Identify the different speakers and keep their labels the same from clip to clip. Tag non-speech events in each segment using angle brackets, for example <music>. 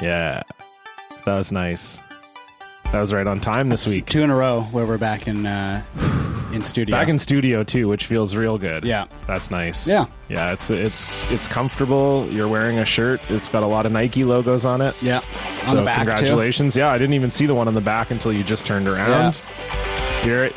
Speaker 1: Yeah. That was nice. That was right on time this week.
Speaker 2: Two in a row where we're back in uh, in studio.
Speaker 1: Back in studio too, which feels real good.
Speaker 2: Yeah.
Speaker 1: That's nice.
Speaker 2: Yeah.
Speaker 1: Yeah, it's it's it's comfortable. You're wearing a shirt. It's got a lot of Nike logos on it.
Speaker 2: yeah, on
Speaker 1: so
Speaker 2: the back too.
Speaker 1: congratulations. Yeah, I didn't even see the one on the back until you just turned around. You're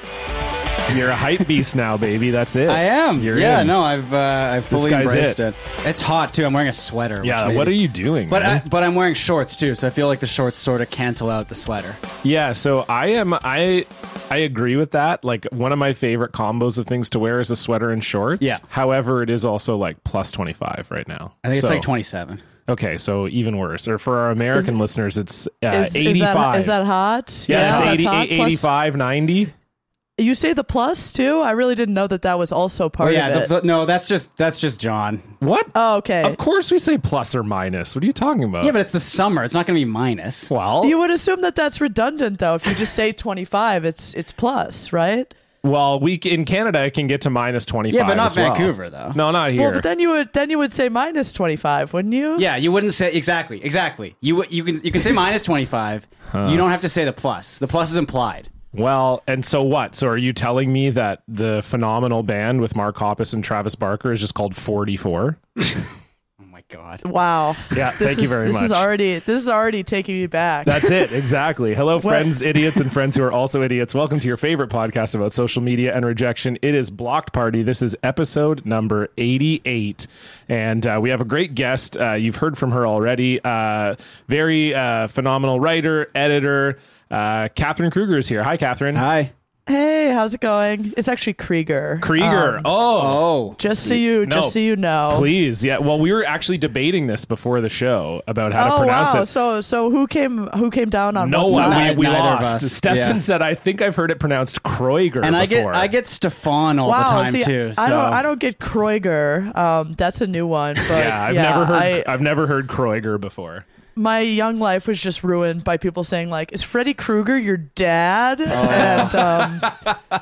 Speaker 1: you're a hype beast now, baby. That's it.
Speaker 2: I am.
Speaker 1: You're
Speaker 2: yeah,
Speaker 1: in.
Speaker 2: no, I've uh, I've
Speaker 1: This
Speaker 2: fully
Speaker 1: guy's
Speaker 2: embraced
Speaker 1: it.
Speaker 2: it. It's hot too. I'm wearing a sweater. which
Speaker 1: Yeah,
Speaker 2: made
Speaker 1: what
Speaker 2: it-
Speaker 1: are you doing?
Speaker 2: But I,
Speaker 1: man?
Speaker 2: but I'm wearing shorts too, so I feel like the shorts sort of cancel out the sweater.
Speaker 1: Yeah, so I am I I agree with that. Like one of my favorite combos of things to wear is a sweater and shorts.
Speaker 2: Yeah.
Speaker 1: However, it is also like plus 25 right now.
Speaker 2: I think it's
Speaker 1: So-
Speaker 2: like 27.
Speaker 1: Okay, so even worse. Or for our American listeners it's uh,
Speaker 3: Is,
Speaker 1: 85.
Speaker 3: is that, is that hot?
Speaker 1: yeah,
Speaker 3: that's
Speaker 1: it's 80,
Speaker 3: hot.
Speaker 1: 80,
Speaker 3: Plus-
Speaker 1: 85, 90.
Speaker 3: you say the plus too? I really didn't know that that was also
Speaker 2: Oh
Speaker 3: part of
Speaker 2: yeah,
Speaker 3: it.
Speaker 2: the, the, no, that's just that's just John.
Speaker 1: What?
Speaker 3: oh, okay.
Speaker 1: Of course we say plus or minus. What are you talking about?
Speaker 2: Yeah, but it's the summer. It's not going to be minus.
Speaker 1: well,
Speaker 3: You would assume that that's redundant though. If you just say 25, it's it's plus, right?
Speaker 1: well, we c- in Canada it can get to minus 25
Speaker 2: Yeah, but not
Speaker 1: as well.
Speaker 2: Vancouver, though.
Speaker 1: No, not here.
Speaker 3: Well, but then you would then you would say minus 25, wouldn't you?
Speaker 2: Yeah, you wouldn't say exactly, exactly. You would- you can you can say
Speaker 1: <laughs>
Speaker 2: minus 25. You don't have to say the plus. The plus is implied.
Speaker 1: Well, and so what? So are you telling me that the phenomenal band with Mark Hoppus and Travis Barker is just called 44?
Speaker 2: Oh my god.
Speaker 3: Wow.
Speaker 1: Yeah,
Speaker 3: This
Speaker 1: thank
Speaker 3: is,
Speaker 1: you very
Speaker 3: this
Speaker 1: much.
Speaker 3: Is already, this is already taking me back.
Speaker 1: That's it, exactly. Hello, friends, idiots, and friends who are also idiots. Welcome to your favorite podcast about social media and rejection. It is Blocked Party. This is episode number 88. And uh, we have a great guest. Uh, you've heard from her already. Uh, very uh, phenomenal writer, editor. Uh, Catherine Kruger is here. Hi, Catherine.
Speaker 2: Hi.
Speaker 3: hey, how's it going? It's actually Krieger.
Speaker 1: Krieger.
Speaker 3: Um,
Speaker 1: oh,
Speaker 2: Oh.
Speaker 3: just so you,
Speaker 1: No.
Speaker 3: just so you know.
Speaker 1: Please, yeah. Well, we were actually debating this before the show about how to
Speaker 3: Oh
Speaker 1: pronounce
Speaker 3: wow!
Speaker 1: it.
Speaker 3: So so who came who came down on
Speaker 1: no
Speaker 3: what
Speaker 1: one.
Speaker 3: side?
Speaker 1: We,
Speaker 2: Neither-
Speaker 1: we
Speaker 2: neither of
Speaker 1: lost.
Speaker 2: us.
Speaker 1: Stefan
Speaker 2: Yeah.
Speaker 1: said, "I think I've heard it pronounced Kroiger."
Speaker 2: And I get
Speaker 1: before."
Speaker 2: I get Stefan all
Speaker 3: Wow,
Speaker 2: the time
Speaker 3: see,
Speaker 2: too. So
Speaker 3: I don't I don't get Kroiger. Um, that's a new one. But
Speaker 1: Yeah, I've never heard.
Speaker 3: I-
Speaker 1: I, have never heard Kroiger before.
Speaker 3: my young life was just ruined by people saying like, "Is Freddy Krueger your dad?" And um,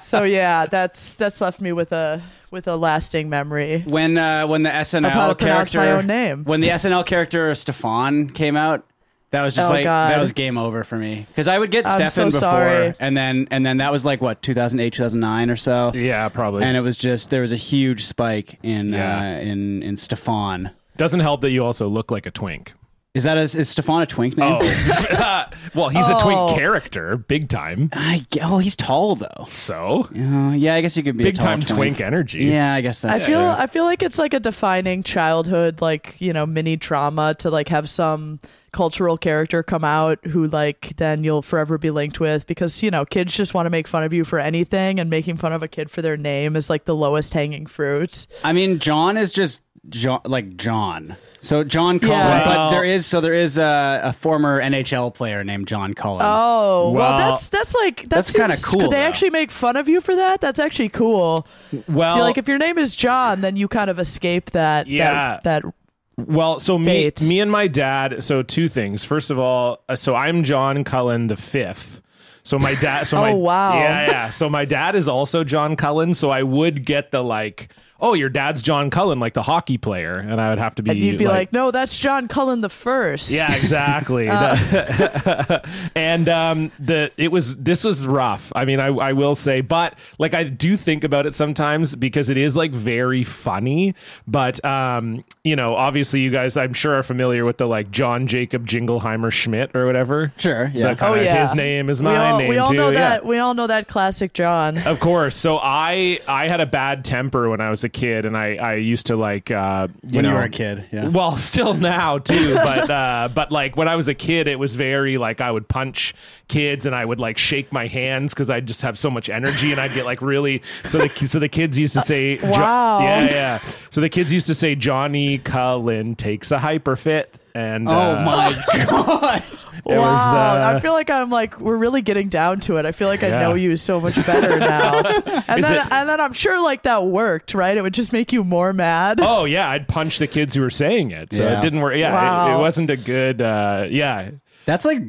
Speaker 3: so yeah, that's that's left me with a with a lasting memory.
Speaker 2: when uh, when the SNL
Speaker 3: how to pronounce
Speaker 2: character
Speaker 3: my own name.
Speaker 2: when the SNL character Stefan came out, that was just
Speaker 3: Oh,
Speaker 2: like that
Speaker 3: God.
Speaker 2: was game over for me because I would get
Speaker 3: I'm
Speaker 2: Stefan
Speaker 3: so
Speaker 2: before,
Speaker 3: sorry.
Speaker 2: and then and then that was like what 2008 2009 or so,
Speaker 1: Yeah, probably.
Speaker 2: and it was just there was a huge spike in
Speaker 1: Yeah.
Speaker 2: uh, in in Stefan.
Speaker 1: Doesn't help that you also look like a
Speaker 2: <laughs>
Speaker 1: twink.
Speaker 2: Is that a, is Stefan a twink name?
Speaker 1: Oh, <laughs> well, he's a twink
Speaker 3: Oh.
Speaker 1: character, big time.
Speaker 2: I ge- oh he's tall though.
Speaker 1: So
Speaker 2: Uh, yeah, I guess you could be a
Speaker 1: big
Speaker 2: tall
Speaker 1: time twink. energy.
Speaker 2: Yeah, I guess
Speaker 3: I
Speaker 2: that's
Speaker 3: feel
Speaker 2: fair.
Speaker 3: I feel like it's like a defining childhood like you know mini trauma to like have some cultural character come out who like then you'll forever be linked with because you know kids just want to make fun of you for anything and making fun of a kid for their name is like the lowest hanging fruit.
Speaker 2: I mean, John is just John, like John. So John Cullen,
Speaker 3: Yeah.
Speaker 1: Well-
Speaker 2: but there is so there is a, a former NHL player named John Cullen.
Speaker 3: Oh,
Speaker 1: Well-
Speaker 3: well that's that's like that
Speaker 2: That's kinda
Speaker 3: seems-
Speaker 2: cool,
Speaker 3: Could they
Speaker 2: though.
Speaker 3: actually make fun of you for that? That's actually cool.
Speaker 1: Well,
Speaker 3: See, like if your name is John, then you kind of escape that
Speaker 1: Yeah.
Speaker 3: that, that
Speaker 1: Well, so me,
Speaker 3: Fate.
Speaker 1: me and my dad. So two things. First of all, uh, so I'm John Cullen the fifth. So my dad. So my
Speaker 3: <laughs> Oh, wow.
Speaker 1: Yeah, yeah. So my dad is also John Cullen. So I would get the like, oh, your dad's John Cullen, like the hockey player, and I would have to be.
Speaker 3: and you'd be like, no, that's John Cullen the first.
Speaker 1: yeah, exactly. That- <laughs> and um, the it was this was rough. I mean, I, I will say, but like I do think about it sometimes because it is like very funny. But um, you know, obviously, you guys, I'm sure, are familiar with the like John Jacob Jingleheimer Schmidt or whatever.
Speaker 2: Sure, yeah.
Speaker 1: The kinda,
Speaker 3: oh yeah,
Speaker 1: Uh, His name is my
Speaker 3: we all,
Speaker 1: name
Speaker 3: We all
Speaker 1: too.
Speaker 3: know
Speaker 1: yeah.
Speaker 3: that. We all know that
Speaker 1: <laughs>
Speaker 3: classic John.
Speaker 1: Of course. So I I had a bad temper when I was a kid, and I I used to like uh, you
Speaker 2: When
Speaker 1: know,
Speaker 2: you were a kid, yeah.
Speaker 1: Well, <laughs> still now too,
Speaker 2: <laughs>
Speaker 1: but uh, but like when I was a kid, it was very like I would punch kids and I would like shake my hands because I'd just have so much energy and I'd get like really. <laughs> So the so the kids used to
Speaker 2: Uh,
Speaker 1: say, Jo-
Speaker 3: Wow.
Speaker 1: yeah, yeah. So the kids used to say Johnny Cullen takes a hyper fit. And
Speaker 2: oh
Speaker 1: uh,
Speaker 2: my
Speaker 3: Oh.
Speaker 2: god!
Speaker 1: was,
Speaker 3: wow,
Speaker 1: uh,
Speaker 3: I feel like I'm like we're really getting down to it. I feel like
Speaker 1: Yeah.
Speaker 3: I know you so much
Speaker 1: <laughs>
Speaker 3: better now. and
Speaker 1: Is
Speaker 3: then
Speaker 1: it-
Speaker 3: and then I'm sure like that worked, right? It would just make you more mad.
Speaker 1: Oh yeah, I'd punch the kids who were saying it, so
Speaker 2: Yeah.
Speaker 1: it didn't work. Yeah, it,
Speaker 3: Wow.
Speaker 1: it wasn't a good. Uh, yeah,
Speaker 2: That's like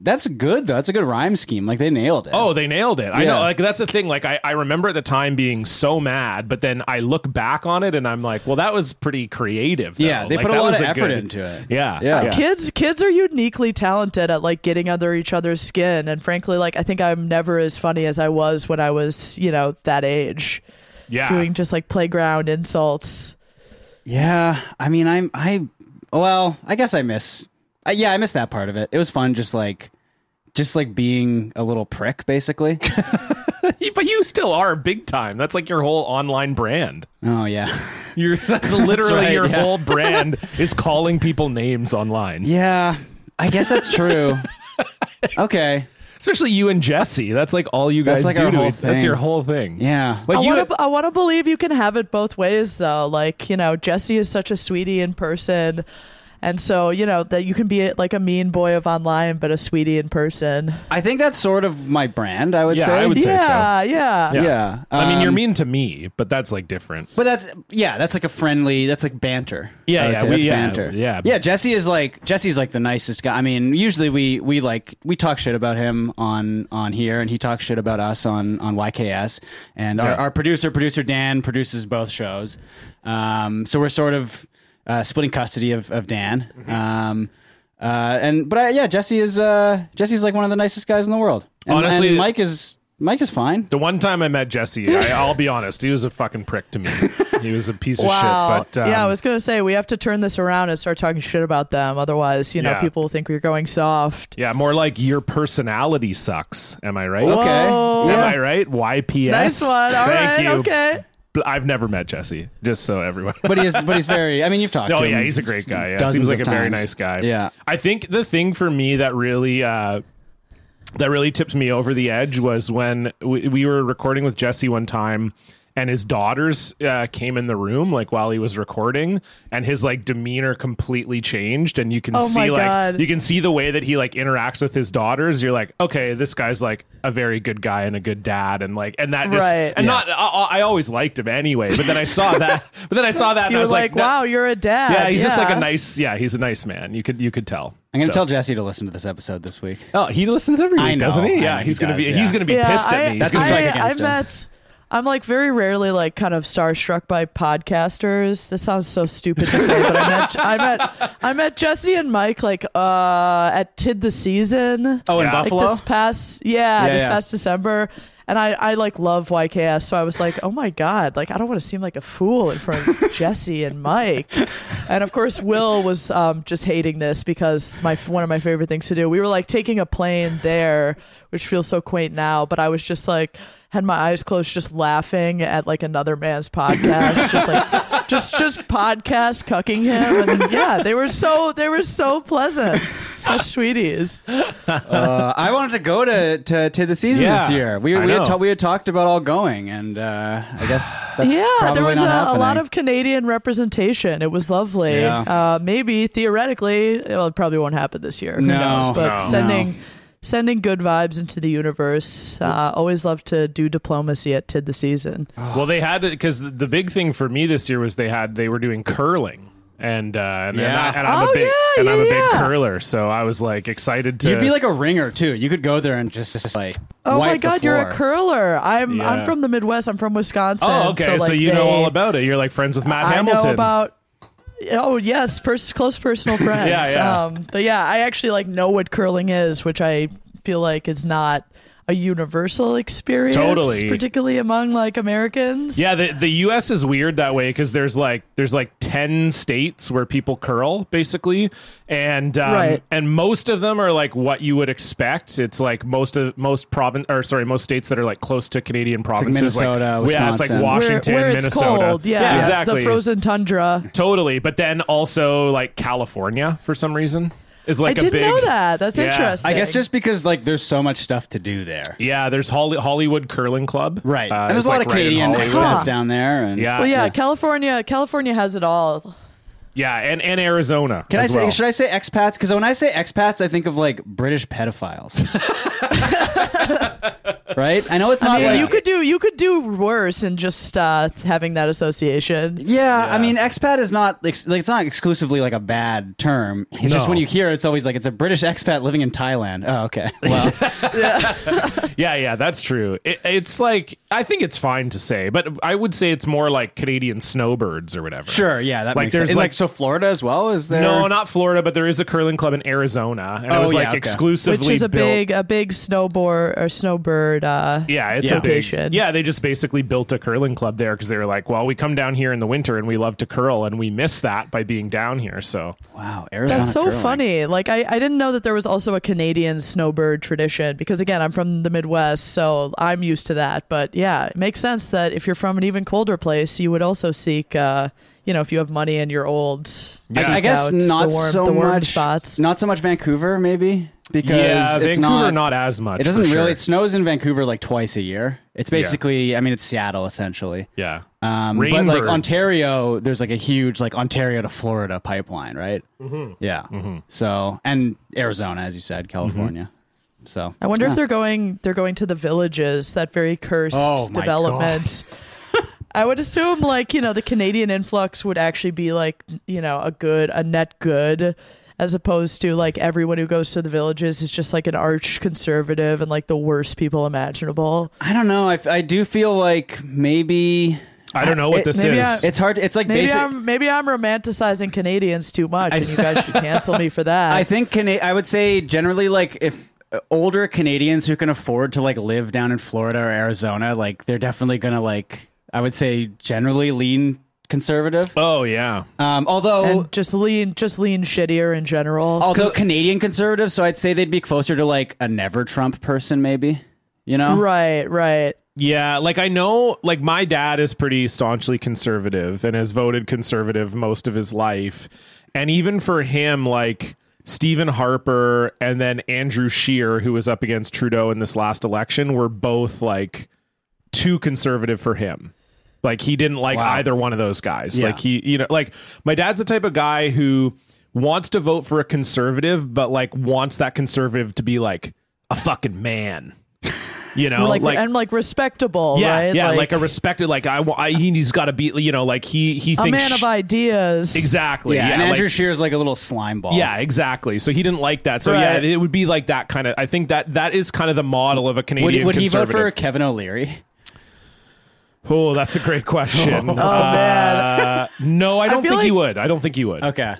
Speaker 2: That's good though. That's a good rhyme scheme. Like they nailed it.
Speaker 1: Oh, they nailed it. I know.
Speaker 2: Yeah.
Speaker 1: Like that's the thing. Like I, I remember at the time being so mad, but then I look back on it and I'm like, well, that was pretty creative. though.
Speaker 2: Yeah, they
Speaker 1: Like,
Speaker 2: put a
Speaker 1: that
Speaker 2: lot
Speaker 1: was
Speaker 2: of effort
Speaker 1: good-
Speaker 2: into it.
Speaker 1: Yeah,
Speaker 2: Yeah.
Speaker 3: Kids kids are uniquely talented at like getting under each other's skin and frankly like I think I'm never as funny as I was when I was, you know, that age
Speaker 1: yeah.
Speaker 3: doing just like playground insults.
Speaker 2: Yeah, I mean, I'm I. Well, I guess I miss. Uh, yeah, I miss that part of it. It was fun, just like, just like being a little prick, basically. <laughs>
Speaker 1: but you still are big time. That's like your whole online brand.
Speaker 2: oh yeah, <laughs>
Speaker 1: You're that's literally
Speaker 2: right,
Speaker 1: your
Speaker 2: yeah. <laughs>
Speaker 1: whole brand is calling people names online.
Speaker 2: yeah. I guess that's true.
Speaker 1: <laughs>
Speaker 2: okay.
Speaker 1: Especially you and Jesse. That's like all you guys
Speaker 2: That's like
Speaker 1: do
Speaker 2: our
Speaker 1: to
Speaker 2: whole
Speaker 1: it. That's
Speaker 2: thing.
Speaker 1: your whole thing.
Speaker 2: Yeah.
Speaker 1: Like
Speaker 3: I
Speaker 1: you
Speaker 3: want to I want to believe you can have it both ways though. Like, you know, Jesse is such a sweetie in person. And so, you know, that you can be like a mean boy of online but a sweetie in person.
Speaker 2: I think that's sort of my brand. I would
Speaker 1: Yeah,
Speaker 2: say.
Speaker 1: I would say so.
Speaker 3: Yeah, yeah.
Speaker 1: Yeah.
Speaker 2: yeah.
Speaker 1: I mean, you're
Speaker 2: Um,
Speaker 1: mean to me, but that's like different.
Speaker 2: But that's yeah, that's like a friendly. That's like banter.
Speaker 1: Yeah,
Speaker 2: I would
Speaker 1: yeah,
Speaker 2: say
Speaker 1: we-
Speaker 2: that's
Speaker 1: yeah,
Speaker 2: banter.
Speaker 1: yeah.
Speaker 2: yeah. Jesse is like Jesse's like the nicest guy. I mean, usually we we like we talk shit about him on on here, and he talks shit about us on on YKS. And our,
Speaker 1: Yeah.
Speaker 2: our producer, producer Dan, produces both shows. Um, so we're sort of uh, splitting custody of of Dan.
Speaker 1: Mm-hmm.
Speaker 2: Um, uh, and but I, yeah, Jesse is uh, Jesse's like one of the nicest guys in the world. And,
Speaker 1: Honestly-
Speaker 2: and Mike is Mike is fine.
Speaker 1: The one time I met Jesse, I, I'll be honest, he was a fucking prick to me. He was a piece of
Speaker 3: Wow.
Speaker 1: shit. But um,
Speaker 3: yeah, I was gonna say we have to turn this around and start talking shit about them. Otherwise, you know,
Speaker 1: Yeah.
Speaker 3: people will think we're going soft.
Speaker 1: yeah, more like your personality sucks. Am I right?
Speaker 2: Okay.
Speaker 3: Whoa.
Speaker 1: Am
Speaker 2: Yeah.
Speaker 1: I right? YPS.
Speaker 3: Nice one. All
Speaker 1: Thank
Speaker 3: right,
Speaker 1: you.
Speaker 3: okay.
Speaker 1: But I've never met Jesse. Just so everyone.
Speaker 2: but he is, but he's very. I mean, you've talked.
Speaker 1: Oh
Speaker 2: to him
Speaker 1: yeah, he's a great guy. Yeah.
Speaker 2: dozens
Speaker 1: Seems like a
Speaker 2: of
Speaker 1: very
Speaker 2: times.
Speaker 1: nice guy.
Speaker 2: Yeah.
Speaker 1: I think the thing for me that really uh that really tipped me over the edge was when we, we were recording with Jesse one time and his daughters uh, came in the room like while he was recording and his like demeanor completely changed and you can
Speaker 3: Oh,
Speaker 1: see
Speaker 3: my
Speaker 1: like
Speaker 3: God.
Speaker 1: you can see the way that he like interacts with his daughters you're like okay this guy's like a very good guy and a good dad and like and that just
Speaker 3: Right.
Speaker 1: and not I, I always liked him anyway but then I saw that <laughs> but then I saw that and
Speaker 3: You
Speaker 1: I
Speaker 3: were
Speaker 1: was
Speaker 3: like,
Speaker 1: that-
Speaker 3: wow, you're a dad.
Speaker 1: yeah, he's just like a
Speaker 3: Yeah.
Speaker 1: nice. Yeah, he's a nice man. You could you could tell.
Speaker 2: I'm gonna
Speaker 1: So-
Speaker 2: tell Jesse to listen to this episode this week.
Speaker 1: Oh, he listens every
Speaker 2: I
Speaker 1: week,
Speaker 2: know,
Speaker 1: doesn't
Speaker 2: I
Speaker 1: he? Yeah,
Speaker 2: know,
Speaker 1: he's
Speaker 2: he
Speaker 1: gonna
Speaker 2: does,
Speaker 1: be
Speaker 2: yeah.
Speaker 1: he's gonna be
Speaker 3: Yeah,
Speaker 1: pissed at
Speaker 3: I,
Speaker 1: me.
Speaker 2: That's
Speaker 1: he's
Speaker 2: a
Speaker 1: gonna
Speaker 2: strike
Speaker 1: be
Speaker 3: I,
Speaker 1: like,
Speaker 3: I
Speaker 2: against him.
Speaker 3: met. I'm like very rarely like kind of starstruck by podcasters. This sounds so stupid to say, but I met I met I met Jesse and Mike like uh at Tid the season.
Speaker 2: Oh, in
Speaker 1: Yeah.
Speaker 2: Buffalo.
Speaker 3: Like this past, yeah,
Speaker 2: Yeah,
Speaker 3: this
Speaker 2: yeah.
Speaker 3: past December. And I, I like love YKS, so I was like, oh my god, like I don't want to seem like a fool in front
Speaker 2: <laughs>
Speaker 3: of Jesse and Mike, and of course Will was um, just hating this because my one of my favorite things to do. We were like taking a plane there, which feels so quaint now, but I was just like had my eyes closed, just laughing at like another man's podcast,
Speaker 2: <laughs>
Speaker 3: just like just just podcast cucking him, and yeah, they were so they were so pleasant, such sweeties.
Speaker 2: uh, I wanted to go to to, to the season
Speaker 1: Yeah,
Speaker 2: this year. We
Speaker 1: I
Speaker 2: we
Speaker 1: know.
Speaker 2: had, ta- we had talked about all going, and uh, I guess that's
Speaker 3: yeah,
Speaker 2: probably
Speaker 3: there was
Speaker 2: not
Speaker 3: a, a
Speaker 2: happening.
Speaker 3: lot of Canadian representation. It was lovely.
Speaker 2: Yeah.
Speaker 3: Uh, maybe theoretically, well, it probably won't happen this year. Who
Speaker 2: No,
Speaker 3: knows? But
Speaker 1: no.
Speaker 3: sending sending good vibes into the universe. Uh, always love to do diplomacy at Tid the season.
Speaker 1: well, they had it because the, the big thing for me this year was they had they were doing curling. And uh, and,
Speaker 2: Yeah.
Speaker 1: and, I, and I'm
Speaker 3: Oh,
Speaker 1: a big
Speaker 3: yeah,
Speaker 1: and I'm a
Speaker 3: yeah,
Speaker 1: big
Speaker 3: yeah.
Speaker 1: curler, so I was like excited to.
Speaker 2: You'd be like a ringer too. You could go there and just, just like.
Speaker 3: Oh my
Speaker 2: wipe the
Speaker 3: God, you're a
Speaker 2: floor.
Speaker 3: curler. I'm
Speaker 1: Yeah.
Speaker 3: I'm from the Midwest. I'm from Wisconsin.
Speaker 1: oh, okay, so,
Speaker 3: like,
Speaker 1: you
Speaker 3: they-
Speaker 1: know all about it. You're like friends with Matt
Speaker 3: I
Speaker 1: Hamilton.
Speaker 3: know about. Oh yes, pers-
Speaker 1: <laughs>
Speaker 3: close personal friends.
Speaker 1: Yeah, yeah.
Speaker 3: Um, but yeah, I actually like know what curling is, which I feel like is not a universal experience,
Speaker 1: Totally.
Speaker 3: particularly among like Americans.
Speaker 1: yeah, the, the U.S. is weird that way because there's like there's like ten states where people curl basically, and um,
Speaker 3: Right.
Speaker 1: and most of them are like what you would expect. It's like most of most province or sorry, most states that are like close to Canadian provinces, like-
Speaker 2: Minnesota,
Speaker 1: yeah, it's like
Speaker 2: Wisconsin.
Speaker 3: Where-
Speaker 1: Washington,
Speaker 3: where, it's
Speaker 1: Minnesota,
Speaker 3: cold. Yeah,
Speaker 1: exactly,
Speaker 3: The frozen tundra.
Speaker 1: totally. But then also like California for some reason is like a
Speaker 3: I didn't
Speaker 1: big.
Speaker 3: know that. That's
Speaker 1: Yeah.
Speaker 3: interesting.
Speaker 1: I
Speaker 2: I guess just because like there's so much stuff to do there.
Speaker 1: Yeah, there's Holly, Hollywood Curling Club,
Speaker 2: Right.
Speaker 1: Uh,
Speaker 2: and there's
Speaker 1: it's,
Speaker 2: a lot
Speaker 1: like,
Speaker 2: of
Speaker 1: right in
Speaker 2: Canadian
Speaker 1: Hollywood.
Speaker 2: <laughs> expats
Speaker 3: Huh.
Speaker 2: down there. And
Speaker 1: Yeah,
Speaker 3: Well, yeah,
Speaker 2: yeah.
Speaker 3: California. California has it all.
Speaker 1: yeah, and, and Arizona.
Speaker 2: Can I
Speaker 1: as
Speaker 2: say?
Speaker 1: well.
Speaker 2: Should I say expats? <laughs> Because when I say expats, I think of like British pedophiles. right? I know it's
Speaker 3: I
Speaker 2: not
Speaker 3: mean,
Speaker 2: like
Speaker 3: you could do you could do worse in just uh, having that association.
Speaker 2: Yeah,
Speaker 1: Yeah.
Speaker 2: I mean, expat is not ex- like it's not exclusively like a bad term. It's just
Speaker 1: No.
Speaker 2: when you hear it, it's always like it's a British expat living in Thailand. Oh, okay. <laughs> Well,
Speaker 1: Yeah, yeah, that's true. It, it's like I think it's fine to say, but I would say it's more like Canadian snowbirds or whatever.
Speaker 2: sure. Yeah, that
Speaker 1: Like,
Speaker 2: makes
Speaker 1: there's
Speaker 2: sense. And,
Speaker 1: like-
Speaker 2: like so Florida as well. Is there?
Speaker 1: No, not Florida, but there is a curling club in Arizona, and it
Speaker 2: Oh,
Speaker 1: was
Speaker 2: yeah,
Speaker 1: like
Speaker 2: okay.
Speaker 1: exclusively
Speaker 3: which is a
Speaker 1: built-
Speaker 3: big a big snowboard or snowbird uh
Speaker 1: Yeah, it's a big.
Speaker 3: location.
Speaker 1: Yeah, they just basically built a curling club there because they were like, well, we come down here in the winter and we love to curl, and we miss that by being down here. So
Speaker 2: Wow, Arizona.
Speaker 3: that's so
Speaker 2: curling.
Speaker 3: funny like I, I didn't know that there was also a canadian snowbird tradition because again i'm from the midwest so i'm used to that but yeah it makes sense that if you're from an even colder place you would also seek uh you know if you have money and you're old
Speaker 1: Yeah.
Speaker 3: seek
Speaker 2: I guess
Speaker 3: out
Speaker 2: not
Speaker 3: the warm,
Speaker 2: so
Speaker 3: the warm
Speaker 2: much.
Speaker 3: spots
Speaker 2: Not so much Vancouver, maybe because
Speaker 1: yeah,
Speaker 2: it's
Speaker 1: Vancouver
Speaker 2: not.
Speaker 1: not, as much.
Speaker 2: it doesn't
Speaker 1: for
Speaker 2: really.
Speaker 1: sure.
Speaker 2: It snows in Vancouver like twice a year. It's basically. I mean, it's Seattle essentially.
Speaker 1: yeah.
Speaker 2: Um, but like
Speaker 1: Rainbirds.
Speaker 2: Ontario, there's like a huge like Ontario to Florida pipeline, right? Mm-hmm. Yeah. So and Arizona, as you said, California.
Speaker 1: Mm-hmm.
Speaker 2: So
Speaker 3: I wonder
Speaker 2: Yeah.
Speaker 3: if they're going they're going to the villages, that very cursed
Speaker 2: Oh, my
Speaker 3: development. <laughs> I would assume like, you know, the Canadian influx would actually be like, you know, a good a net good as opposed to like everyone who goes to the villages is just like an arch conservative and like the worst people imaginable.
Speaker 2: I don't know. I, f- I do feel like maybe
Speaker 1: I don't know what
Speaker 2: It-
Speaker 1: this
Speaker 3: maybe
Speaker 1: is.
Speaker 2: it's hard. It's like
Speaker 3: Maybe
Speaker 2: basic. i
Speaker 3: I'm maybe I'm romanticizing Canadians too much and you guys should cancel me for that.
Speaker 2: think Cana- I would say generally like if uh, older Canadians who can afford to like live down in Florida or Arizona, like they're definitely gonna like I would say generally lean conservative.
Speaker 1: oh yeah.
Speaker 2: Um, although
Speaker 3: and just lean just lean shittier in general.
Speaker 2: although Canadian conservative, so I'd say they'd be closer to like a never Trump person, maybe. You know,
Speaker 3: Right, right.
Speaker 1: Yeah, like I know, like my dad is pretty staunchly conservative and has voted conservative most of his life. And even for him, like Stephen Harper and then Andrew Scheer, who was up against Trudeau in this last election, were both like too conservative for him. Like he didn't like
Speaker 2: Wow.
Speaker 1: either one of those guys.
Speaker 2: Yeah.
Speaker 1: Like he, you know, like my dad's the type of guy who wants to vote for a conservative, but like wants that conservative to be like a fucking man. You know,
Speaker 3: like, and like respectable,
Speaker 1: Oh, yeah,
Speaker 3: right?
Speaker 1: yeah, like, a respected, like I, wa- I he, he's got to be, you know, like he, he
Speaker 3: a
Speaker 1: thinks
Speaker 3: man
Speaker 1: sh-
Speaker 3: of ideas.
Speaker 1: exactly,
Speaker 2: Yeah,
Speaker 1: yeah,
Speaker 2: and
Speaker 1: like-
Speaker 2: Andrew Shear's like a little slime ball.
Speaker 1: yeah, exactly. So he didn't like that. So
Speaker 3: Right.
Speaker 1: yeah, it would be like that kind of. I think that that is kind of the model of a
Speaker 2: Would,
Speaker 1: Canadian
Speaker 2: would he vote
Speaker 1: conservative.
Speaker 2: for Kevin O'Leary?
Speaker 1: oh, that's a great
Speaker 2: <laughs>
Speaker 1: question. oh
Speaker 3: man.
Speaker 1: no, I don't
Speaker 3: feel
Speaker 1: think he
Speaker 3: like-
Speaker 1: would. I don't think he would.
Speaker 2: Okay.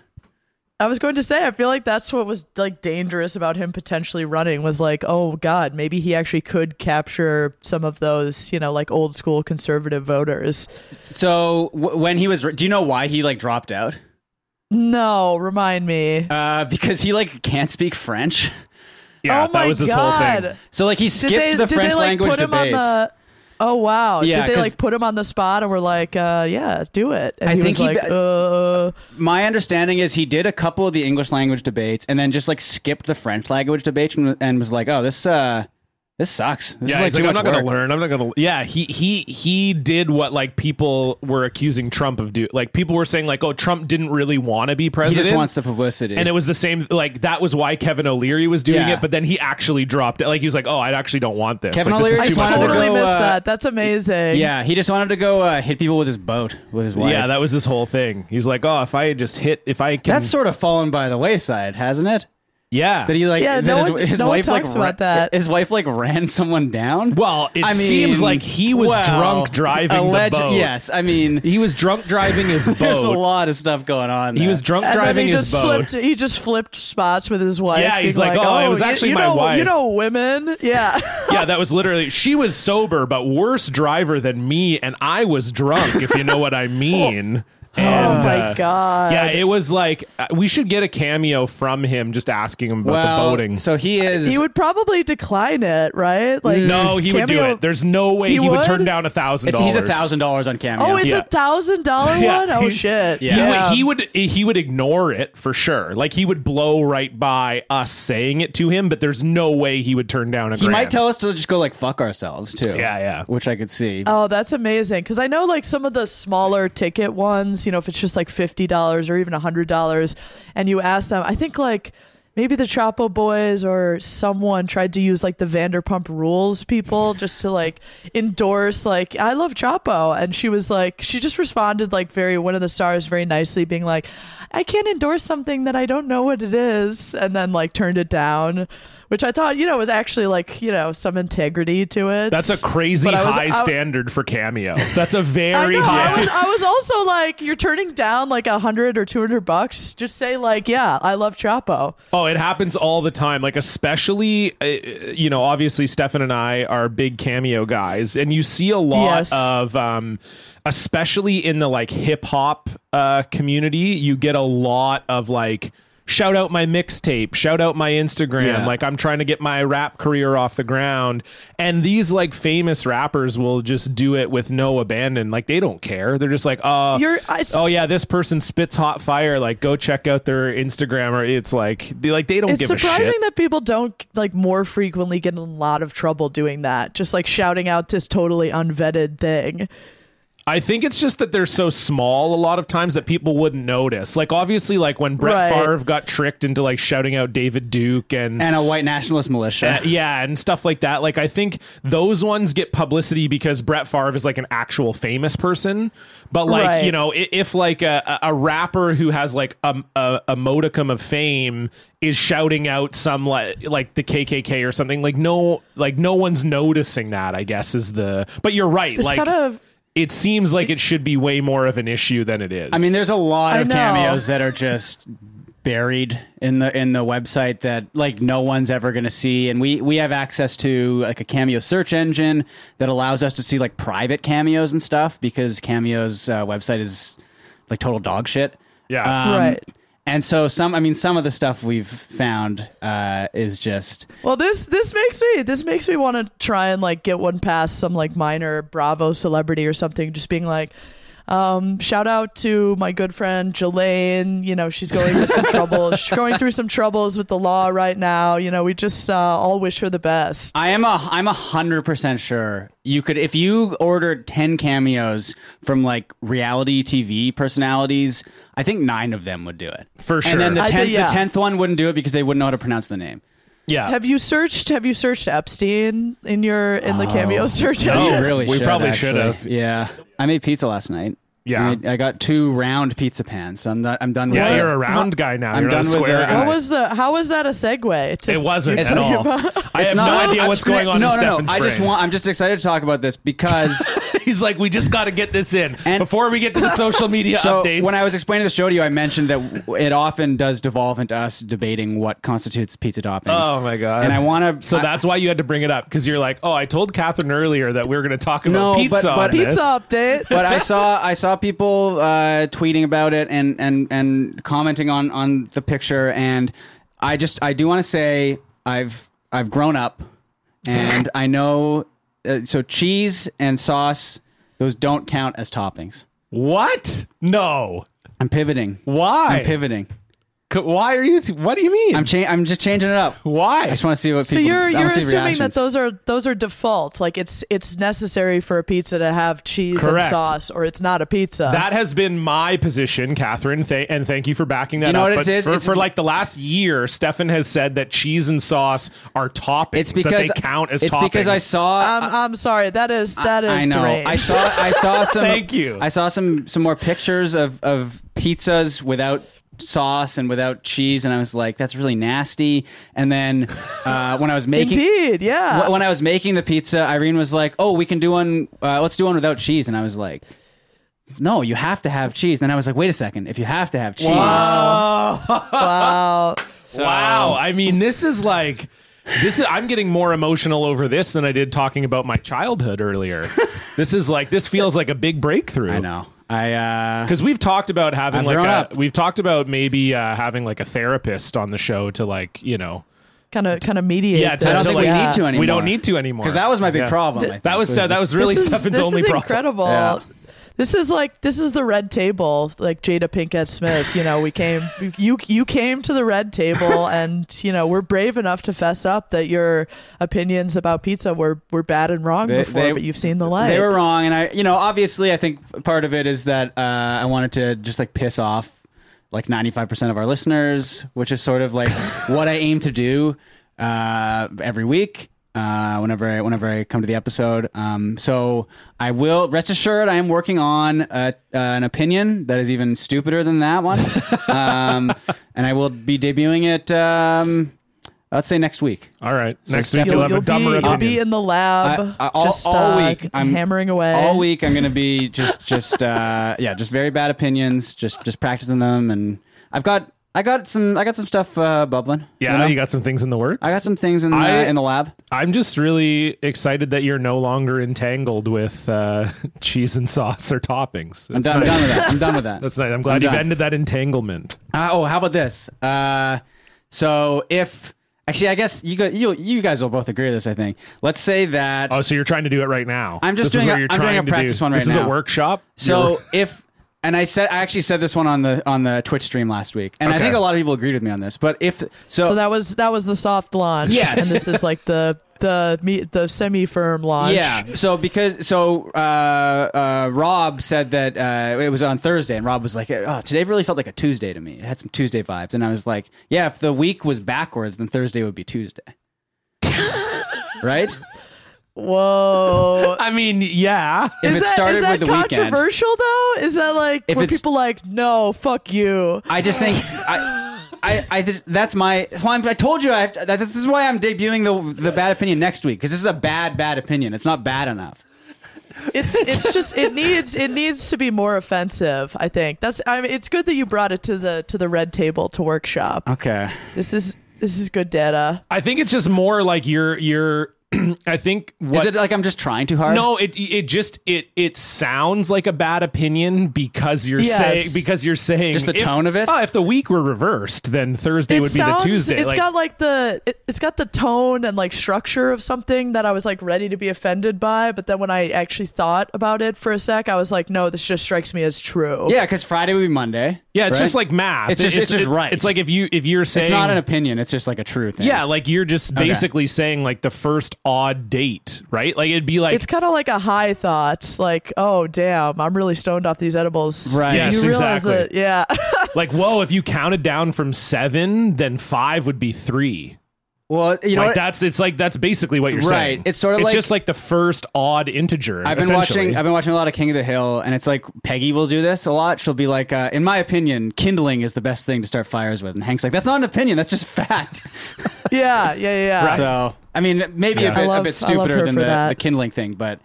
Speaker 3: I was going to say, I feel like that's what was like dangerous about him potentially running was like, oh god, maybe he actually could capture some of those, you know, like old school conservative voters.
Speaker 2: So w- when he was, do you know why he like dropped out?
Speaker 3: No, remind me.
Speaker 2: Uh, because he like can't speak French. <laughs>
Speaker 1: Yeah,
Speaker 3: oh my
Speaker 1: that was his
Speaker 3: god.
Speaker 1: whole thing.
Speaker 2: So like he
Speaker 3: Did
Speaker 2: skipped
Speaker 3: they
Speaker 2: the
Speaker 3: did
Speaker 2: French
Speaker 3: they, like,
Speaker 2: language
Speaker 3: put him
Speaker 2: debates.
Speaker 3: on the? Oh wow!
Speaker 2: Yeah,
Speaker 3: did they
Speaker 2: 'cause-
Speaker 3: like put him on the spot and were like, uh, "Yeah, do it"? And
Speaker 2: I
Speaker 3: he
Speaker 2: think
Speaker 3: was
Speaker 2: he
Speaker 3: like,
Speaker 2: be-
Speaker 3: "Uh,
Speaker 2: My understanding is he did a couple of the English language debates and then just like skipped the French language debate and, and was like, oh, this uh, this sucks. This
Speaker 1: Yeah,
Speaker 2: is like
Speaker 1: he's
Speaker 2: too
Speaker 1: like, I'm
Speaker 2: much
Speaker 1: not
Speaker 2: work.
Speaker 1: gonna learn. I'm not gonna. Yeah, he he he did what like people were accusing Trump of do. Like people were saying like, oh, Trump didn't really want to be
Speaker 2: He
Speaker 1: president.
Speaker 2: just wants the publicity.
Speaker 1: And it was the same, like that was why Kevin O'Leary was doing
Speaker 2: Yeah.
Speaker 1: it, but then he actually dropped it. Like he was like, "Oh, I actually don't want this."
Speaker 2: Kevin
Speaker 1: like, this
Speaker 2: O'Leary
Speaker 1: is
Speaker 3: I
Speaker 1: too much
Speaker 2: wanted to
Speaker 1: work."
Speaker 3: totally
Speaker 2: go,
Speaker 3: missed
Speaker 2: uh,
Speaker 3: that. That's amazing."
Speaker 2: yeah, he just wanted to go uh, hit people with his boat with his wife.
Speaker 1: Yeah, that was his whole thing. He's like, "Oh, if I just hit, if I can."
Speaker 2: that's sort of fallen by the wayside, hasn't it?
Speaker 1: yeah.
Speaker 2: That he like
Speaker 3: Yeah,
Speaker 2: that
Speaker 3: no
Speaker 2: his,
Speaker 3: one-
Speaker 2: his
Speaker 3: no one
Speaker 2: wife like
Speaker 3: talks
Speaker 2: ra-
Speaker 3: about that.
Speaker 2: His wife like ran someone down.
Speaker 1: well, it
Speaker 2: I mean,
Speaker 1: seems like he was
Speaker 2: well,
Speaker 1: drunk driving
Speaker 2: alleged-
Speaker 1: the boat.
Speaker 2: Yes, I mean
Speaker 1: he was drunk driving <laughs> his
Speaker 2: there's a
Speaker 1: boat.
Speaker 2: lot of stuff going on.
Speaker 1: He
Speaker 2: there.
Speaker 1: was drunk
Speaker 3: And
Speaker 1: driving
Speaker 3: then he
Speaker 1: his
Speaker 3: just
Speaker 1: boat.
Speaker 3: slipped. He just flipped spots with his wife.
Speaker 1: Yeah, he's
Speaker 3: being
Speaker 1: like, "Oh, it was
Speaker 3: you-
Speaker 1: actually
Speaker 3: you
Speaker 1: my
Speaker 3: know,
Speaker 1: wife."
Speaker 3: You know, women.
Speaker 1: <laughs>
Speaker 3: Yeah,
Speaker 1: yeah, that was literally. She was sober, but worse driver than me, and I was drunk. If you know what I mean. And,
Speaker 3: my
Speaker 1: uh,
Speaker 3: God.
Speaker 1: Yeah, it was like uh, we should get a cameo from him, just asking him about
Speaker 2: well,
Speaker 1: the boating.
Speaker 2: So he is.
Speaker 3: he would probably decline it, right? Like,
Speaker 1: No, he would do
Speaker 3: Cameo-
Speaker 1: it. There's no way
Speaker 3: He
Speaker 1: he, would?
Speaker 3: would?
Speaker 1: turn down a thousand
Speaker 2: it's-
Speaker 1: dollars.
Speaker 2: he's a thousand dollars on cameo.
Speaker 3: Oh, it's
Speaker 1: Yeah.
Speaker 3: a thousand
Speaker 1: <laughs>
Speaker 3: dollar
Speaker 1: Yeah,
Speaker 3: one. Oh
Speaker 1: he-
Speaker 3: shit.
Speaker 1: He would, he would he would ignore it for sure. Like he would blow right by us saying it to him, but there's no way he would turn down a.
Speaker 2: he
Speaker 1: grand.
Speaker 2: might tell us to just go like fuck ourselves too.
Speaker 1: Yeah, yeah.
Speaker 2: Which I could see.
Speaker 3: Oh, that's amazing. Because I know like some of the smaller ticket ones, you know, if it's just like $50 or even $100, and you ask them, I think like maybe the Chapo Boys or someone tried to use like the Vanderpump Rules people just to like endorse like I love Chapo, and she was like she just responded like very one of the stars very nicely, being like I can't endorse something that I don't know what it is, and then like turned it down, which I thought you know was actually like you know some integrity to it.
Speaker 1: That's a crazy
Speaker 3: But I was-
Speaker 1: high
Speaker 3: I-
Speaker 1: standard for cameo. That's a very
Speaker 3: <laughs> I know.
Speaker 1: high.
Speaker 3: I was, I
Speaker 1: <laughs>
Speaker 3: was also like, you're turning down like a hundred or two hundred bucks. Just say like, yeah, I love Chapo.
Speaker 1: Oh, it happens all the time. Like, especially, uh, you know, obviously, Stefan and I are big cameo guys, and you see a lot
Speaker 3: Yes.
Speaker 1: of, um, especially in the like hip hop uh, community, you get a lot of like, shout out my mixtape, shout out my Instagram.
Speaker 2: Yeah.
Speaker 1: Like, I'm trying to get my rap career off the ground. And these like famous rappers will just do it with no abandon. Like, they don't care. They're just like, uh,
Speaker 3: You're- I s-
Speaker 1: oh, yeah, this person spits hot fire. Like, go check out their Instagram, or it's like they like they don't
Speaker 3: It's
Speaker 1: give a
Speaker 3: surprising
Speaker 1: shit.
Speaker 3: that people don't like more frequently get in a lot of trouble doing that. Just like shouting out this totally unvetted thing.
Speaker 1: I think it's just that they're so small a lot of times that people wouldn't notice. Like, obviously, like when Brett
Speaker 3: Right.
Speaker 1: Favre got tricked into like shouting out David Duke and.
Speaker 2: and a white nationalist militia.
Speaker 1: uh, yeah, and stuff like that. Like, I think those ones get publicity because Brett Favre is like an actual famous person. But like,
Speaker 3: Right.
Speaker 1: you know, i- if like a, a a rapper who has like a, a, a modicum of fame is shouting out some like like the KKK or something, like no, like no one's noticing that. I guess is the. But you're right.
Speaker 3: It's
Speaker 1: like
Speaker 3: kind of
Speaker 1: it seems like it should be way more of an issue than it is.
Speaker 2: I mean, there's a lot
Speaker 3: I
Speaker 2: of
Speaker 3: know.
Speaker 2: cameos that are just buried in the in the website that like no one's ever going to see and we we have access to like a cameo search engine that allows us to see like private cameos and stuff because cameos uh, website is like total dog shit
Speaker 1: Yeah.
Speaker 2: uh,
Speaker 3: Right.
Speaker 2: Um, and so some i mean some of the stuff we've found uh is just
Speaker 3: Well, this this makes me this makes me want to try and like get one past some like minor Bravo celebrity or something, just being like, um, shout out to my good friend Jelaine. You know, she's going through some trouble. She's going through some troubles with the law right now. You know, we just uh, all wish her the best.
Speaker 2: I am a I'm a hundred percent sure you could if you ordered ten cameos from like reality TV personalities, I think nine of them would do it
Speaker 1: For sure.
Speaker 2: And then the
Speaker 1: I
Speaker 3: think-
Speaker 2: tenth
Speaker 3: yeah.
Speaker 2: the tenth one wouldn't do it because they wouldn't know how to pronounce the name.
Speaker 1: yeah.
Speaker 3: have you searched? Have you searched Epstein in your in the cameo search
Speaker 1: Uh, No.
Speaker 3: engine?
Speaker 2: We really,
Speaker 1: Oh, we
Speaker 2: should,
Speaker 1: probably
Speaker 2: actually.
Speaker 1: should have.
Speaker 2: Yeah, I made pizza last night.
Speaker 1: Yeah.
Speaker 2: I, made- I got two round pizza pans, so I'm not, I'm done.
Speaker 1: yeah,
Speaker 2: with
Speaker 1: you're
Speaker 2: it.
Speaker 1: a round guy now.
Speaker 2: I'm
Speaker 1: you're not a
Speaker 2: done with
Speaker 1: square
Speaker 2: the-
Speaker 1: guy.
Speaker 3: What was the? How was that a segue? To
Speaker 1: It wasn't
Speaker 3: your
Speaker 1: at all. I have no idea
Speaker 2: I'm
Speaker 1: what's
Speaker 2: just gonna-
Speaker 1: going on
Speaker 2: No,
Speaker 1: in
Speaker 2: no,
Speaker 1: Stefan's
Speaker 2: no. I just
Speaker 1: brain.
Speaker 2: want. I'm just excited to talk about this because.
Speaker 1: He's like, we just got to get this in
Speaker 2: And-
Speaker 1: before we get
Speaker 2: <laughs>
Speaker 1: to <laughs> the social media
Speaker 2: so
Speaker 1: updates.
Speaker 2: when I was explaining the show to you, I mentioned that w- it often does devolve into us debating what constitutes pizza toppings.
Speaker 1: oh my god!
Speaker 2: And I want to.
Speaker 1: So that's why you had to bring it up because you're like, oh, I told Catherine earlier that we were going to talk about
Speaker 2: No, but-
Speaker 1: pizza. on
Speaker 2: but-
Speaker 1: this.
Speaker 3: pizza update?
Speaker 2: <laughs>
Speaker 1: <laughs>
Speaker 2: But I saw I saw people uh, tweeting about it and and and commenting on on the picture, and I just I do want to say I've I've grown up,
Speaker 1: <laughs>
Speaker 2: and I know uh, so cheese and sauce those don't count as toppings.
Speaker 1: What? No.
Speaker 2: I'm pivoting.
Speaker 1: Why?
Speaker 2: I'm pivoting.
Speaker 1: C- why are you? what do you mean?
Speaker 2: I'm cha- I'm just changing it up.
Speaker 1: why?
Speaker 2: I just want to see what
Speaker 3: So
Speaker 2: people.
Speaker 3: you're
Speaker 2: I
Speaker 3: you're
Speaker 2: wanna see
Speaker 3: assuming that
Speaker 2: reactions.
Speaker 3: those are those are defaults. Like it's it's necessary for a pizza to have cheese
Speaker 1: Correct.
Speaker 3: and sauce, or it's not a pizza.
Speaker 1: That has been my position, Catherine, th- and thank you for backing that
Speaker 2: you know
Speaker 1: up.
Speaker 2: what it
Speaker 1: But
Speaker 2: is?
Speaker 1: For,
Speaker 2: It's-
Speaker 1: for like the last year, Stefan has said that cheese and sauce are toppings.
Speaker 2: It's because
Speaker 1: that they count as
Speaker 2: it's
Speaker 1: toppings.
Speaker 2: because I saw
Speaker 3: I'm, I'm sorry. That is Um, that is
Speaker 2: uh, I know.
Speaker 3: deranged.
Speaker 2: I saw.
Speaker 1: <laughs>
Speaker 2: I saw some.
Speaker 1: Thank you.
Speaker 2: I saw some some more pictures of of pizzas without sauce and without cheese, and I was like, "That's really nasty." And then uh, when I was making.
Speaker 3: <laughs> Indeed, yeah.
Speaker 2: wh- When I was making the pizza, Irene was like, "Oh, we can do one. Uh, let's do one without cheese." And I was like, "No, you have to have cheese." And I was like, "Wait a second. If you have to have
Speaker 1: <laughs>
Speaker 2: cheese,
Speaker 3: wow.
Speaker 1: Wow. I mean, this is like this is I'm getting more emotional over this than I did talking about my childhood earlier.
Speaker 2: <laughs>
Speaker 1: this is like this feels like a big breakthrough.
Speaker 2: I know. I uh,
Speaker 1: Because we've talked about having
Speaker 2: I've
Speaker 1: like
Speaker 2: grown
Speaker 1: a,
Speaker 2: up.
Speaker 1: we've talked about maybe uh, having like a therapist on the show to like you know
Speaker 3: Kind of kind of mediate.
Speaker 1: Yeah, to-
Speaker 3: this.
Speaker 2: I don't
Speaker 1: so
Speaker 2: think
Speaker 1: like-
Speaker 2: we need to anymore.
Speaker 1: we don't need to anymore
Speaker 2: because that uh, was my big
Speaker 1: Yeah.
Speaker 2: problem. I
Speaker 1: that
Speaker 2: think,
Speaker 1: was that
Speaker 2: the-
Speaker 1: was really
Speaker 3: this is,
Speaker 1: Stefan's
Speaker 3: this
Speaker 1: only
Speaker 3: is
Speaker 1: problem.
Speaker 3: incredible.
Speaker 2: Yeah.
Speaker 3: This is like this is the red table, like Jada Pinkett Smith. You know, we came, <laughs> you you came to the red table, and you know we're brave enough to fess up that your opinions about pizza were were bad and wrong
Speaker 2: They-
Speaker 3: before,
Speaker 2: they-
Speaker 3: but you've seen the light.
Speaker 2: They were wrong, and I, you know, obviously, I think part of it is that uh, I wanted to just like piss off like 95% of our listeners, which is sort of <laughs> like what I aim to do uh, every week. Uh, whenever I, whenever I come to the episode, um, so I will rest assured I am working on a, uh, an opinion that is even stupider than that <laughs> one, um, and I will be debuting it. Um, let's say next week.
Speaker 1: All right. Next
Speaker 2: Steph-
Speaker 1: week you'll,
Speaker 2: You'll-
Speaker 1: have a
Speaker 3: you'll
Speaker 1: dumber
Speaker 3: be, you'll
Speaker 1: opinion.
Speaker 3: be in the lab
Speaker 2: I- I- all-
Speaker 3: just
Speaker 2: all
Speaker 3: uh,
Speaker 2: week, I'm-
Speaker 3: hammering away.
Speaker 2: All week I'm going to be just just uh yeah, just very bad opinions, just just practicing them and I've got I got some I got some stuff uh bubbling.
Speaker 1: yeah,
Speaker 2: you know?
Speaker 1: you got some things in the works.
Speaker 2: I got some things in the
Speaker 1: I-
Speaker 2: in the lab.
Speaker 1: I'm just really excited that you're no longer entangled with uh, <laughs> cheese and sauce or toppings.
Speaker 2: I'm
Speaker 1: That's nice.
Speaker 2: done, I'm done with that. I'm done with
Speaker 1: <laughs>
Speaker 2: that.
Speaker 1: That's nice. I'm glad
Speaker 2: I'm
Speaker 1: you've
Speaker 2: done.
Speaker 1: ended that entanglement.
Speaker 2: Uh, oh, how about this? Uh, so if actually, I guess you go, you you guys will both agree with this. I think. Let's say that.
Speaker 1: Oh, so you're trying to do it right now.
Speaker 2: I'm just
Speaker 1: this
Speaker 2: doing
Speaker 1: is what
Speaker 2: a-
Speaker 1: you're
Speaker 2: I'm doing
Speaker 1: trying
Speaker 2: a
Speaker 1: to do.
Speaker 2: practice one right
Speaker 1: This is a
Speaker 2: now.
Speaker 1: workshop.
Speaker 2: so
Speaker 1: You're-
Speaker 2: if and I said I actually said this one on the on the Twitch stream last week, and I
Speaker 1: Okay.
Speaker 2: think a lot of people agreed with me on this. But if
Speaker 3: So that was that was the soft launch.
Speaker 2: Yes.
Speaker 3: and this is like the the me, the semi firm launch.
Speaker 2: Yeah. So because so uh, uh, Rob said that uh, it was on Thursday, and Rob was like, "Oh, today really felt like a Tuesday to me. It had some Tuesday vibes." And I was like, "Yeah, if the week was backwards, then Thursday would be Tuesday." right?
Speaker 3: Whoa.
Speaker 1: I mean, yeah.
Speaker 2: If it
Speaker 3: that-
Speaker 2: started
Speaker 3: that
Speaker 2: with the weekend,
Speaker 3: controversial though? Is that like
Speaker 2: If
Speaker 3: were
Speaker 2: it's-
Speaker 3: people like, no, fuck you?
Speaker 2: I just think I. I, I th- that's my. Well, I'm, I told you I have to, that this is why I'm debuting the the bad opinion next week because this is a bad bad opinion. It's not bad enough.
Speaker 3: It's it's just it needs it needs to be more offensive. I think that's. I mean, it's good that you brought it to the to the red table to workshop.
Speaker 2: Okay.
Speaker 3: This is this is good data.
Speaker 1: I think it's just more like you're you're. <clears throat> I think what
Speaker 2: Is it like I'm just trying too hard?
Speaker 1: No, it it just it it sounds like a bad opinion because you're
Speaker 3: Yes.
Speaker 1: saying because you're saying
Speaker 2: Just the
Speaker 1: if-
Speaker 2: tone of it?
Speaker 1: Oh, if the week were reversed, then Thursday would
Speaker 3: sounds,
Speaker 1: be the Tuesday.
Speaker 3: It's
Speaker 1: like,
Speaker 3: got like the it, it's got the tone and like structure of something that I was like ready to be offended by, but then when I actually thought about it for a sec, I was like, no, this just strikes me as true.
Speaker 2: Yeah, because Friday would be Monday.
Speaker 1: yeah, it's
Speaker 2: right?
Speaker 1: just like math.
Speaker 2: It's just- it's just
Speaker 1: it-
Speaker 2: right.
Speaker 1: It's like if you if you're saying
Speaker 2: It's not an opinion. It's just like a true thing.
Speaker 1: yeah, like you're just basically saying like the first odd date, right? Like it'd be like
Speaker 3: It's kind of like a high thought, like, oh damn, I'm really stoned off these edibles.
Speaker 2: Right.
Speaker 3: Do
Speaker 1: Yes,
Speaker 3: you realize
Speaker 1: exactly.
Speaker 3: it? Yeah. <laughs>
Speaker 1: like whoa, if you counted down from seven, then five would be three.
Speaker 2: Well, you know,
Speaker 1: Like
Speaker 2: what?
Speaker 1: that's it's like that's basically what you're
Speaker 2: Right.
Speaker 1: saying.
Speaker 2: It's sorta
Speaker 1: it's
Speaker 2: like-
Speaker 1: just like the first odd integer.
Speaker 2: I've been
Speaker 1: essentially.
Speaker 2: watching. I've been watching a lot of King of the Hill, and it's like Peggy will do this a lot. She'll be like, uh, "In my opinion, kindling is the best thing to start fires with." And Hank's like, "That's not an opinion. That's
Speaker 1: <laughs>
Speaker 2: just fact."
Speaker 3: yeah, yeah, yeah.
Speaker 2: So, I mean, maybe
Speaker 1: Yeah.
Speaker 2: a
Speaker 1: I
Speaker 2: bit a
Speaker 3: love-
Speaker 2: bit
Speaker 3: I love
Speaker 2: stupider
Speaker 3: her
Speaker 2: than
Speaker 3: for
Speaker 2: the,
Speaker 3: that.
Speaker 2: the kindling thing, but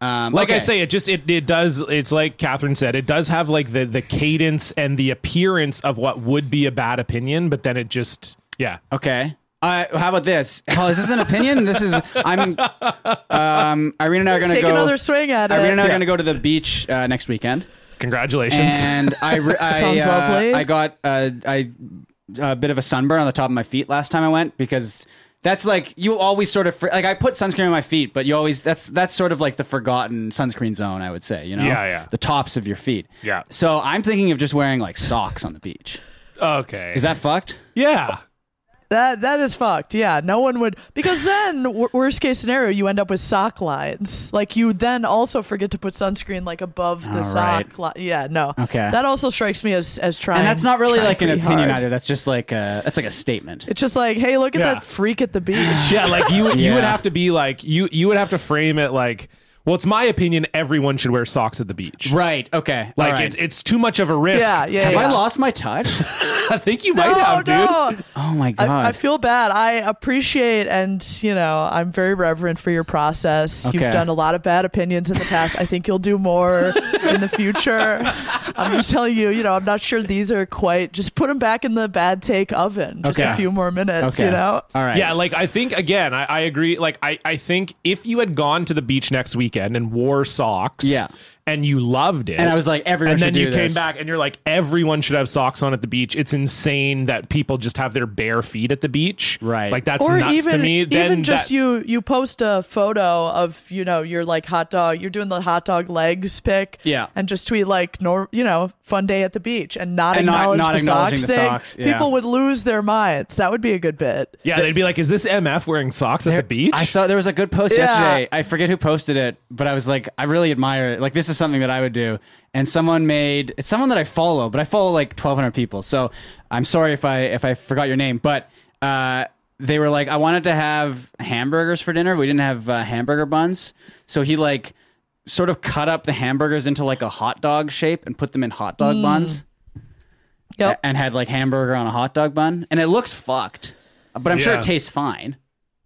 Speaker 2: um,
Speaker 1: like I
Speaker 2: okay.
Speaker 1: say, it just it, it does. It's like Catherine said, it does have like the the cadence and the appearance of what would be a bad opinion, but then it just yeah.
Speaker 2: Okay. Uh, how about this? Oh, is this an opinion? this is I'm. Um, Irene and I are going to
Speaker 3: Take
Speaker 2: go.
Speaker 3: another swing at it.
Speaker 2: Irene and I are
Speaker 1: Yeah.
Speaker 2: going to go to the beach uh, next weekend.
Speaker 1: Congratulations.
Speaker 2: and I,
Speaker 3: <laughs>
Speaker 2: re- I,
Speaker 3: Sounds
Speaker 2: uh,
Speaker 3: lovely.
Speaker 2: I got uh, I, a bit of a sunburn on the top of my feet last time I went because that's like you always sort of fr- like I put sunscreen on my feet, but you always that's that's sort of like the forgotten sunscreen zone. I would say, you know,
Speaker 1: Yeah, yeah.
Speaker 2: the tops of your feet.
Speaker 1: Yeah.
Speaker 2: So I'm thinking of just wearing like socks on the beach.
Speaker 1: okay.
Speaker 2: Is that fucked?
Speaker 1: yeah.
Speaker 3: That that is fucked. Yeah, no one would because then w- worst case scenario you end up with sock lines. Like you then also forget to put sunscreen like above the
Speaker 2: All Oh, right.
Speaker 3: sock line. Yeah, no.
Speaker 2: Okay.
Speaker 3: That also strikes me as as trying.
Speaker 2: And that's not really
Speaker 3: trying
Speaker 2: like an
Speaker 3: pretty
Speaker 2: opinion
Speaker 3: hard.
Speaker 2: either. That's just like a, that's like a statement.
Speaker 3: It's just like, hey, look at
Speaker 1: Yeah.
Speaker 3: that freak at
Speaker 2: <gasps>
Speaker 3: the beach.
Speaker 1: <laughs> Yeah. Like you you would
Speaker 2: Yeah.
Speaker 1: have to be like you you would have to frame it like well, it's my opinion. Everyone should wear socks at the beach.
Speaker 2: Right. Okay.
Speaker 1: Like
Speaker 2: All right.
Speaker 1: it's it's too much of a risk.
Speaker 3: Yeah, yeah,
Speaker 2: Have
Speaker 3: yeah.
Speaker 2: I lost my
Speaker 3: <laughs>
Speaker 2: touch?
Speaker 1: <laughs> I think you
Speaker 3: No,
Speaker 1: might have, dude.
Speaker 2: <laughs>
Speaker 3: no.
Speaker 2: Oh my god.
Speaker 3: I, I feel bad. I appreciate and, you know, I'm very reverent for your process.
Speaker 2: Okay.
Speaker 3: You've done a lot of bad opinions in the past. I think you'll do more in the
Speaker 2: <laughs>
Speaker 3: future. I'm just telling you, you know, I'm not sure these are quite. Just put them back in the bad take oven. Just
Speaker 2: Okay.
Speaker 3: a few more minutes, you know?
Speaker 2: All right.
Speaker 1: Yeah, like I think again, I, I agree. Like I, I think if you had gone to the beach next weekend and wore socks,
Speaker 2: Yeah.
Speaker 1: and you loved it,
Speaker 2: And I was like, everyone
Speaker 1: and
Speaker 2: should
Speaker 1: then
Speaker 2: do
Speaker 1: you
Speaker 2: this.
Speaker 1: came back and you're like, everyone should have socks on at the beach. It's insane that people just have their bare feet at the beach,
Speaker 2: Right.
Speaker 1: Like that's nuts to me. Then
Speaker 3: even just
Speaker 1: that-
Speaker 3: you you post a photo of you know your like hot dog you're doing the hot dog legs pic
Speaker 2: Yeah.
Speaker 3: and just tweet like nor you know fun day at the beach and not
Speaker 2: And not-
Speaker 3: acknowledge
Speaker 2: not
Speaker 3: the
Speaker 2: acknowledging
Speaker 3: socks
Speaker 2: the
Speaker 3: thing
Speaker 2: socks, yeah.
Speaker 3: people would lose their minds that would be a good bit
Speaker 1: yeah, they'd be like, is this MF wearing socks at the beach?
Speaker 2: I saw there was a good post
Speaker 3: Yeah.
Speaker 2: yesterday. I forget who posted it, but I was like, I really admire it. Like this is is something that I would do. And someone made it's someone that I follow, but I follow like 1,200 people. So I'm sorry if I if I forgot your name, but uh, they were like, I wanted to have hamburgers for dinner. We didn't have uh, hamburger buns, so he like sort of cut up the hamburgers into like a hot dog shape and put them in hot
Speaker 1: Hmm.
Speaker 2: dog buns
Speaker 3: Yep.
Speaker 2: and had like hamburger on a hot dog bun, and it looks fucked, but I'm sure
Speaker 1: Yeah.
Speaker 2: it tastes fine.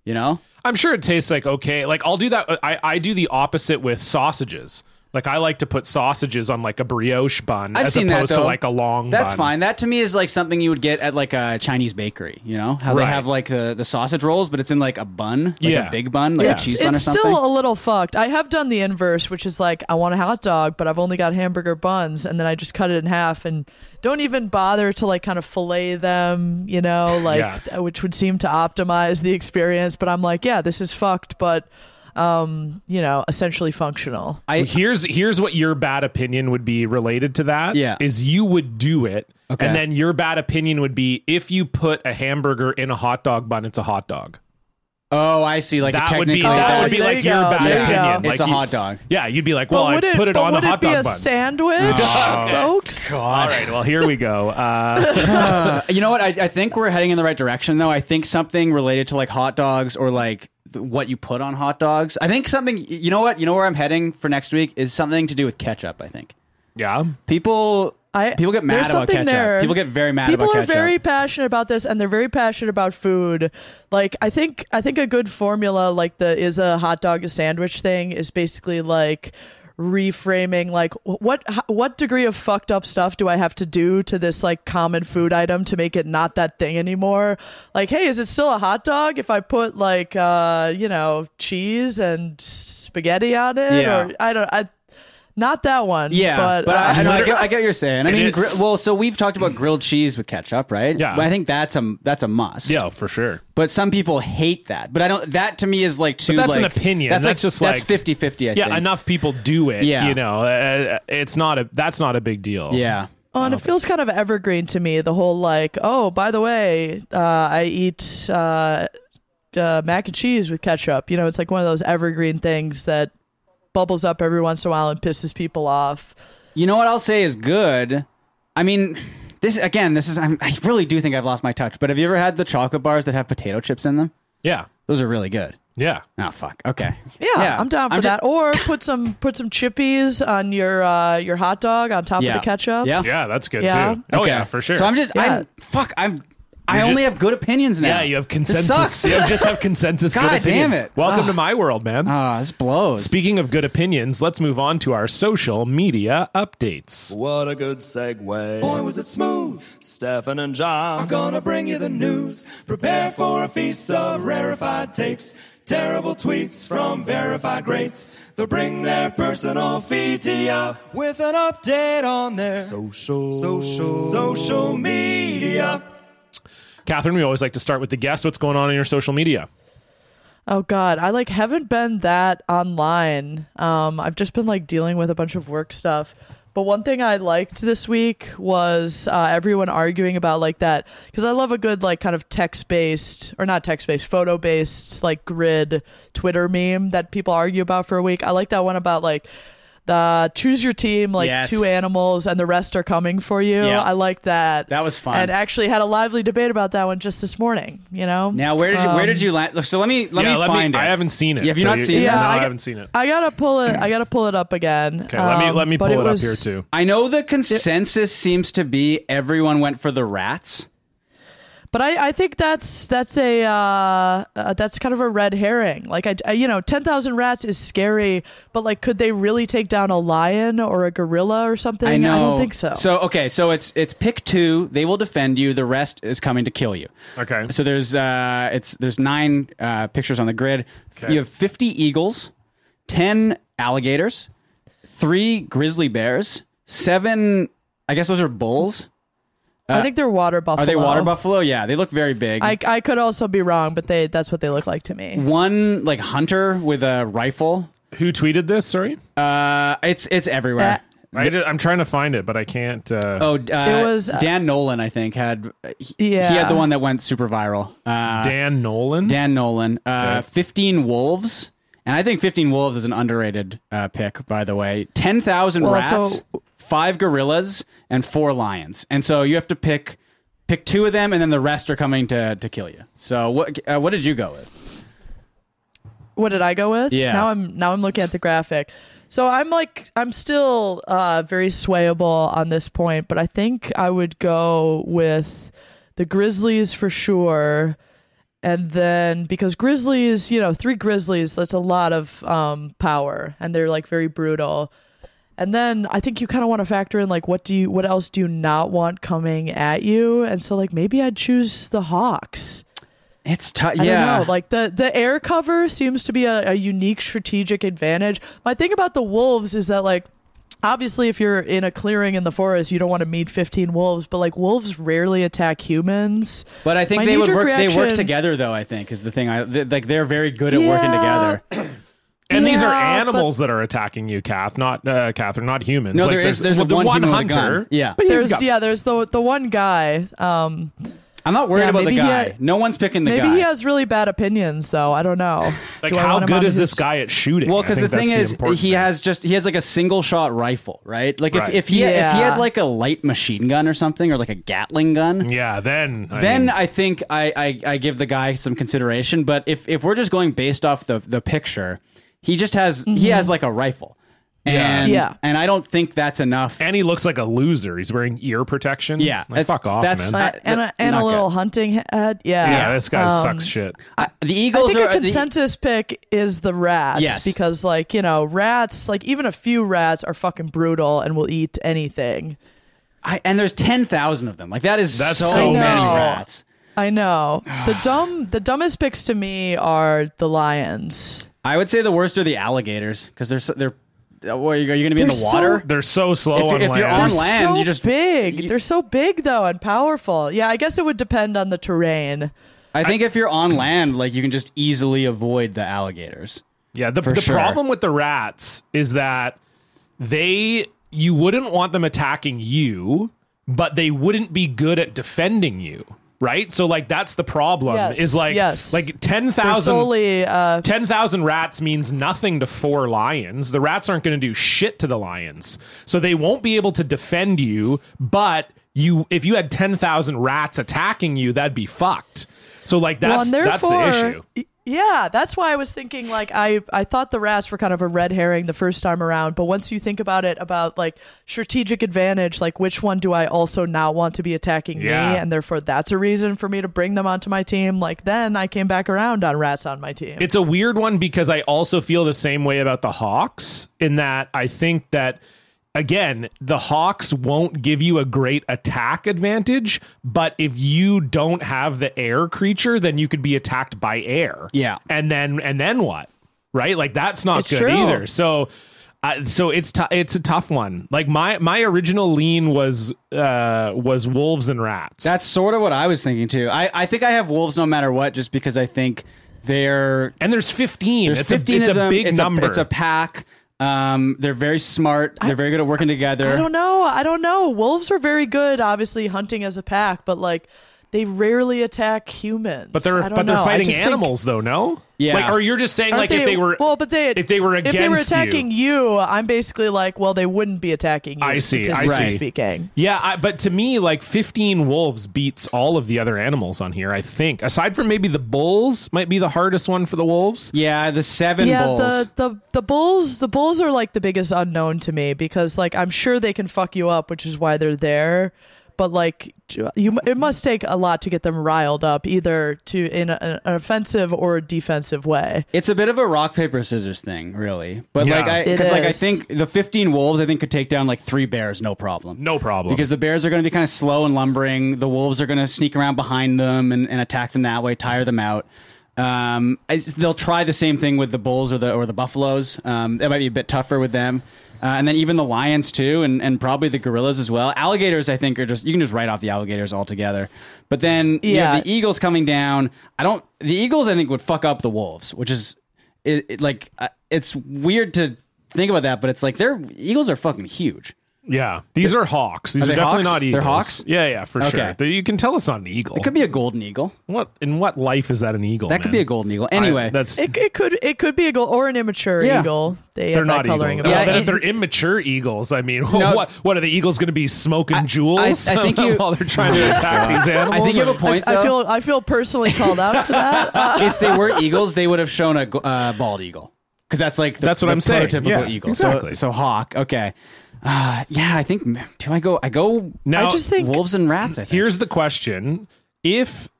Speaker 2: You know,
Speaker 1: I'm sure it tastes like okay. Like I'll do that. I, I do the opposite with sausages. Like I like to put sausages on like a brioche bun
Speaker 2: I've
Speaker 1: as
Speaker 2: seen that,
Speaker 1: opposed to
Speaker 2: though.
Speaker 1: like a long.
Speaker 2: that's
Speaker 1: bun.
Speaker 2: fine. That to me is like something you would get at like a Chinese bakery. You know how
Speaker 1: Right.
Speaker 2: they have like the, the sausage rolls, but it's in like a bun, like
Speaker 1: Yeah.
Speaker 2: a big bun, like
Speaker 1: Yeah.
Speaker 2: a cheese bun or
Speaker 3: it's
Speaker 2: something.
Speaker 3: still a little fucked. I have done the inverse, which is like I want a hot dog, but I've only got hamburger buns, and then I just cut it in half and don't even bother to like kind of fillet them, you
Speaker 1: <laughs>
Speaker 3: know, like
Speaker 1: Yeah.
Speaker 3: th- which would seem to optimize the experience. But I'm like, yeah, this is fucked, but um, you know, essentially functional.
Speaker 2: I-
Speaker 1: here's here's what your bad opinion would be related to that.
Speaker 2: Yeah.
Speaker 1: is you would do it,
Speaker 2: Okay.
Speaker 1: and then your bad opinion would be if you put a hamburger in a hot dog bun, it's a hot dog.
Speaker 2: oh, I see. Like
Speaker 1: That would
Speaker 2: technically,
Speaker 1: be that would
Speaker 2: that's-
Speaker 1: be
Speaker 3: there
Speaker 1: like
Speaker 3: you
Speaker 1: your
Speaker 3: go,
Speaker 1: bad
Speaker 3: there you
Speaker 1: opinion.
Speaker 3: go.
Speaker 1: Like
Speaker 2: It's a
Speaker 1: you-
Speaker 2: hot dog.
Speaker 1: Yeah, you'd be like, well,
Speaker 3: but would
Speaker 1: I
Speaker 3: it,
Speaker 1: put it
Speaker 3: but
Speaker 1: on a
Speaker 3: would
Speaker 1: hot
Speaker 3: it be
Speaker 1: dog
Speaker 3: a
Speaker 1: bun. Oh,
Speaker 3: sandwich, folks?
Speaker 1: All right, well here we go. Uh,
Speaker 2: you know what? I, I think we're heading in the right direction, though. I think something related to like hot dogs or like th- what you put on hot dogs. I think something. You know what? You know where I'm heading for next week is something to do with ketchup. I think
Speaker 1: yeah,
Speaker 2: people
Speaker 3: I-
Speaker 2: people get mad
Speaker 3: there's
Speaker 2: about
Speaker 3: something
Speaker 2: ketchup.
Speaker 3: there.
Speaker 2: People get very mad
Speaker 3: People
Speaker 2: about
Speaker 3: are
Speaker 2: ketchup.
Speaker 3: very passionate about this, and they're very passionate about food. Like I think I think a good formula, like the is a hot dog a sandwich thing, is basically like reframing like wh- what h- what degree of fucked up stuff do i have to do to this like common food item to make it not that thing anymore like hey is it still a hot dog if i put like uh you know cheese and spaghetti on it
Speaker 2: Yeah.
Speaker 3: or i don't i not that one
Speaker 2: Yeah,
Speaker 3: but,
Speaker 2: but,
Speaker 3: uh,
Speaker 2: I, I, know, I, get,
Speaker 3: <laughs>
Speaker 2: I get what you're saying. I
Speaker 1: It
Speaker 2: mean,
Speaker 1: is-
Speaker 2: gri- well, so we've talked about grilled cheese with ketchup, right?
Speaker 1: Yeah.
Speaker 2: But I think that's a that's a must.
Speaker 1: yeah, for sure.
Speaker 2: But some people hate that. But I don't. That to me is like too.
Speaker 1: that's an
Speaker 2: like-
Speaker 1: opinion.
Speaker 2: That's,
Speaker 1: That's
Speaker 2: like,
Speaker 1: just
Speaker 2: that's
Speaker 1: like-
Speaker 2: 50-50, I
Speaker 1: Yeah,
Speaker 2: think.
Speaker 1: enough people do it.
Speaker 2: Yeah.
Speaker 1: you know, uh, it's not a that's not a big deal.
Speaker 2: Yeah.
Speaker 3: Oh, and it feels kind of evergreen to me. The whole like, oh, by the way, uh, I eat uh, uh, mac and cheese with ketchup. You know, it's like one of those evergreen things that bubbles up every once in a while and pisses people off.
Speaker 2: You know what I'll say is good. I mean, this again. This is I'm, I really do think I've lost my touch. But have you ever had the chocolate bars that have potato chips in them?
Speaker 1: yeah,
Speaker 2: Those are really good.
Speaker 1: yeah.
Speaker 2: Oh fuck. Okay.
Speaker 3: Yeah, I'm down for
Speaker 2: I'm ju-
Speaker 3: that. Or put some put some chippies on your uh, your hot dog on top
Speaker 2: Yeah.
Speaker 3: of the ketchup.
Speaker 2: Yeah.
Speaker 1: Yeah, that's good
Speaker 3: Yeah.
Speaker 1: too. Oh
Speaker 2: Okay.
Speaker 1: yeah, for sure.
Speaker 2: So I'm just.
Speaker 3: Yeah.
Speaker 2: I'm fuck. I'm. I
Speaker 1: You're
Speaker 2: only
Speaker 1: just-
Speaker 2: have good opinions now.
Speaker 1: yeah, you have
Speaker 2: This
Speaker 1: consensus.
Speaker 2: sucks.
Speaker 1: You just
Speaker 2: <laughs>
Speaker 1: have consensus. good
Speaker 2: God damn
Speaker 1: opinions.
Speaker 2: it.
Speaker 1: Welcome
Speaker 2: Ah.
Speaker 1: to my world, man.
Speaker 2: Ah, this blows.
Speaker 1: Speaking of good opinions, let's move on to our social media updates.
Speaker 4: What a good segue. Boy, was it smooth. Stefan and John are gonna bring you the news. Prepare for a feast of rarefied takes. Terrible tweets from verified greats. They'll bring their personal feed to ya with an update on their social, social, social media.
Speaker 1: Catherine, we always like to start with the guest. What's going on in your social media?
Speaker 3: Oh God, I like haven't been that online. Um, I've just been like dealing with a bunch of work stuff. But one thing I liked this week was uh, everyone arguing about like that because I love a good like kind of text based or not text based photo based like grid Twitter meme that people argue about for a week. I like that one about like the choose your team like
Speaker 2: Yes.
Speaker 3: two animals and the rest are coming for you.
Speaker 2: Yeah.
Speaker 3: I like that.
Speaker 2: That was fun.
Speaker 3: And actually had a lively debate about that one just this morning. You know.
Speaker 2: Now, where did you, where did you
Speaker 3: Um,
Speaker 2: land? So let me let
Speaker 1: Yeah,
Speaker 2: me find it.
Speaker 1: I haven't seen it.
Speaker 2: Yeah, have you
Speaker 1: so
Speaker 2: not seen
Speaker 3: Yeah,
Speaker 1: No,
Speaker 3: this?
Speaker 1: I,
Speaker 3: I-
Speaker 1: haven't seen it.
Speaker 3: I gotta pull it. I gotta pull it up again.
Speaker 1: Okay, let me
Speaker 3: Um,
Speaker 1: let me
Speaker 3: but
Speaker 1: pull it, up
Speaker 3: was-
Speaker 1: here too.
Speaker 2: I know the consensus seems to be everyone went for the rats.
Speaker 3: But I, I think that's that's a uh, uh, that's kind of a red herring. Like I, I- you know, ten thousand rats is scary, but like, could they really take down a lion or a gorilla or something?
Speaker 2: I know.
Speaker 3: don't think so.
Speaker 2: So okay, so it's it's pick two. They will defend you. The rest is coming to kill you.
Speaker 1: Okay.
Speaker 2: So there's uh it's there's nine uh, pictures on the grid.
Speaker 1: Okay.
Speaker 2: You have fifty eagles, ten alligators, three grizzly bears, seven. I guess those are bulls.
Speaker 3: I think they're water buffalo.
Speaker 2: uh, Are they water buffalo? Yeah, they look very big.
Speaker 3: I, I could also be wrong, but they that's what they look like to me.
Speaker 2: One like hunter with a rifle.
Speaker 1: Who tweeted this? Sorry,
Speaker 2: Uh, it's it's everywhere.
Speaker 1: I am trying to find it, but I can't. Uh,
Speaker 2: Oh, uh, it
Speaker 3: was, uh,
Speaker 2: Dan Nolan. I think had he, he
Speaker 3: Yeah.
Speaker 2: had the one that went super viral. Uh,
Speaker 1: Dan Nolan.
Speaker 2: Dan Nolan, uh,
Speaker 1: Okay.
Speaker 2: fifteen wolves And I think 15 Wolves is an underrated uh, pick, by the way. 10,000
Speaker 3: Well,
Speaker 2: rats,
Speaker 3: so-
Speaker 2: five gorillas, and four lions. And so you have to pick pick two of them, and then the rest are coming to, to kill you. So what uh, what did you go with?
Speaker 3: what did I go with?
Speaker 2: Yeah.
Speaker 3: Now I'm now I'm looking at the graphic. So I'm like I'm still uh, very swayable on this point, but I think I would go with the Grizzlies for sure. And then because Grizzlies, you know, three Grizzlies, that's a lot of um, power, and they're like very brutal. And then I think you kind of want to factor in like what do you what else do you not want coming at you? And so like maybe I'd choose the Hawks.
Speaker 2: It's tough.
Speaker 3: I
Speaker 2: Yeah.
Speaker 3: don't know. Like the the air cover seems to be a, a unique strategic advantage. My thing about the wolves is that like obviously if you're in a clearing in the forest, you don't want to meet 15 wolves, but like wolves rarely attack humans.
Speaker 2: but I think
Speaker 3: my
Speaker 2: they would work.
Speaker 3: knee-jerk
Speaker 2: They work
Speaker 3: reaction-
Speaker 2: together, though. I think is the thing. I th- like they're very good at working
Speaker 3: Yeah.
Speaker 2: together.
Speaker 1: And these are
Speaker 3: Yeah, but-
Speaker 1: animals that are attacking you, Kath, not uh, Catherine, not humans.
Speaker 2: No, there is- there's a
Speaker 1: the
Speaker 2: one human with a gun.
Speaker 1: hunter.
Speaker 2: Yeah.
Speaker 1: but there's
Speaker 3: There's
Speaker 1: got,
Speaker 3: yeah, there's the the one guy. Um
Speaker 2: I'm not worried
Speaker 3: Yeah,
Speaker 2: about the
Speaker 3: maybe he
Speaker 2: guy.
Speaker 3: had-
Speaker 2: no one's picking the
Speaker 3: maybe
Speaker 2: guy.
Speaker 3: he has really bad opinions though. I
Speaker 2: <laughs>
Speaker 3: don't know.
Speaker 1: like
Speaker 3: Do I
Speaker 1: how
Speaker 3: want him on
Speaker 1: good is
Speaker 3: his-
Speaker 1: this guy at shooting?
Speaker 2: Well,
Speaker 1: I
Speaker 2: because the
Speaker 1: think that's
Speaker 2: thing is,
Speaker 1: important
Speaker 2: he
Speaker 1: thing.
Speaker 2: has just he has like a single shot rifle, right? Like if,
Speaker 1: Right.
Speaker 2: if he if he
Speaker 3: Yeah.
Speaker 2: had like a light machine gun or something, or like a Gatling gun,
Speaker 1: Yeah, then I
Speaker 2: then
Speaker 1: mean,
Speaker 2: I think I, I I give the guy some consideration. But if if we're just going based off the the picture, he just has he has like a rifle, and
Speaker 3: Mm-hmm. Yeah.
Speaker 2: and I don't think that's enough.
Speaker 1: and he looks like a loser. He's wearing ear protection.
Speaker 2: Yeah,
Speaker 1: like,
Speaker 2: that's-
Speaker 1: fuck off,
Speaker 2: that's-
Speaker 1: man.
Speaker 2: Uh,
Speaker 3: Uh, and a,
Speaker 2: that-
Speaker 3: and a
Speaker 2: not
Speaker 3: little
Speaker 2: good.
Speaker 3: hunting head. Yeah.
Speaker 1: yeah, this guy
Speaker 3: Um,
Speaker 1: sucks shit.
Speaker 2: I, the
Speaker 3: I
Speaker 2: Eagles
Speaker 3: think
Speaker 2: are
Speaker 3: a
Speaker 2: the-
Speaker 3: consensus pick is the rats.
Speaker 2: Yes.
Speaker 3: Because, like, you know, rats, like, even a few rats are fucking brutal and will eat anything.
Speaker 2: I, and there's ten thousand of them. Like that is
Speaker 1: That's
Speaker 2: so,
Speaker 1: so
Speaker 2: many
Speaker 3: many.
Speaker 2: rats.
Speaker 3: I know.
Speaker 2: <sighs>
Speaker 3: The dumb, the dumbest picks to me are the lions.
Speaker 2: I would say the worst are the alligators because they're so, they're. Well, are you, are you going to be in
Speaker 3: They're
Speaker 2: the
Speaker 3: so
Speaker 2: water?
Speaker 1: They're so slow
Speaker 2: If-
Speaker 1: on
Speaker 2: if
Speaker 1: land.
Speaker 2: you're on land-
Speaker 3: so
Speaker 2: you just-
Speaker 3: big.
Speaker 2: you-
Speaker 3: They're so big though and powerful. Yeah, I guess it would depend on the terrain.
Speaker 2: I think if you're on land, like you can just easily avoid the alligators.
Speaker 1: Yeah, the,
Speaker 2: For
Speaker 1: the
Speaker 2: sure.
Speaker 1: problem with the rats is that they you wouldn't want them attacking you, but they wouldn't be good at defending you, right? So like that's the problem.
Speaker 3: Yes,
Speaker 1: Is like
Speaker 3: yes.
Speaker 1: like ten
Speaker 3: They're
Speaker 1: thousand.
Speaker 3: solely uh,
Speaker 1: 10,000 rats means nothing to four lions. The rats aren't going to do shit to the lions. So they won't be able to defend you, but you if you had 10,000 rats attacking you, that'd be fucked. So like
Speaker 3: well,
Speaker 1: that's
Speaker 3: and
Speaker 1: that's
Speaker 3: therefore,
Speaker 1: the issue.
Speaker 3: y- Yeah, that's why I was thinking like I I thought the rats were kind of a red herring the first time around, but once you think about it about like strategic advantage, like which one do I also not want to be attacking
Speaker 1: Yeah.
Speaker 3: me and therefore that's a reason for me to bring them onto my team, like then I came back around on rats on my team.
Speaker 1: It's a weird one because I also feel the same way about the Hawks in that I think that again, the Hawks won't give you a great attack advantage, but if you don't have the air creature, then you could be attacked by air.
Speaker 2: Yeah.
Speaker 1: And then and then what? Right? Like that's not
Speaker 3: It's
Speaker 1: good
Speaker 3: true.
Speaker 1: either. So uh, so it's t- it's a tough one. Like my my original lean was uh was wolves and rats.
Speaker 2: That's sort of what I was thinking too. I, I think I have wolves no matter what, just because I think they're
Speaker 1: and there's 15.
Speaker 2: there's
Speaker 1: it's
Speaker 2: 15
Speaker 1: a, it's
Speaker 2: of
Speaker 1: a
Speaker 2: them.
Speaker 1: big
Speaker 2: it's
Speaker 1: number.
Speaker 2: A, it's a pack. Um, they're very smart. They're very good at working together.
Speaker 3: I don't know. I don't know. Wolves are very good obviously hunting as a pack, but like they rarely attack humans.
Speaker 1: But they're
Speaker 3: I don't
Speaker 1: but they're
Speaker 3: know. I
Speaker 1: fighting
Speaker 3: just think-
Speaker 1: animals though, no?
Speaker 2: Yeah.
Speaker 1: Like, or you're just saying like
Speaker 3: Aren't
Speaker 1: if they were
Speaker 3: well, but they
Speaker 1: if they were
Speaker 3: if they were
Speaker 1: against you.
Speaker 3: attacking you. I'm basically like, well, they wouldn't be attacking you.
Speaker 1: I see, I
Speaker 3: statistically
Speaker 1: see.
Speaker 3: Speaking,
Speaker 1: yeah, I, but to me, like 15 wolves beats all of the other animals on here. I think, aside from maybe the bulls, might be the hardest one for the wolves.
Speaker 2: Yeah, the seven
Speaker 3: yeah.
Speaker 2: bulls.
Speaker 3: The, the the bulls the bulls are like the biggest unknown to me because like I'm sure they can fuck you up, which is why they're there. But like you, it must take a lot to get them riled up, either to in a, an offensive or a defensive way.
Speaker 2: It's a bit of a rock paper scissors thing, really. But
Speaker 1: Yeah.
Speaker 2: like, I
Speaker 3: It
Speaker 2: because like I
Speaker 3: is.
Speaker 2: think the fifteen wolves, I think could take down like three bears, no problem.
Speaker 1: No problem.
Speaker 2: Because the bears are going to be kind of slow and lumbering. The wolves are going to sneak around behind them and, and attack them that way, tire them out. Um, I, they'll try the same thing with the bulls or the or the buffaloes. Um, that might be a bit tougher with them. Uh, and then even the lions too, and, and probably the gorillas as well. Alligators, I think, are just you can just write off the alligators altogether. But then you have
Speaker 3: Yeah.
Speaker 2: the eagles coming down. I don't. The eagles, I think, would fuck up the wolves, which is it, it, like uh, it's weird to think about that, but it's like they're eagles are fucking huge.
Speaker 1: Yeah, these are hawks. These
Speaker 2: Are
Speaker 1: are,
Speaker 2: they
Speaker 1: definitely
Speaker 2: hawks?
Speaker 1: not
Speaker 2: They're
Speaker 1: eagles.
Speaker 2: hawks?
Speaker 1: Yeah, yeah, for
Speaker 2: Okay.
Speaker 1: sure. They- You can tell it's not an eagle.
Speaker 2: It could be a golden eagle.
Speaker 1: what in what life is that an eagle?
Speaker 2: That could
Speaker 1: man?
Speaker 2: be a golden eagle.
Speaker 1: I-
Speaker 2: Anyway,
Speaker 1: that's
Speaker 3: It, it could it could be a goal or an immature
Speaker 2: Yeah.
Speaker 3: eagle. They
Speaker 1: they're
Speaker 3: have
Speaker 1: not
Speaker 3: that coloring
Speaker 1: eagles.
Speaker 3: about
Speaker 1: well,
Speaker 2: Yeah,
Speaker 1: then
Speaker 2: it-
Speaker 1: if they're immature eagles, I mean, <laughs>
Speaker 2: No.
Speaker 1: what what are the eagles going to be smoking jewels?
Speaker 2: I think you-
Speaker 1: <laughs> while they're trying
Speaker 2: <laughs>
Speaker 3: <laughs>
Speaker 1: to attack these animals.
Speaker 2: I think you have a
Speaker 3: I,
Speaker 2: point.
Speaker 3: I
Speaker 2: though.
Speaker 3: feel I feel personally called out
Speaker 1: <laughs>
Speaker 3: for that. Uh,
Speaker 2: if they
Speaker 3: <laughs>
Speaker 2: were eagles, they would have shown a go- uh, bald eagle because that's like the,
Speaker 1: That's what
Speaker 2: the
Speaker 1: I'm saying.
Speaker 2: prototypical
Speaker 1: Yeah,
Speaker 2: eagle.
Speaker 1: exactly.
Speaker 2: So, so hawk. Okay. Uh, yeah, I think. Do I go? I go.
Speaker 1: Now-
Speaker 3: I just think
Speaker 2: wolves and rats. I think.
Speaker 1: Here's the question: If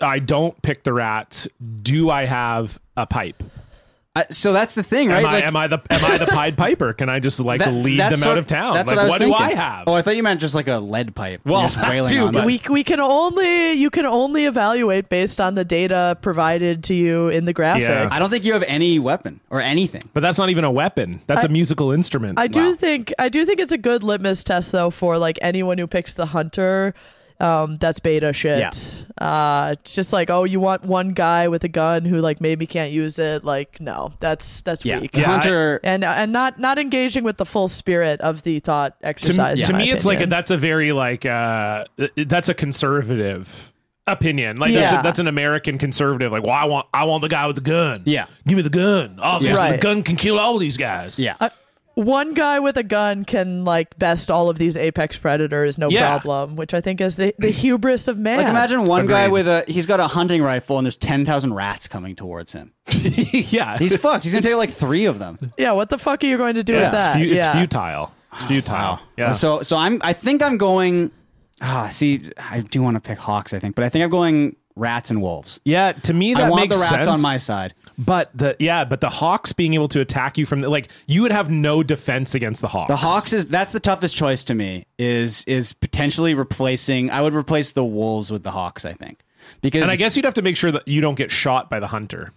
Speaker 1: I don't pick the rats, do I have a pipe?
Speaker 2: Uh, so that's the thing,
Speaker 1: Am,
Speaker 2: right?
Speaker 1: I, am I the am I the Pied Piper? Can I just like
Speaker 2: that-
Speaker 1: lead them
Speaker 2: that's
Speaker 1: out
Speaker 2: what-
Speaker 1: of town?
Speaker 2: That's
Speaker 1: like,
Speaker 2: what I was
Speaker 1: do I
Speaker 2: thinking.
Speaker 1: have?
Speaker 2: Oh, I thought you meant just like a lead pipe.
Speaker 1: Well,
Speaker 2: You're just
Speaker 1: <laughs> that
Speaker 2: wailing
Speaker 1: too,
Speaker 2: on
Speaker 1: but-
Speaker 2: them.
Speaker 3: we we can only you can only evaluate based on the data provided to you in the graphic.
Speaker 1: Yeah.
Speaker 2: I don't think you have any weapon or anything.
Speaker 1: but that's not even a weapon. That's a musical instrument.
Speaker 3: I do
Speaker 2: Wow.
Speaker 3: think I do think it's a good litmus test though for like anyone who picks the hunter. Um, that's beta shit. Uh, it's just like oh, you want one guy with a gun who like maybe can't use it. Like no, that's that's
Speaker 2: Yeah,
Speaker 3: weak.
Speaker 2: The hunter.
Speaker 3: And and not not engaging with the full spirit of the thought
Speaker 1: to,
Speaker 3: exercise.
Speaker 1: me-
Speaker 3: in
Speaker 1: to
Speaker 3: my
Speaker 1: me, it's like a,
Speaker 3: opinion.
Speaker 1: that's a very like uh, that's a conservative opinion. Like that's, a,
Speaker 3: Yeah.
Speaker 1: that's an American conservative. Like, well, I want I want the guy with the gun.
Speaker 2: Yeah.
Speaker 1: give me the gun. Obviously,
Speaker 3: Right.
Speaker 1: the gun can kill all these guys.
Speaker 2: yeah.
Speaker 3: one guy with a gun can like best all of these apex predators, no
Speaker 1: Yeah.
Speaker 3: problem. Which I think is the, the hubris of man.
Speaker 2: like imagine one guy
Speaker 1: Agreed.
Speaker 2: with a he's got a hunting rifle and there's ten thousand rats coming towards him.
Speaker 1: <laughs> yeah. <laughs>
Speaker 2: <laughs> He's fucked. He's gonna take like three of them.
Speaker 3: yeah, what the fuck are you going to do with
Speaker 1: Yeah, it's,
Speaker 3: that?
Speaker 1: fu- it's
Speaker 3: yeah.
Speaker 1: futile. It's futile. Yeah.
Speaker 2: Ah, So so I'm I think I'm going ah see I do want to pick hawks I think but I think I'm going rats and wolves.
Speaker 1: yeah. To me, that
Speaker 2: I want
Speaker 1: makes
Speaker 2: the rats
Speaker 1: sense.
Speaker 2: on my side.
Speaker 1: But the yeah, but the Hawks being able to attack you from the, like you would have no defense against the Hawks.
Speaker 2: The hawks is that's the toughest choice to me is is potentially replacing I would replace the wolves with the hawks I think. Because
Speaker 1: and I guess you'd have to make sure that you don't get shot by the hunter.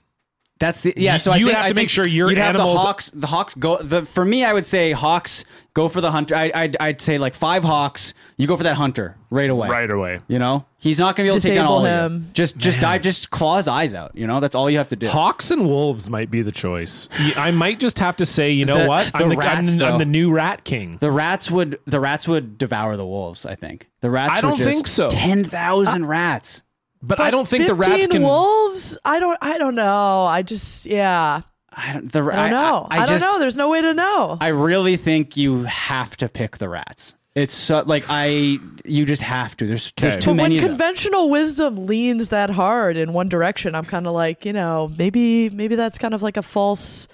Speaker 2: that's the yeah.
Speaker 1: You-
Speaker 2: So I
Speaker 1: you would
Speaker 2: think-
Speaker 1: have
Speaker 2: I
Speaker 1: to make
Speaker 2: think
Speaker 1: sure your
Speaker 2: you'd have the
Speaker 1: animals-
Speaker 2: hawks. The hawks go the for me. I would say hawks go for the hunter. I, I'd I'd say like five hawks. You go for that hunter right away.
Speaker 1: Right away.
Speaker 2: You know he's not gonna be able to take down
Speaker 3: Disable
Speaker 2: all of you.
Speaker 3: him.
Speaker 2: Just just
Speaker 1: <laughs>
Speaker 2: dive. Just claw his eyes out. You know that's all you have to do.
Speaker 1: Hawks and wolves might be the choice. Y- I might just have to say, you know
Speaker 2: The-
Speaker 1: what?
Speaker 2: the
Speaker 1: I'm, the,
Speaker 2: rats,
Speaker 1: I'm, I'm
Speaker 2: though.
Speaker 1: the new rat king.
Speaker 2: The rats would the rats would devour the wolves. I think the rats.
Speaker 1: I don't
Speaker 2: would just,
Speaker 1: think so.
Speaker 2: Ten thousand rats.
Speaker 1: But, I don't think the
Speaker 3: 15
Speaker 1: rats can.
Speaker 3: wolves. I don't. I don't know. I just. Yeah.
Speaker 2: I don't. The,
Speaker 3: I don't know. I,
Speaker 2: just,
Speaker 3: don't know. There's no way to know.
Speaker 2: I really think you have to pick the rats. It's so like I. You just have to. There's
Speaker 1: Okay.
Speaker 2: there's too
Speaker 1: But
Speaker 2: many.
Speaker 3: when
Speaker 2: of them.
Speaker 3: conventional wisdom leans that hard in one direction, I'm kind of like, you know, maybe maybe that's kind of like a false.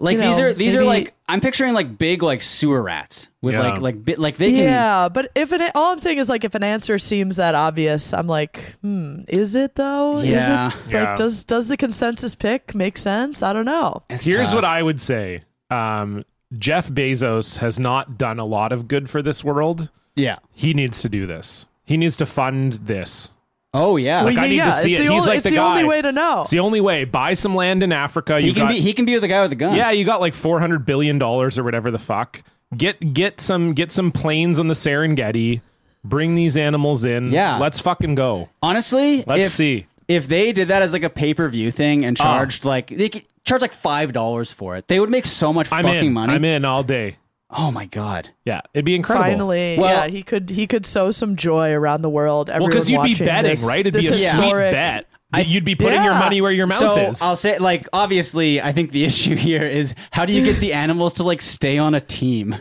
Speaker 2: Like
Speaker 3: you
Speaker 2: these
Speaker 3: know,
Speaker 2: are these are
Speaker 3: maybe-
Speaker 2: like I'm picturing like big like sewer rats with
Speaker 1: Yeah.
Speaker 2: like like bit like they can
Speaker 3: Yeah, but if an all I'm saying is like if an answer seems that obvious, I'm like, hmm, is it though?
Speaker 2: Yeah.
Speaker 3: Is it like
Speaker 1: Yeah.
Speaker 3: does does the consensus pick make sense? I don't know.
Speaker 2: It's
Speaker 1: Here's
Speaker 2: tough.
Speaker 1: what I would say. Um, Jeff Bezos has not done a lot of good for this world.
Speaker 2: yeah
Speaker 1: He needs to do this. He needs to fund this.
Speaker 2: oh yeah
Speaker 1: I
Speaker 3: Well,
Speaker 1: need to
Speaker 3: yeah,
Speaker 1: see
Speaker 3: it's
Speaker 1: it.
Speaker 3: the
Speaker 1: He's
Speaker 3: only-
Speaker 1: like
Speaker 3: it's
Speaker 1: the
Speaker 3: the only
Speaker 1: guy.
Speaker 3: way to know.
Speaker 1: It's the only way. Buy some land in Africa.
Speaker 2: he
Speaker 1: you
Speaker 2: can
Speaker 1: got,
Speaker 2: be he can be the guy with the gun
Speaker 1: Yeah, you got like four hundred billion dollars or whatever the fuck. Get get some get some planes on the Serengeti. Bring these animals in.
Speaker 2: Yeah.
Speaker 1: let's fucking go.
Speaker 2: honestly
Speaker 1: Let's
Speaker 2: if,
Speaker 1: see. Ah.
Speaker 2: if they did that as like a pay per view thing and charged like they could charge like five dollars for it they would make so much
Speaker 1: I'm
Speaker 2: fucking
Speaker 1: in.
Speaker 2: money
Speaker 1: I'm in all day.
Speaker 2: oh my god
Speaker 1: Yeah, it'd be incredible.
Speaker 3: Finally,
Speaker 2: Well-
Speaker 3: yeah, he could he could sow some joy around the world.
Speaker 1: well, because
Speaker 3: because
Speaker 1: you'd be betting, right? It'd be a sweet bet. you'd be putting your
Speaker 3: Yeah. uh,
Speaker 1: money where your mouth
Speaker 2: so
Speaker 1: is.
Speaker 2: I'll say like obviously I think the <laughs> issue here is how do you get
Speaker 3: <laughs>
Speaker 2: the animals to like stay on a team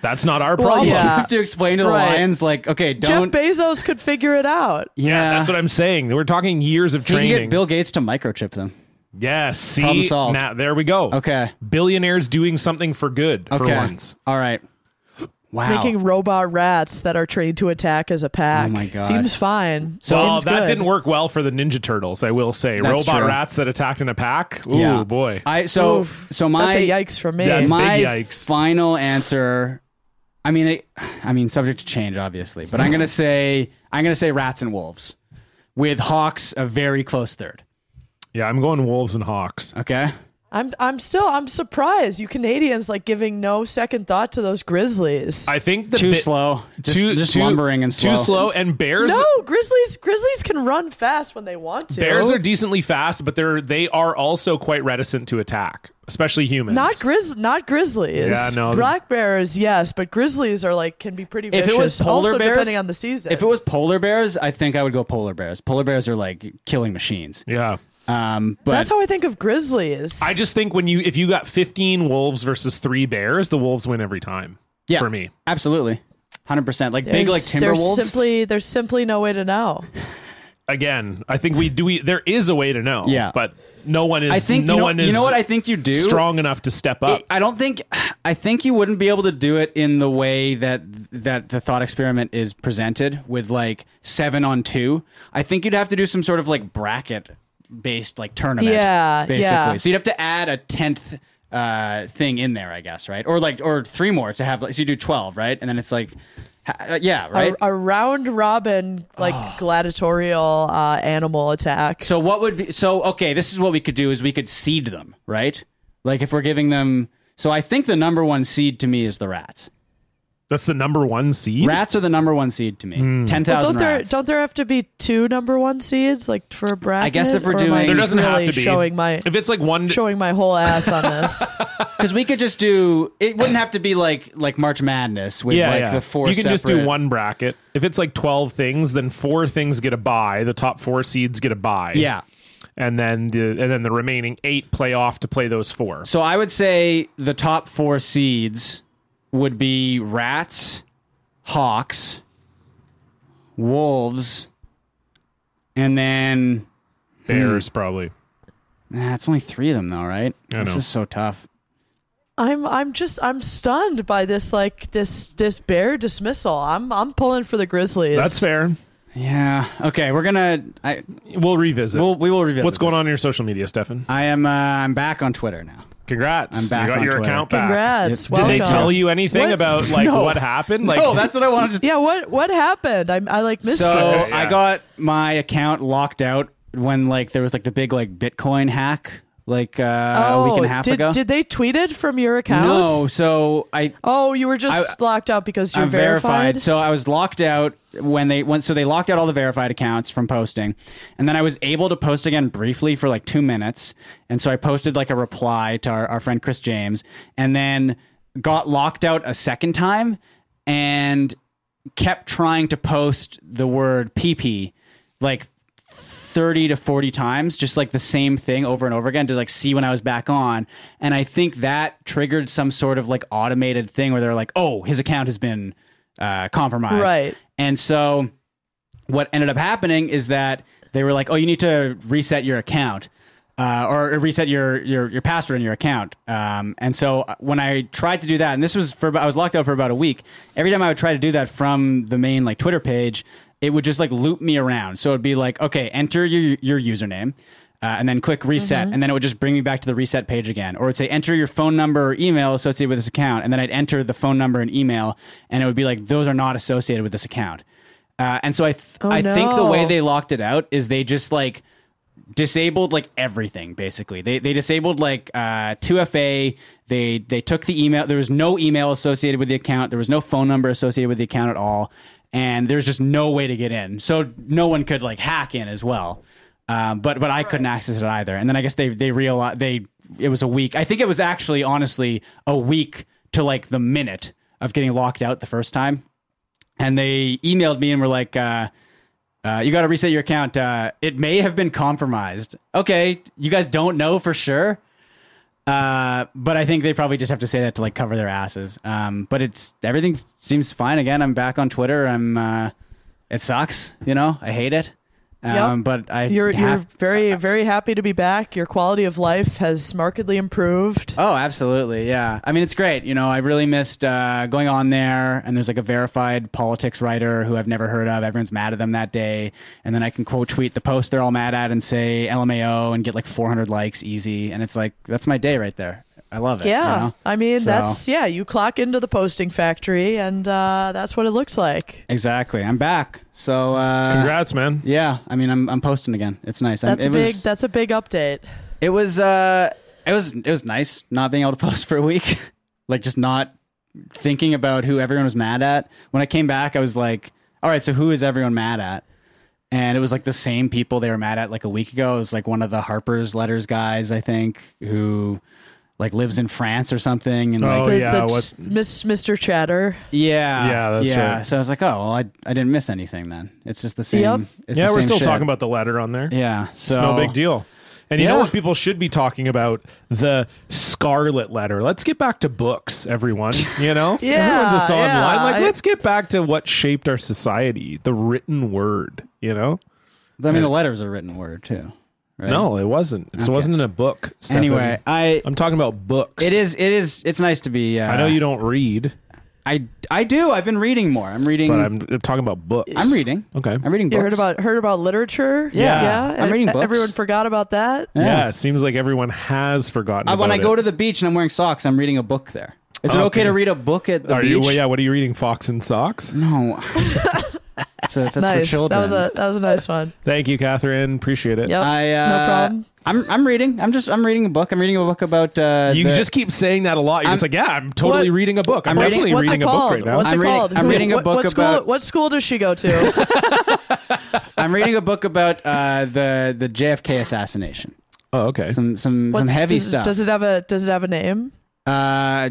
Speaker 1: That's not our problem.
Speaker 2: <laughs>
Speaker 3: Well,
Speaker 2: you
Speaker 3: Oh, yeah.
Speaker 2: have to explain to the
Speaker 3: Right.
Speaker 2: lions like okay don't
Speaker 3: Jeff Bezos could figure it out.
Speaker 1: Yeah, that's what I'm saying. We're talking years of
Speaker 2: He can
Speaker 1: training.
Speaker 2: get Bill Gates to microchip them.
Speaker 1: yes, see,
Speaker 2: Problem solved.
Speaker 1: now there we go.
Speaker 2: Okay.
Speaker 1: billionaires doing something for good for
Speaker 2: Okay.
Speaker 1: once.
Speaker 2: All right. Wow.
Speaker 3: Making robot rats that are trained to attack as a pack.
Speaker 2: Oh my God.
Speaker 3: Seems fine.
Speaker 1: Well,
Speaker 3: Seems
Speaker 1: that
Speaker 3: good.
Speaker 1: didn't work well for the Ninja Turtles, I will say.
Speaker 2: That's
Speaker 1: Robot
Speaker 2: true.
Speaker 1: rats that attacked in a pack. Ooh,
Speaker 2: Yeah.
Speaker 1: boy.
Speaker 2: I so
Speaker 3: Oof.
Speaker 2: so my
Speaker 3: That's a yikes for me.
Speaker 1: That's-
Speaker 2: my
Speaker 1: big yikes.
Speaker 2: final answer. I mean, it, I mean, subject to change, obviously,
Speaker 1: <laughs>
Speaker 2: but I'm gonna say I'm gonna say rats and wolves, with hawks a very close third.
Speaker 1: yeah, I'm going wolves and hawks.
Speaker 2: Okay.
Speaker 3: I'm I'm still I'm surprised you Canadians like giving no second thought to those Grizzlies.
Speaker 1: I think the
Speaker 2: Too
Speaker 1: bi-
Speaker 2: slow. Just- just lumbering and
Speaker 1: Too
Speaker 2: slow.
Speaker 1: slow. And Bears.
Speaker 3: no, Grizzlies Grizzlies can run fast when they want to.
Speaker 1: Bears are decently fast, but they're they are also quite reticent to attack, especially humans.
Speaker 3: not grizz not grizzlies.
Speaker 1: Yeah, no.
Speaker 3: Black bears, yes, but grizzlies are like can be pretty
Speaker 2: If
Speaker 3: vicious.
Speaker 2: it was polar
Speaker 3: also
Speaker 2: bears,
Speaker 3: depending on the season.
Speaker 2: If it was polar bears, I think I would go polar bears. Polar bears are like killing machines.
Speaker 1: yeah.
Speaker 2: Um, but
Speaker 3: That's how I think of grizzlies.
Speaker 1: I just think when you if you got 15 wolves versus 3 bears, the wolves win every time.
Speaker 2: yeah,
Speaker 1: For me.
Speaker 2: absolutely, hundred percent. Like big, like
Speaker 3: There's- there's
Speaker 2: Timberwolves.
Speaker 3: Simply, there's simply no way to know.
Speaker 1: Again, I think we do we there is a way to know.
Speaker 2: Yeah.
Speaker 1: But no one is
Speaker 2: I think
Speaker 1: no
Speaker 2: you know,
Speaker 1: one is
Speaker 2: you know what I think you do.
Speaker 1: strong enough to step up.
Speaker 2: It- I don't think I think you wouldn't be able to do it in the way that that the thought experiment is presented with like 7 on 2. I think you'd have to do some sort of like bracket based like tournament
Speaker 3: Yeah,
Speaker 2: basically.
Speaker 3: yeah.
Speaker 2: So you'd have to add a 10th uh, thing in there, I guess, right? Or like or three more to have like so you do 12, right? And then it's like ha- uh, yeah, right?
Speaker 3: A, a round robin,
Speaker 2: <sighs>
Speaker 3: like gladiatorial uh, animal attack.
Speaker 2: So what would be so okay, this is what we could do is we could seed them, right? Like if we're giving them so I think the number one seed to me is the rats.
Speaker 1: That's the number 1 seed.
Speaker 2: Rats are the number one seed to me. Ten thousand
Speaker 3: Well, don't there
Speaker 2: rats.
Speaker 3: don't there have to be two number one seeds like for a bracket?
Speaker 2: guess if we're
Speaker 3: Or am I
Speaker 2: doing-
Speaker 1: there doesn't
Speaker 3: really
Speaker 1: have to be
Speaker 3: showing my
Speaker 1: If it's like one
Speaker 3: showing my whole ass on this. <laughs>
Speaker 2: Because we could just do. It wouldn't have to be like like March Madness with
Speaker 1: yeah,
Speaker 2: like
Speaker 1: yeah.
Speaker 2: the four.
Speaker 1: you can just do
Speaker 2: separate-
Speaker 1: one bracket. If it's like 12 things, then four things get a buy. The top 4 seeds get a buy.
Speaker 2: Yeah.
Speaker 1: and then the, and then the remaining eight play off to play those four.
Speaker 2: So I would say the top four seeds would be rats, hawks, wolves, and then
Speaker 1: Bears
Speaker 2: Hmm.
Speaker 1: probably.
Speaker 2: nah, it's only three of them though, right?
Speaker 1: I
Speaker 2: This
Speaker 1: know.
Speaker 2: is so tough.
Speaker 3: I'm I'm just I'm stunned by this like this this bare dismissal. I'm I'm pulling for the Grizzlies.
Speaker 1: That's fair.
Speaker 2: Yeah. Okay, we're gonna. I
Speaker 1: We'll revisit.
Speaker 2: we'll, we will revisit.
Speaker 1: What's going
Speaker 2: this.
Speaker 1: on in your social media, Stefan?
Speaker 2: I am. Uh, I'm back on Twitter now.
Speaker 1: Congrats.
Speaker 2: I'm back
Speaker 1: you got
Speaker 2: on
Speaker 1: your
Speaker 2: Twitter.
Speaker 1: account back.
Speaker 3: Congrats.
Speaker 2: Did
Speaker 1: Did
Speaker 3: welcome.
Speaker 1: they tell you anything
Speaker 3: What?
Speaker 1: about like what happened? Like
Speaker 2: oh, that's what
Speaker 1: <laughs>
Speaker 2: I wanted to.
Speaker 3: Yeah. What what happened? I I like missed
Speaker 2: so uh,
Speaker 3: this.
Speaker 2: I got my account locked out when like there was like the big like Bitcoin hack like uh, a week and a half
Speaker 3: Oh, did,
Speaker 2: ago.
Speaker 3: did they tweet it from your account?
Speaker 2: no, so I
Speaker 3: Oh, you were just locked out because you're
Speaker 2: I'm verified. So I was locked out when they went. So they locked out all the verified accounts from posting, and then I was able to post again briefly for like two minutes. And so I posted like a reply to our, our friend Chris James, and then got locked out a second time, and kept trying to post the word PP, like. 30 to 40 times just like the same thing over and over again to like see when i was back on and i think that triggered some sort of like automated thing where they're like oh his account has been uh compromised
Speaker 3: Right.
Speaker 2: and so what ended up happening is that they were like oh you need to reset your account uh, or reset your, your your password in your account, um, and so when I tried to do that, and this was for about- I was locked out for about a week. Every time I would try to do that from the main like Twitter page, it would just like loop me around. So it'd be like, okay, enter your your username, uh, and then click reset, and then it would just bring me back to the reset page again. Or it'd say enter your phone number or email associated with this account, and then I'd enter the phone number and email, and it would be like those are not associated with this account. Uh, and so I th- I think the
Speaker 3: no.
Speaker 2: way they locked it out is they just like disabled like everything basically. They they disabled like uh 2FA, they they took the email. There was no email associated with the account. There was no phone number associated with the account at all. And there's just no way to get in. So no one could like hack in as well. Um, but but I couldn't access it either. And then I guess they they realized they it was a week. I think it was actually honestly a week to like the minute of getting locked out the first time and they emailed me and were like, uh, uh, "You got to reset your account. Uh, it may have been compromised." Okay, you guys don't know for sure, uh, but I think they probably just have to say that to like cover their asses. Um, but it's everything seems fine again. I'm back on Twitter. I'm. Uh, it sucks, you know. I hate it. Um,
Speaker 3: Yep.
Speaker 2: But I
Speaker 3: You're
Speaker 2: have-
Speaker 3: you're very very happy to be back. Your quality of life has markedly improved.
Speaker 2: Oh, absolutely. Yeah. I mean, it's great. You know, I really missed uh, going on there, and there's like a verified politics writer who I've never heard of. Everyone's mad at them that day. And then I can quote tweet the post they're all mad at and say LMAO and get like 400 likes easy. And it's like, that's my day right there. I love it. you
Speaker 3: yeah,
Speaker 2: know?
Speaker 3: I mean
Speaker 2: So-
Speaker 3: that's yeah. You clock into the posting factory, and uh, that's what it looks like.
Speaker 2: Exactly. I'm back. So, uh,
Speaker 1: Congrats, man.
Speaker 2: yeah. I mean, I'm, I'm posting again. It's nice. I'm-
Speaker 3: That's a
Speaker 2: it
Speaker 3: big
Speaker 2: was,
Speaker 3: that's a big update.
Speaker 2: It was uh It was it was nice not being able to <laughs> post for a week, like just not thinking about who everyone was mad at. When I came back, I was like, all right, so who is everyone mad at? And it was like the same people they were mad at like a week ago. It was like one of the Harper's Letters guys, I think, who like lives in France or something, and like
Speaker 1: Oh, yeah,
Speaker 3: the,
Speaker 1: what-
Speaker 3: Miss, Mr. Chatter.
Speaker 2: yeah,
Speaker 1: Yeah, that's
Speaker 2: yeah.
Speaker 1: right.
Speaker 2: So I was like, oh, well, I I didn't miss anything then. It's just the same.
Speaker 3: Yep.
Speaker 2: it's
Speaker 1: yeah,
Speaker 2: the
Speaker 1: we're
Speaker 2: same
Speaker 1: still
Speaker 2: shit.
Speaker 1: talking about the letter on there.
Speaker 2: Yeah, so
Speaker 1: It's no big deal. And you know
Speaker 2: Yeah.
Speaker 1: what people should be talking about? The scarlet letter. Let's get back to books, everyone. You know?
Speaker 3: <laughs> Yeah,
Speaker 1: Everyone's just online.
Speaker 3: yeah.
Speaker 1: Like,
Speaker 3: I-
Speaker 1: let's get back to what shaped our society, the written word, you know?
Speaker 2: I mean, the letters are written word too. Right?
Speaker 1: No, it wasn't. It wasn't in a book. Stefan.
Speaker 2: Anyway, I
Speaker 1: I'm talking about books.
Speaker 2: it is it is it's nice to be. Uh,
Speaker 1: I know you don't read,
Speaker 2: I I do. I've been reading more. I'm reading.
Speaker 1: but
Speaker 2: I'm,
Speaker 1: I'm, I'm talking about books.
Speaker 2: reading.
Speaker 1: Okay.
Speaker 2: Hmm. I'm reading. Books.
Speaker 3: You heard about heard about literature?
Speaker 1: Yeah.
Speaker 3: yeah.
Speaker 2: I'm
Speaker 3: E-
Speaker 2: reading books.
Speaker 3: Everyone forgot about that.
Speaker 1: yeah. it seems like everyone has forgotten.
Speaker 2: Uh, when
Speaker 1: about
Speaker 2: I go
Speaker 1: it.
Speaker 2: to the beach and I'm wearing socks, I'm reading a book there. Is it
Speaker 1: Okay.
Speaker 2: okay to read a book at the
Speaker 1: Are
Speaker 2: beach? Mm.
Speaker 1: you? Well, yeah. What are you reading? Fox and socks. <laughs>
Speaker 2: No. so if it's for
Speaker 3: Nice. That
Speaker 2: children.
Speaker 3: was a that was a nice one.
Speaker 1: Thank you, Catherine. Appreciate it.
Speaker 3: Yep.
Speaker 2: I, uh,
Speaker 3: no problem.
Speaker 2: I'm I'm reading. I'm just I'm reading a book. I'm reading a book about. Uh,
Speaker 1: You
Speaker 2: the-
Speaker 1: just keep saying that a lot. You're just
Speaker 2: I'm-
Speaker 1: like, yeah, I'm totally
Speaker 3: What-
Speaker 1: reading a book. I'm,
Speaker 2: I'm
Speaker 3: What's-
Speaker 1: definitely
Speaker 3: what's
Speaker 1: reading
Speaker 3: it
Speaker 1: a book
Speaker 3: called?
Speaker 1: right now.
Speaker 3: What's
Speaker 2: I'm
Speaker 3: it
Speaker 2: reading-
Speaker 3: called?
Speaker 2: I'm
Speaker 3: Who-
Speaker 2: reading a
Speaker 3: what-
Speaker 2: book
Speaker 3: what
Speaker 2: about-
Speaker 3: School, what school does she go <laughs> to?
Speaker 2: I'm reading a book about uh, the the JFK assassination.
Speaker 1: oh, okay.
Speaker 2: Some some some
Speaker 3: What's-
Speaker 2: heavy
Speaker 3: does,
Speaker 2: stuff.
Speaker 3: Does it have a Does it have a name?
Speaker 2: Uh,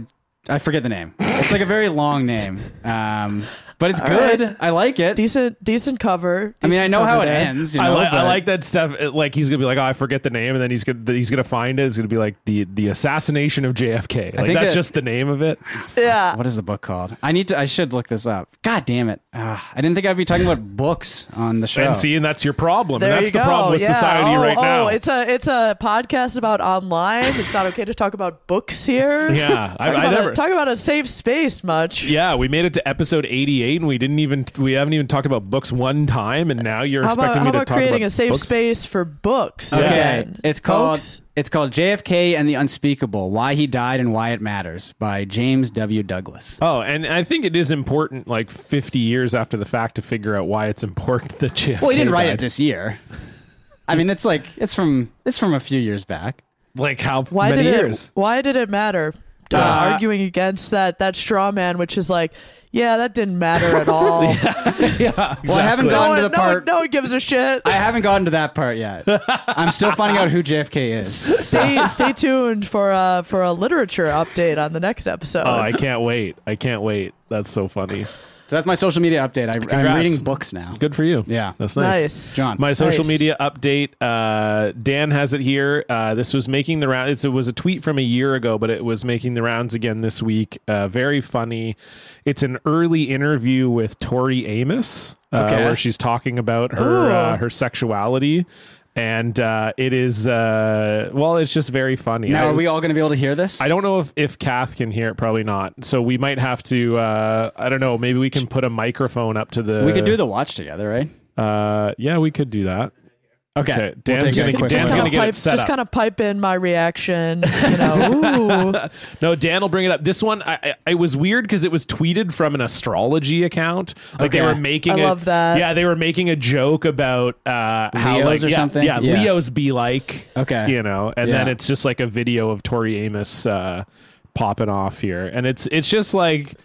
Speaker 2: I forget the name. It's like a very long name, um, but it's good.
Speaker 3: right.
Speaker 2: I like it.
Speaker 3: Decent decent cover.
Speaker 2: I mean,
Speaker 3: decent
Speaker 2: I know
Speaker 3: cover
Speaker 2: how it
Speaker 3: there.
Speaker 2: ends. You
Speaker 1: I,
Speaker 2: know,
Speaker 1: like, I
Speaker 2: but-
Speaker 1: like that stuff. It- like he's gonna be like, oh, I forget the name, and then he's gonna he's gonna find it. It's gonna be like the the assassination of JFK. Like
Speaker 2: think
Speaker 1: that's
Speaker 2: that-
Speaker 1: just the name of it.
Speaker 3: Yeah.
Speaker 2: What is the book called? I need to. I should look this up. God damn it! Ah, I didn't think I'd be talking about books on the show.
Speaker 1: And see, and that's your problem.
Speaker 3: Oh. There
Speaker 1: and that's
Speaker 3: you
Speaker 1: the
Speaker 3: go.
Speaker 1: problem with
Speaker 3: yeah.
Speaker 1: society
Speaker 3: oh,
Speaker 1: right
Speaker 3: oh,
Speaker 1: now.
Speaker 3: it's a it's a podcast about online. It's not okay to talk about books here.
Speaker 1: <laughs> yeah, I,
Speaker 3: Talk
Speaker 1: I
Speaker 3: about,
Speaker 1: never.
Speaker 3: a, talk about a safe space much.
Speaker 1: yeah, we made it to episode 88, and we didn't even we haven't even talked about books one time, and now you're
Speaker 3: How about,
Speaker 1: expecting
Speaker 3: how
Speaker 1: me to
Speaker 3: about
Speaker 1: talk
Speaker 3: creating
Speaker 1: about
Speaker 3: a safe
Speaker 1: books?
Speaker 3: space for books?
Speaker 2: Okay,
Speaker 3: again?
Speaker 2: it's called
Speaker 3: Folks?
Speaker 2: it's called JFK and the Unspeakable: Why He Died and Why It Matters by James W. Douglas.
Speaker 1: Oh, and I think it is important, like 50 years after the fact, to figure out why it's important that JFK.
Speaker 2: Well, Oh, he didn't write it
Speaker 1: died.
Speaker 2: this year. I mean, it's like it's from it's from a few years back.
Speaker 1: Like how
Speaker 3: Why
Speaker 1: many
Speaker 3: did
Speaker 1: years?
Speaker 3: <laughs> it? Why did it matter? Uh,
Speaker 2: Uh,
Speaker 3: arguing against that that straw man, which is like, yeah, that didn't matter
Speaker 2: <laughs>
Speaker 3: at all.
Speaker 2: Well, I haven't
Speaker 1: Exactly.
Speaker 3: no,
Speaker 2: gotten
Speaker 3: one,
Speaker 2: to the
Speaker 3: no,
Speaker 2: part.
Speaker 3: one, no one gives a shit.
Speaker 2: <laughs> I haven't gotten to that part <laughs> yet. I'm still finding out who JFK is.
Speaker 3: stay stay tuned for uh for a literature update on the next episode.
Speaker 1: Oh, I can't wait. I can't wait. That's so funny.
Speaker 2: So that's my social media update. I,
Speaker 1: Congrats.
Speaker 2: I'm reading books now.
Speaker 1: Good for you.
Speaker 2: Yeah.
Speaker 1: That's nice.
Speaker 3: nice.
Speaker 2: John.
Speaker 1: My social
Speaker 3: Nice.
Speaker 1: media update. Uh, Dan has it here. Uh, this was making the rounds. It was a tweet from a year ago, but it was making the rounds again this week. Uh, very funny. It's an early interview with Tori Amos, uh,
Speaker 2: Okay. Oh.
Speaker 1: where she's talking about her
Speaker 3: Ooh.
Speaker 1: uh, her sexuality, and uh, it is uh, well, it's just very funny.
Speaker 2: Now,
Speaker 1: I-
Speaker 2: are we all going to be able to hear this?
Speaker 1: I don't know if if Kath can hear it. Probably not. So we might have to. Uh, I don't know. Maybe we can put a microphone up to the.
Speaker 2: we could do the watch together, right?
Speaker 1: Uh, yeah, we could do that.
Speaker 2: Okay.
Speaker 1: Okay,
Speaker 2: We'll
Speaker 1: Dan's
Speaker 2: take a
Speaker 1: gonna-
Speaker 2: quick
Speaker 1: Dan's
Speaker 3: Just
Speaker 2: one.
Speaker 1: gonna
Speaker 3: kind,
Speaker 1: get it
Speaker 3: of pipe,
Speaker 1: set
Speaker 3: just
Speaker 1: up.
Speaker 3: kind of pipe in my reaction.
Speaker 1: <laughs>
Speaker 3: You know, Ooh.
Speaker 1: No, Dan will bring it up. This one, I, I it was weird because it was tweeted from an astrology account. Like they
Speaker 2: Okay.
Speaker 1: were making.
Speaker 3: I
Speaker 1: a-
Speaker 3: love that.
Speaker 1: Yeah, they were making a joke about uh, how
Speaker 2: Leos
Speaker 1: like
Speaker 2: or
Speaker 1: yeah,
Speaker 2: something?
Speaker 1: Yeah,
Speaker 2: Yeah.
Speaker 1: Leos be like.
Speaker 2: Okay.
Speaker 1: you know, and then
Speaker 2: Yeah.
Speaker 1: it's just like a video of Tori Amos uh, popping off here, and it's it's just like.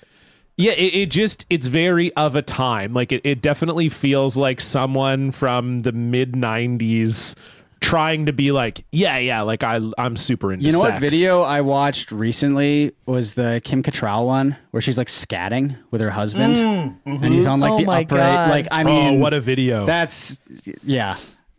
Speaker 1: Yeah, it, it just it's very of a time. Like it, it definitely feels like someone from the mid '90s trying to be like, yeah, yeah, like I I'm super into.
Speaker 2: You know what
Speaker 1: sex.
Speaker 2: video I watched recently was the Kim Cattrall one where she's like scatting with her husband and he's on like
Speaker 3: Oh
Speaker 2: the
Speaker 3: my
Speaker 2: upright.
Speaker 3: God.
Speaker 2: Like, I mean,
Speaker 1: Mm, oh, what a video!
Speaker 2: that's, yeah,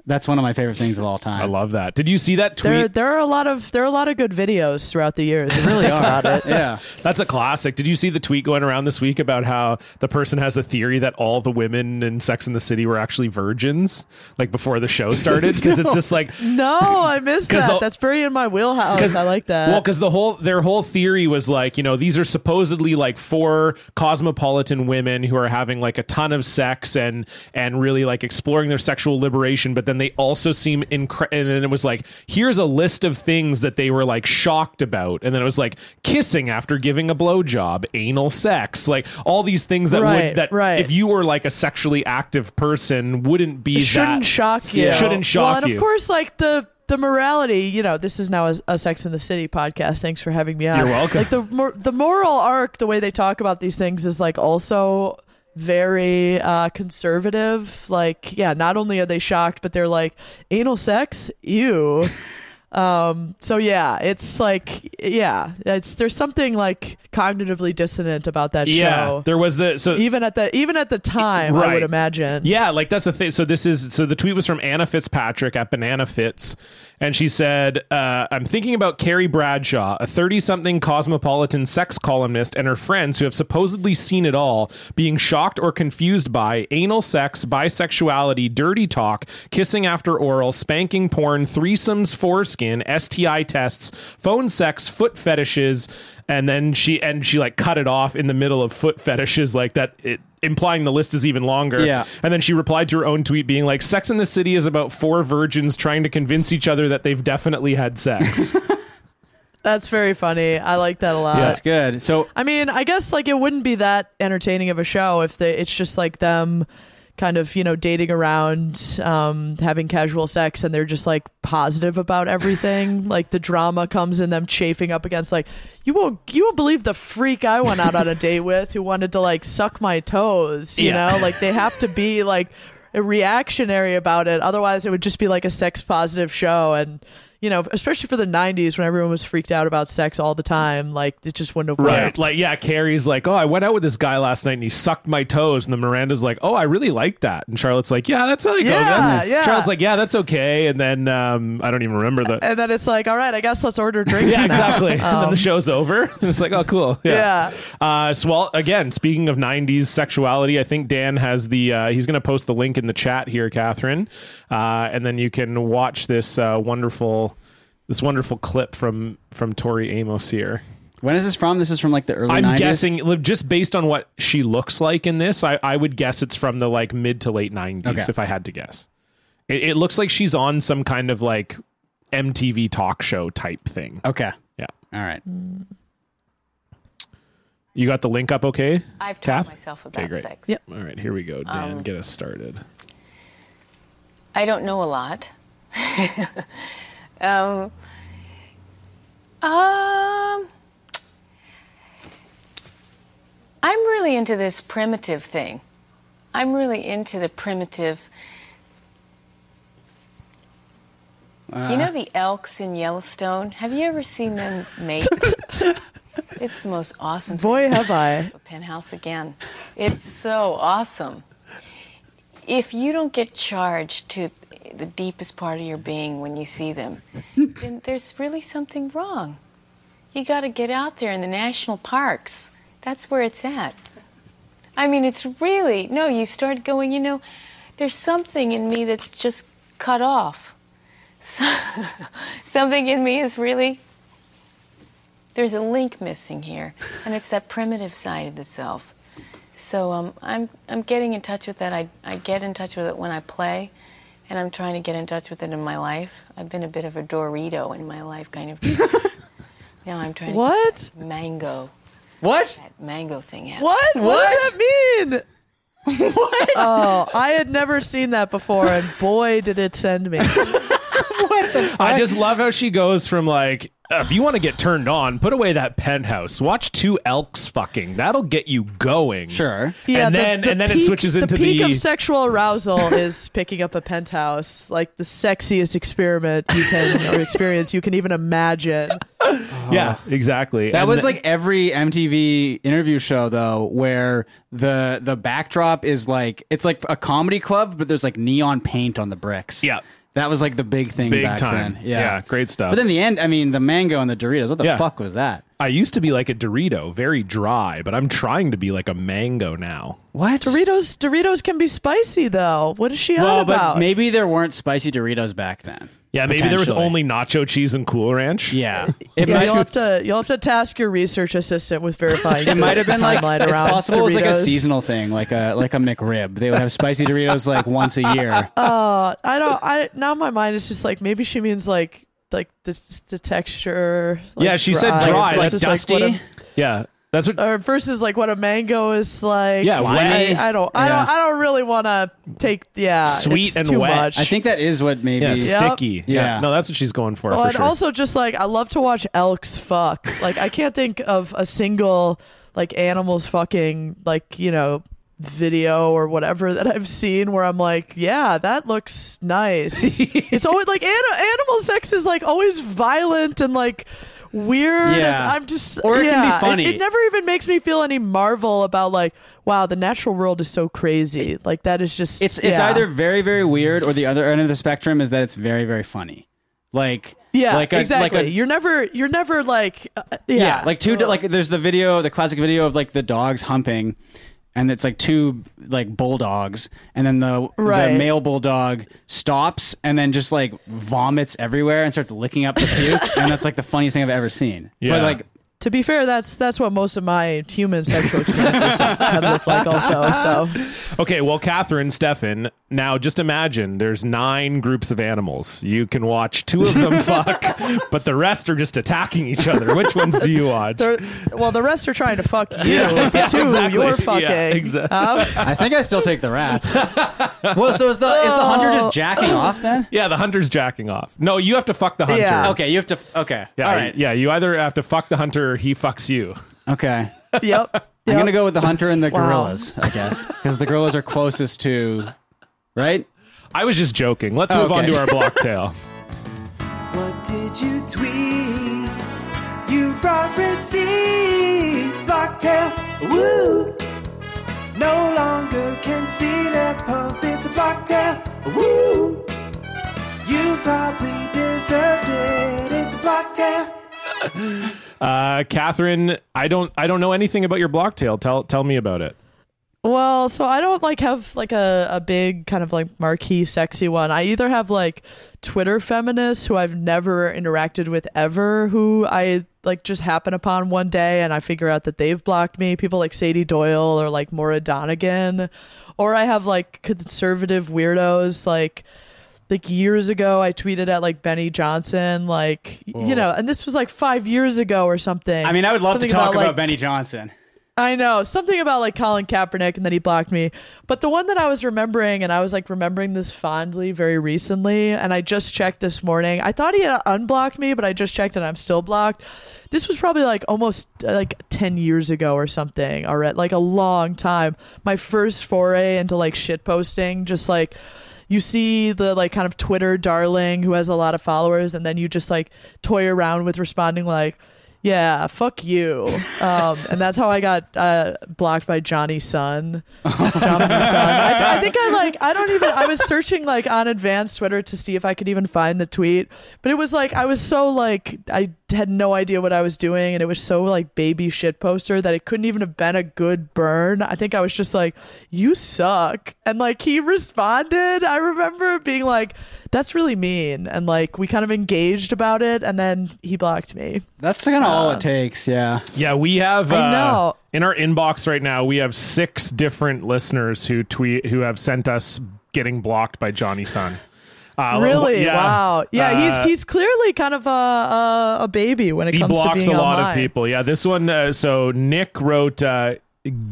Speaker 2: that's one of my favorite things of all time.
Speaker 1: I love that. Did you see that tweet?
Speaker 3: there there are a lot of there are a lot of good videos throughout the years. If you think about
Speaker 2: <laughs>
Speaker 3: it.
Speaker 2: Yeah.
Speaker 1: That's a classic. Did you see the tweet going around this week about how the person has a theory that all the women in Sex in the City were actually virgins, like before the show
Speaker 3: <laughs>
Speaker 1: started? Because it's just like
Speaker 3: <laughs> No, I
Speaker 1: <laughs>
Speaker 3: missed
Speaker 1: 'Cause
Speaker 3: that.
Speaker 1: the-
Speaker 3: That's very in my wheelhouse. I like that.
Speaker 1: Well, because the whole their whole theory was like, you know, these are supposedly like four cosmopolitan women who are having like a ton of sex and and really like exploring their sexual liberation, but then they also seem incredible. And then it was like, here's a list of things that they were like shocked about, and then it was like kissing after giving a blowjob, anal sex, like all these things that would
Speaker 3: Right,
Speaker 1: that
Speaker 3: right.
Speaker 1: if you were like a sexually active person wouldn't be
Speaker 3: shouldn't
Speaker 1: that
Speaker 3: shock you.
Speaker 1: Shouldn't shock
Speaker 3: well, and
Speaker 1: you.
Speaker 3: of course, like the the morality, you know, this is now a, a Sex in the City podcast. Thanks for having me on.
Speaker 1: You're welcome.
Speaker 3: Like the mor- the moral arc, the way they talk about these things is like also very uh, conservative. Like, yeah, not only are they shocked, but they're like anal sex,
Speaker 1: <laughs>
Speaker 3: ew. um, so yeah, it's like yeah, it's there's something like cognitively dissonant about that
Speaker 1: yeah,
Speaker 3: show.
Speaker 1: there was the so
Speaker 3: Even at the even at the time, I
Speaker 1: Right.
Speaker 3: would imagine.
Speaker 1: Yeah, like that's the thing. So this is so the tweet was from Anna Fitzpatrick at Banana Fitz, and she said, uh, "I'm thinking about Carrie Bradshaw, a 30-something cosmopolitan sex columnist, and her friends who have supposedly seen it all, being shocked or confused by anal sex, bisexuality, dirty talk, kissing after oral, spanking, porn, threesomes, foreskin, STI tests, phone sex, foot fetishes." And then she and she like cut it off in the middle of foot fetishes like that, it, implying the list is even longer.
Speaker 2: Yeah.
Speaker 1: And then she replied to her own tweet being like, Sex in the City is about four virgins trying to convince each other that they've definitely had sex.
Speaker 3: That's very funny. I like that a lot.
Speaker 1: Yeah.
Speaker 2: That's good. So
Speaker 3: I mean, I guess like it wouldn't be that entertaining of a show if they it's just like them kind of, you know, dating around, um, having casual sex and they're just like positive about everything. like the drama comes in them chafing up against like you won't you won't believe the freak I went out on a date with who wanted to like suck my toes, you
Speaker 1: Yeah.
Speaker 3: know? Like they have to be like reactionary about it. Otherwise it would just be like a sex positive show and you know, especially for the 90s when everyone was freaked out about sex all the time, like it just wouldn't have worked.
Speaker 1: right. Like, yeah, Carrie's like, Oh, I went out with this guy last night and he sucked my toes. And the Miranda's like, Oh, I really like that. And Charlotte's like, Yeah, that's how it goes.
Speaker 3: Yeah,
Speaker 1: That's-
Speaker 3: yeah.
Speaker 1: Charlotte's like, Yeah, that's okay. And then um, I don't even remember the
Speaker 3: and then it's like, all right, I guess let's order drinks.
Speaker 2: <laughs>
Speaker 1: Yeah, <laughs>
Speaker 3: now.
Speaker 1: exactly. and then
Speaker 3: Um,
Speaker 1: the show's over. <laughs> It's like, oh, cool. Yeah. Uh, so, well, again, speaking of 90s sexuality, I think Dan has the, uh, he's going to post the link in the chat here, Catherine. Uh, and then you can watch this uh, wonderful, this wonderful clip from, from Tori Amos here.
Speaker 2: when is this from? This is from like the early.
Speaker 1: I'm
Speaker 2: 90s?
Speaker 1: guessing li- just based on what she looks like in this, I, I would guess it's from the like mid to late 90s
Speaker 2: Okay.
Speaker 1: if I had to guess. It, it looks like she's on some kind of like MTV talk show type thing.
Speaker 2: Okay.
Speaker 1: Yeah.
Speaker 2: All right.
Speaker 1: You got the link up okay?
Speaker 5: I've taught
Speaker 1: Kath?
Speaker 5: myself
Speaker 1: Okay,
Speaker 5: about
Speaker 1: great.
Speaker 5: sex.
Speaker 3: Yep.
Speaker 1: All right, here we go, Dan. get us started.
Speaker 5: I don't know a lot. <laughs> um, um, I'm really into this primitive thing. I'm really into the primitive. you
Speaker 1: Uh.
Speaker 5: know the elks in Yellowstone? Have you ever seen them
Speaker 1: <laughs>
Speaker 5: mate? it's the most awesome thing.
Speaker 3: Boy, have I.
Speaker 5: a penthouse again. It's so awesome. If you don't get charged to the deepest part of your being when you see them, then there's really something wrong. You got to get out there in the national parks. That's where it's at. I mean, it's really, no, you start going, you know, there's something in me that's just cut off. <laughs> So, something in me is really there's a link missing here, and it's that primitive side of the self. So um, I'm I'm getting in touch with that. I I get in touch with it when I play, and I'm trying to get in touch with it in my life. I've been a bit of a Dorito in my life, kind of. now I'm trying to get
Speaker 3: What?
Speaker 5: that mango
Speaker 2: What?
Speaker 5: that mango thing out.
Speaker 3: What? What, does that mean?
Speaker 1: <laughs>
Speaker 3: What? Oh, I had never seen that before, and boy, did it
Speaker 1: <laughs>
Speaker 3: send me.
Speaker 1: I just love how she goes from like, "Uh, if you want to get turned on, put away that penthouse. Watch two elks fucking. That'll get you going.
Speaker 2: Sure.
Speaker 3: Yeah,
Speaker 1: and
Speaker 3: the-
Speaker 1: then
Speaker 3: the
Speaker 1: and then it
Speaker 3: peak-
Speaker 1: switches into
Speaker 3: the peak
Speaker 1: the,
Speaker 3: of sexual arousal is picking up a penthouse, like the sexiest experiment you
Speaker 1: <laughs>
Speaker 3: can or experience you can even imagine.
Speaker 1: yeah, Uh, exactly.
Speaker 2: That
Speaker 1: And
Speaker 2: was
Speaker 1: th-
Speaker 2: like every MTV interview show though, where the the backdrop is like it's like a comedy club, but there's like neon paint on the bricks.
Speaker 1: Yeah.
Speaker 2: That was like the big thing
Speaker 1: Big
Speaker 2: back
Speaker 1: time.
Speaker 2: then.
Speaker 1: Yeah, great stuff.
Speaker 2: But in the end, I mean, the mango and the Doritos, what the
Speaker 1: Yeah.
Speaker 2: fuck was that?
Speaker 1: I used to be like a Dorito, very dry, but I'm trying to be like a mango now.
Speaker 2: What?
Speaker 3: Doritos, Doritos can be spicy though. What is she on
Speaker 2: Well,
Speaker 3: about?
Speaker 2: but maybe there weren't spicy Doritos back then.
Speaker 1: Yeah, maybe there was
Speaker 2: Potentially.
Speaker 1: only nacho cheese and Cool Ranch.
Speaker 2: Yeah. It
Speaker 3: Yeah,
Speaker 2: might-
Speaker 3: you'll have to you'll have to task your research assistant with
Speaker 2: <laughs>
Speaker 3: verifying.
Speaker 2: It might have been like
Speaker 3: timeline
Speaker 2: it's
Speaker 3: around
Speaker 2: possible it was like a
Speaker 3: Doritos.
Speaker 2: seasonal thing, like a like a McRib. They would have spicy Doritos <laughs> like once a year.
Speaker 3: I don't. I now my mind is just like maybe she means like like the the texture. like,
Speaker 1: Yeah, she said
Speaker 3: dry.
Speaker 1: dry,
Speaker 3: It's
Speaker 1: like
Speaker 3: just
Speaker 2: dusty.
Speaker 3: what a-
Speaker 1: yeah. That's what.
Speaker 3: or versus like what a mango is like.
Speaker 1: Yeah,
Speaker 2: Slimy.
Speaker 3: I, I don't, I
Speaker 2: Yeah.
Speaker 3: don't, I don't really want to take. Yeah,
Speaker 1: Sweet
Speaker 3: it's
Speaker 1: and
Speaker 3: too
Speaker 1: wet.
Speaker 3: Much.
Speaker 2: I think that is what maybe.
Speaker 1: yeah, sticky. Yeah.
Speaker 2: Yeah.
Speaker 1: no, that's what she's going for.
Speaker 3: Oh,
Speaker 1: for
Speaker 3: and
Speaker 1: sure.
Speaker 3: also just like I love to watch elks fuck. Like I can't think of a single like animals fucking like you know video or whatever that I've seen where I'm like, yeah, that looks
Speaker 2: <laughs>
Speaker 3: nice. it's always like an- animal sex is like always violent and like weird. and
Speaker 2: Yeah.
Speaker 3: I'm just
Speaker 2: Or it can be
Speaker 3: yeah,
Speaker 2: funny.
Speaker 3: It, never even makes me feel any marvel about like, wow, the natural world is so crazy. Like that is just
Speaker 2: It's it's
Speaker 3: yeah.
Speaker 2: either very very weird or the other end of the spectrum is that it's very very funny. Like
Speaker 3: yeah,
Speaker 2: like a,
Speaker 3: exactly.
Speaker 2: Like a,
Speaker 3: you're never, you're never like, uh, yeah.
Speaker 2: yeah. like two
Speaker 3: Ugh.
Speaker 2: like there's the video the classic video of like the dogs humping and it's like two like bulldogs and then the,
Speaker 3: Right.
Speaker 2: the male bulldog stops and then just like vomits everywhere and starts licking up the
Speaker 3: <laughs>
Speaker 2: puke and that's like the funniest thing i've ever seen
Speaker 1: Yeah.
Speaker 2: but like
Speaker 3: To be fair, that's that's what most of my human sexual experiences have, have looked like. Also, so
Speaker 1: Okay, well, Catherine, Stefan, now just imagine there's nine groups of animals. You can watch two of
Speaker 3: <laughs>
Speaker 1: them fuck, but the rest are just attacking each other. Which ones do you watch?
Speaker 3: They're- well, the rest are trying to fuck you. the two
Speaker 1: exactly.
Speaker 3: you're fucking.
Speaker 1: Yeah, exactly.
Speaker 3: Um,
Speaker 2: i think i still take the
Speaker 3: <laughs>
Speaker 2: rats well so is the is the hunter just jacking off
Speaker 3: <laughs>
Speaker 2: then
Speaker 1: yeah, the hunter's jacking off. No, you have to fuck the hunter.
Speaker 3: Yeah.
Speaker 2: okay you have to okay
Speaker 1: Yeah,
Speaker 2: all right
Speaker 1: yeah, you either have to fuck the hunter or he fucks you.
Speaker 2: okay
Speaker 3: yep. Uh, yep.
Speaker 2: I'm gonna go with the hunter and the
Speaker 3: Wow.
Speaker 2: gorillas, I guess, because the gorillas are closest to, right?
Speaker 1: I was just joking. Let's
Speaker 2: Oh,
Speaker 1: move on
Speaker 2: okay.
Speaker 1: to our
Speaker 2: <laughs>
Speaker 1: block tale.
Speaker 6: What did you tweet? You brought receipts, Blocktail. Woo! No longer can see their posts. It's a Blocktail. Woo! You probably deserved it. It's a Blocktail.
Speaker 1: Uh, Catherine, I don't, I don't know anything about your block tale. Tell, tell me about it.
Speaker 3: Well, so I don't like have like a, a big kind of like marquee sexy one. I either have like Twitter feminists who I've never interacted with ever, who I like just happen upon one day and I figure out that they've blocked me, people like Sadie Doyle or like Maura Donegan. Or I have like conservative weirdos like like years ago I tweeted at like Benny Johnson, like you know, and this was like five years ago or something.
Speaker 2: I mean, I would love
Speaker 3: Something
Speaker 2: to talk about,
Speaker 3: like,
Speaker 2: Benny Johnson.
Speaker 3: I know something about like Colin Kaepernick, and then he blocked me. But the one that I was remembering, and I was like remembering this fondly very recently, and I just checked this morning. I thought he had unblocked me, but I just checked and I'm still blocked. This was probably like almost uh, like ten years ago or something, or like a long time. My first foray into like shit posting, just like you see the like kind of Twitter darling who has a lot of followers, and then you just like toy around with responding like, "Yeah, fuck you," um, and that's how I got uh, blocked by Johnny Sun. Johnny Sun. I, I think I like I don't even. I was searching like on advanced Twitter to see if I could even find the tweet, but it was like I was so like I had no idea what I was doing, and it was so like baby shit poster that it couldn't even have been a good burn. I think I was just like, "You suck," and like he responded. I remember being like, "That's really mean," and like we kind of engaged about it, and then he blocked me.
Speaker 2: That's kind of all it takes. Yeah,
Speaker 1: Yeah, we have.
Speaker 3: I
Speaker 1: uh,
Speaker 3: know.
Speaker 1: In our inbox right now, we have six different listeners who tweet who have sent us getting blocked by Johnny Sun. Uh,
Speaker 3: Really?
Speaker 1: yeah.
Speaker 3: Wow. Yeah,
Speaker 1: Uh,
Speaker 3: he's he's clearly kind of a a, a baby when it
Speaker 1: he
Speaker 3: comes to
Speaker 1: blocks
Speaker 3: being
Speaker 1: a lot
Speaker 3: online.
Speaker 1: of people. Yeah, this one. Uh, so Nick wrote, uh,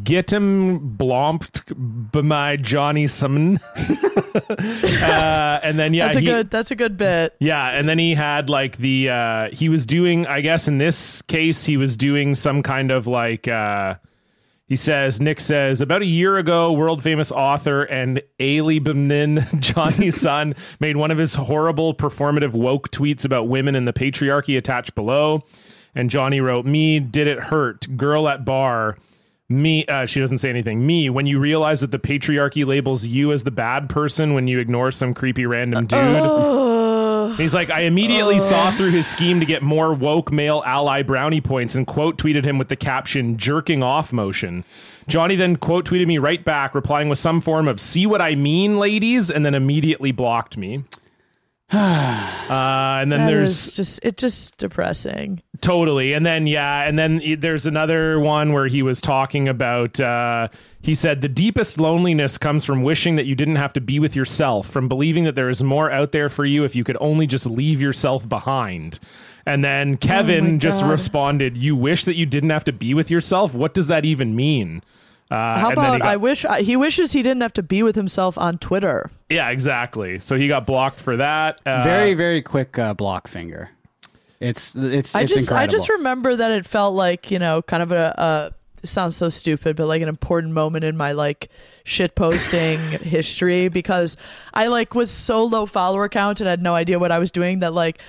Speaker 1: "Get him blomped by my Johnny Sun," <laughs> uh, and then yeah,
Speaker 3: That's a
Speaker 1: he-
Speaker 3: good that's a good bit.
Speaker 1: Yeah, and then he had like the uh he was doing I guess in this case he was doing some kind of like uh he says Nick says about a year ago world famous author and Bimnin <laughs> Johnny Sun made one of his horrible performative woke tweets about women and the patriarchy attached below and Johnny wrote me did it hurt girl at bar me uh, she doesn't say anything me when you realize that the patriarchy labels you as the bad person when you ignore some creepy random dude
Speaker 3: Uh,
Speaker 1: He's like, I immediately saw through his scheme to get more woke male ally brownie points and quote tweeted him with the caption, jerking off motion. Johnny then quote tweeted me right back, replying with some form of, see what I mean, ladies, and then immediately blocked me. <sighs> Uh, and then
Speaker 3: That
Speaker 1: there's
Speaker 3: is just it's just depressing.
Speaker 1: Totally. And then, yeah. And then y- there's another one where he was talking about, uh, he said, the deepest loneliness comes from wishing that you didn't have to be with yourself, from believing that there is more out there for you if you could only just leave yourself behind. And then Kevin just
Speaker 3: Oh God.
Speaker 1: responded, You wish that you didn't have to be with yourself? What does that even mean? Uh,
Speaker 3: How
Speaker 1: and then he
Speaker 3: about
Speaker 1: got-
Speaker 3: I wish I, he wishes he didn't have to be with himself on Twitter.
Speaker 1: Yeah, exactly. So he got blocked for that. Uh,
Speaker 2: very very quick uh, block finger. It's it's
Speaker 3: I
Speaker 2: it's
Speaker 3: just
Speaker 2: incredible.
Speaker 3: I just remember that it felt like you know kind of a. a it sounds so stupid, but like an important moment in my like shit posting <laughs> history because I like was so low follower count and had no idea what I was doing that like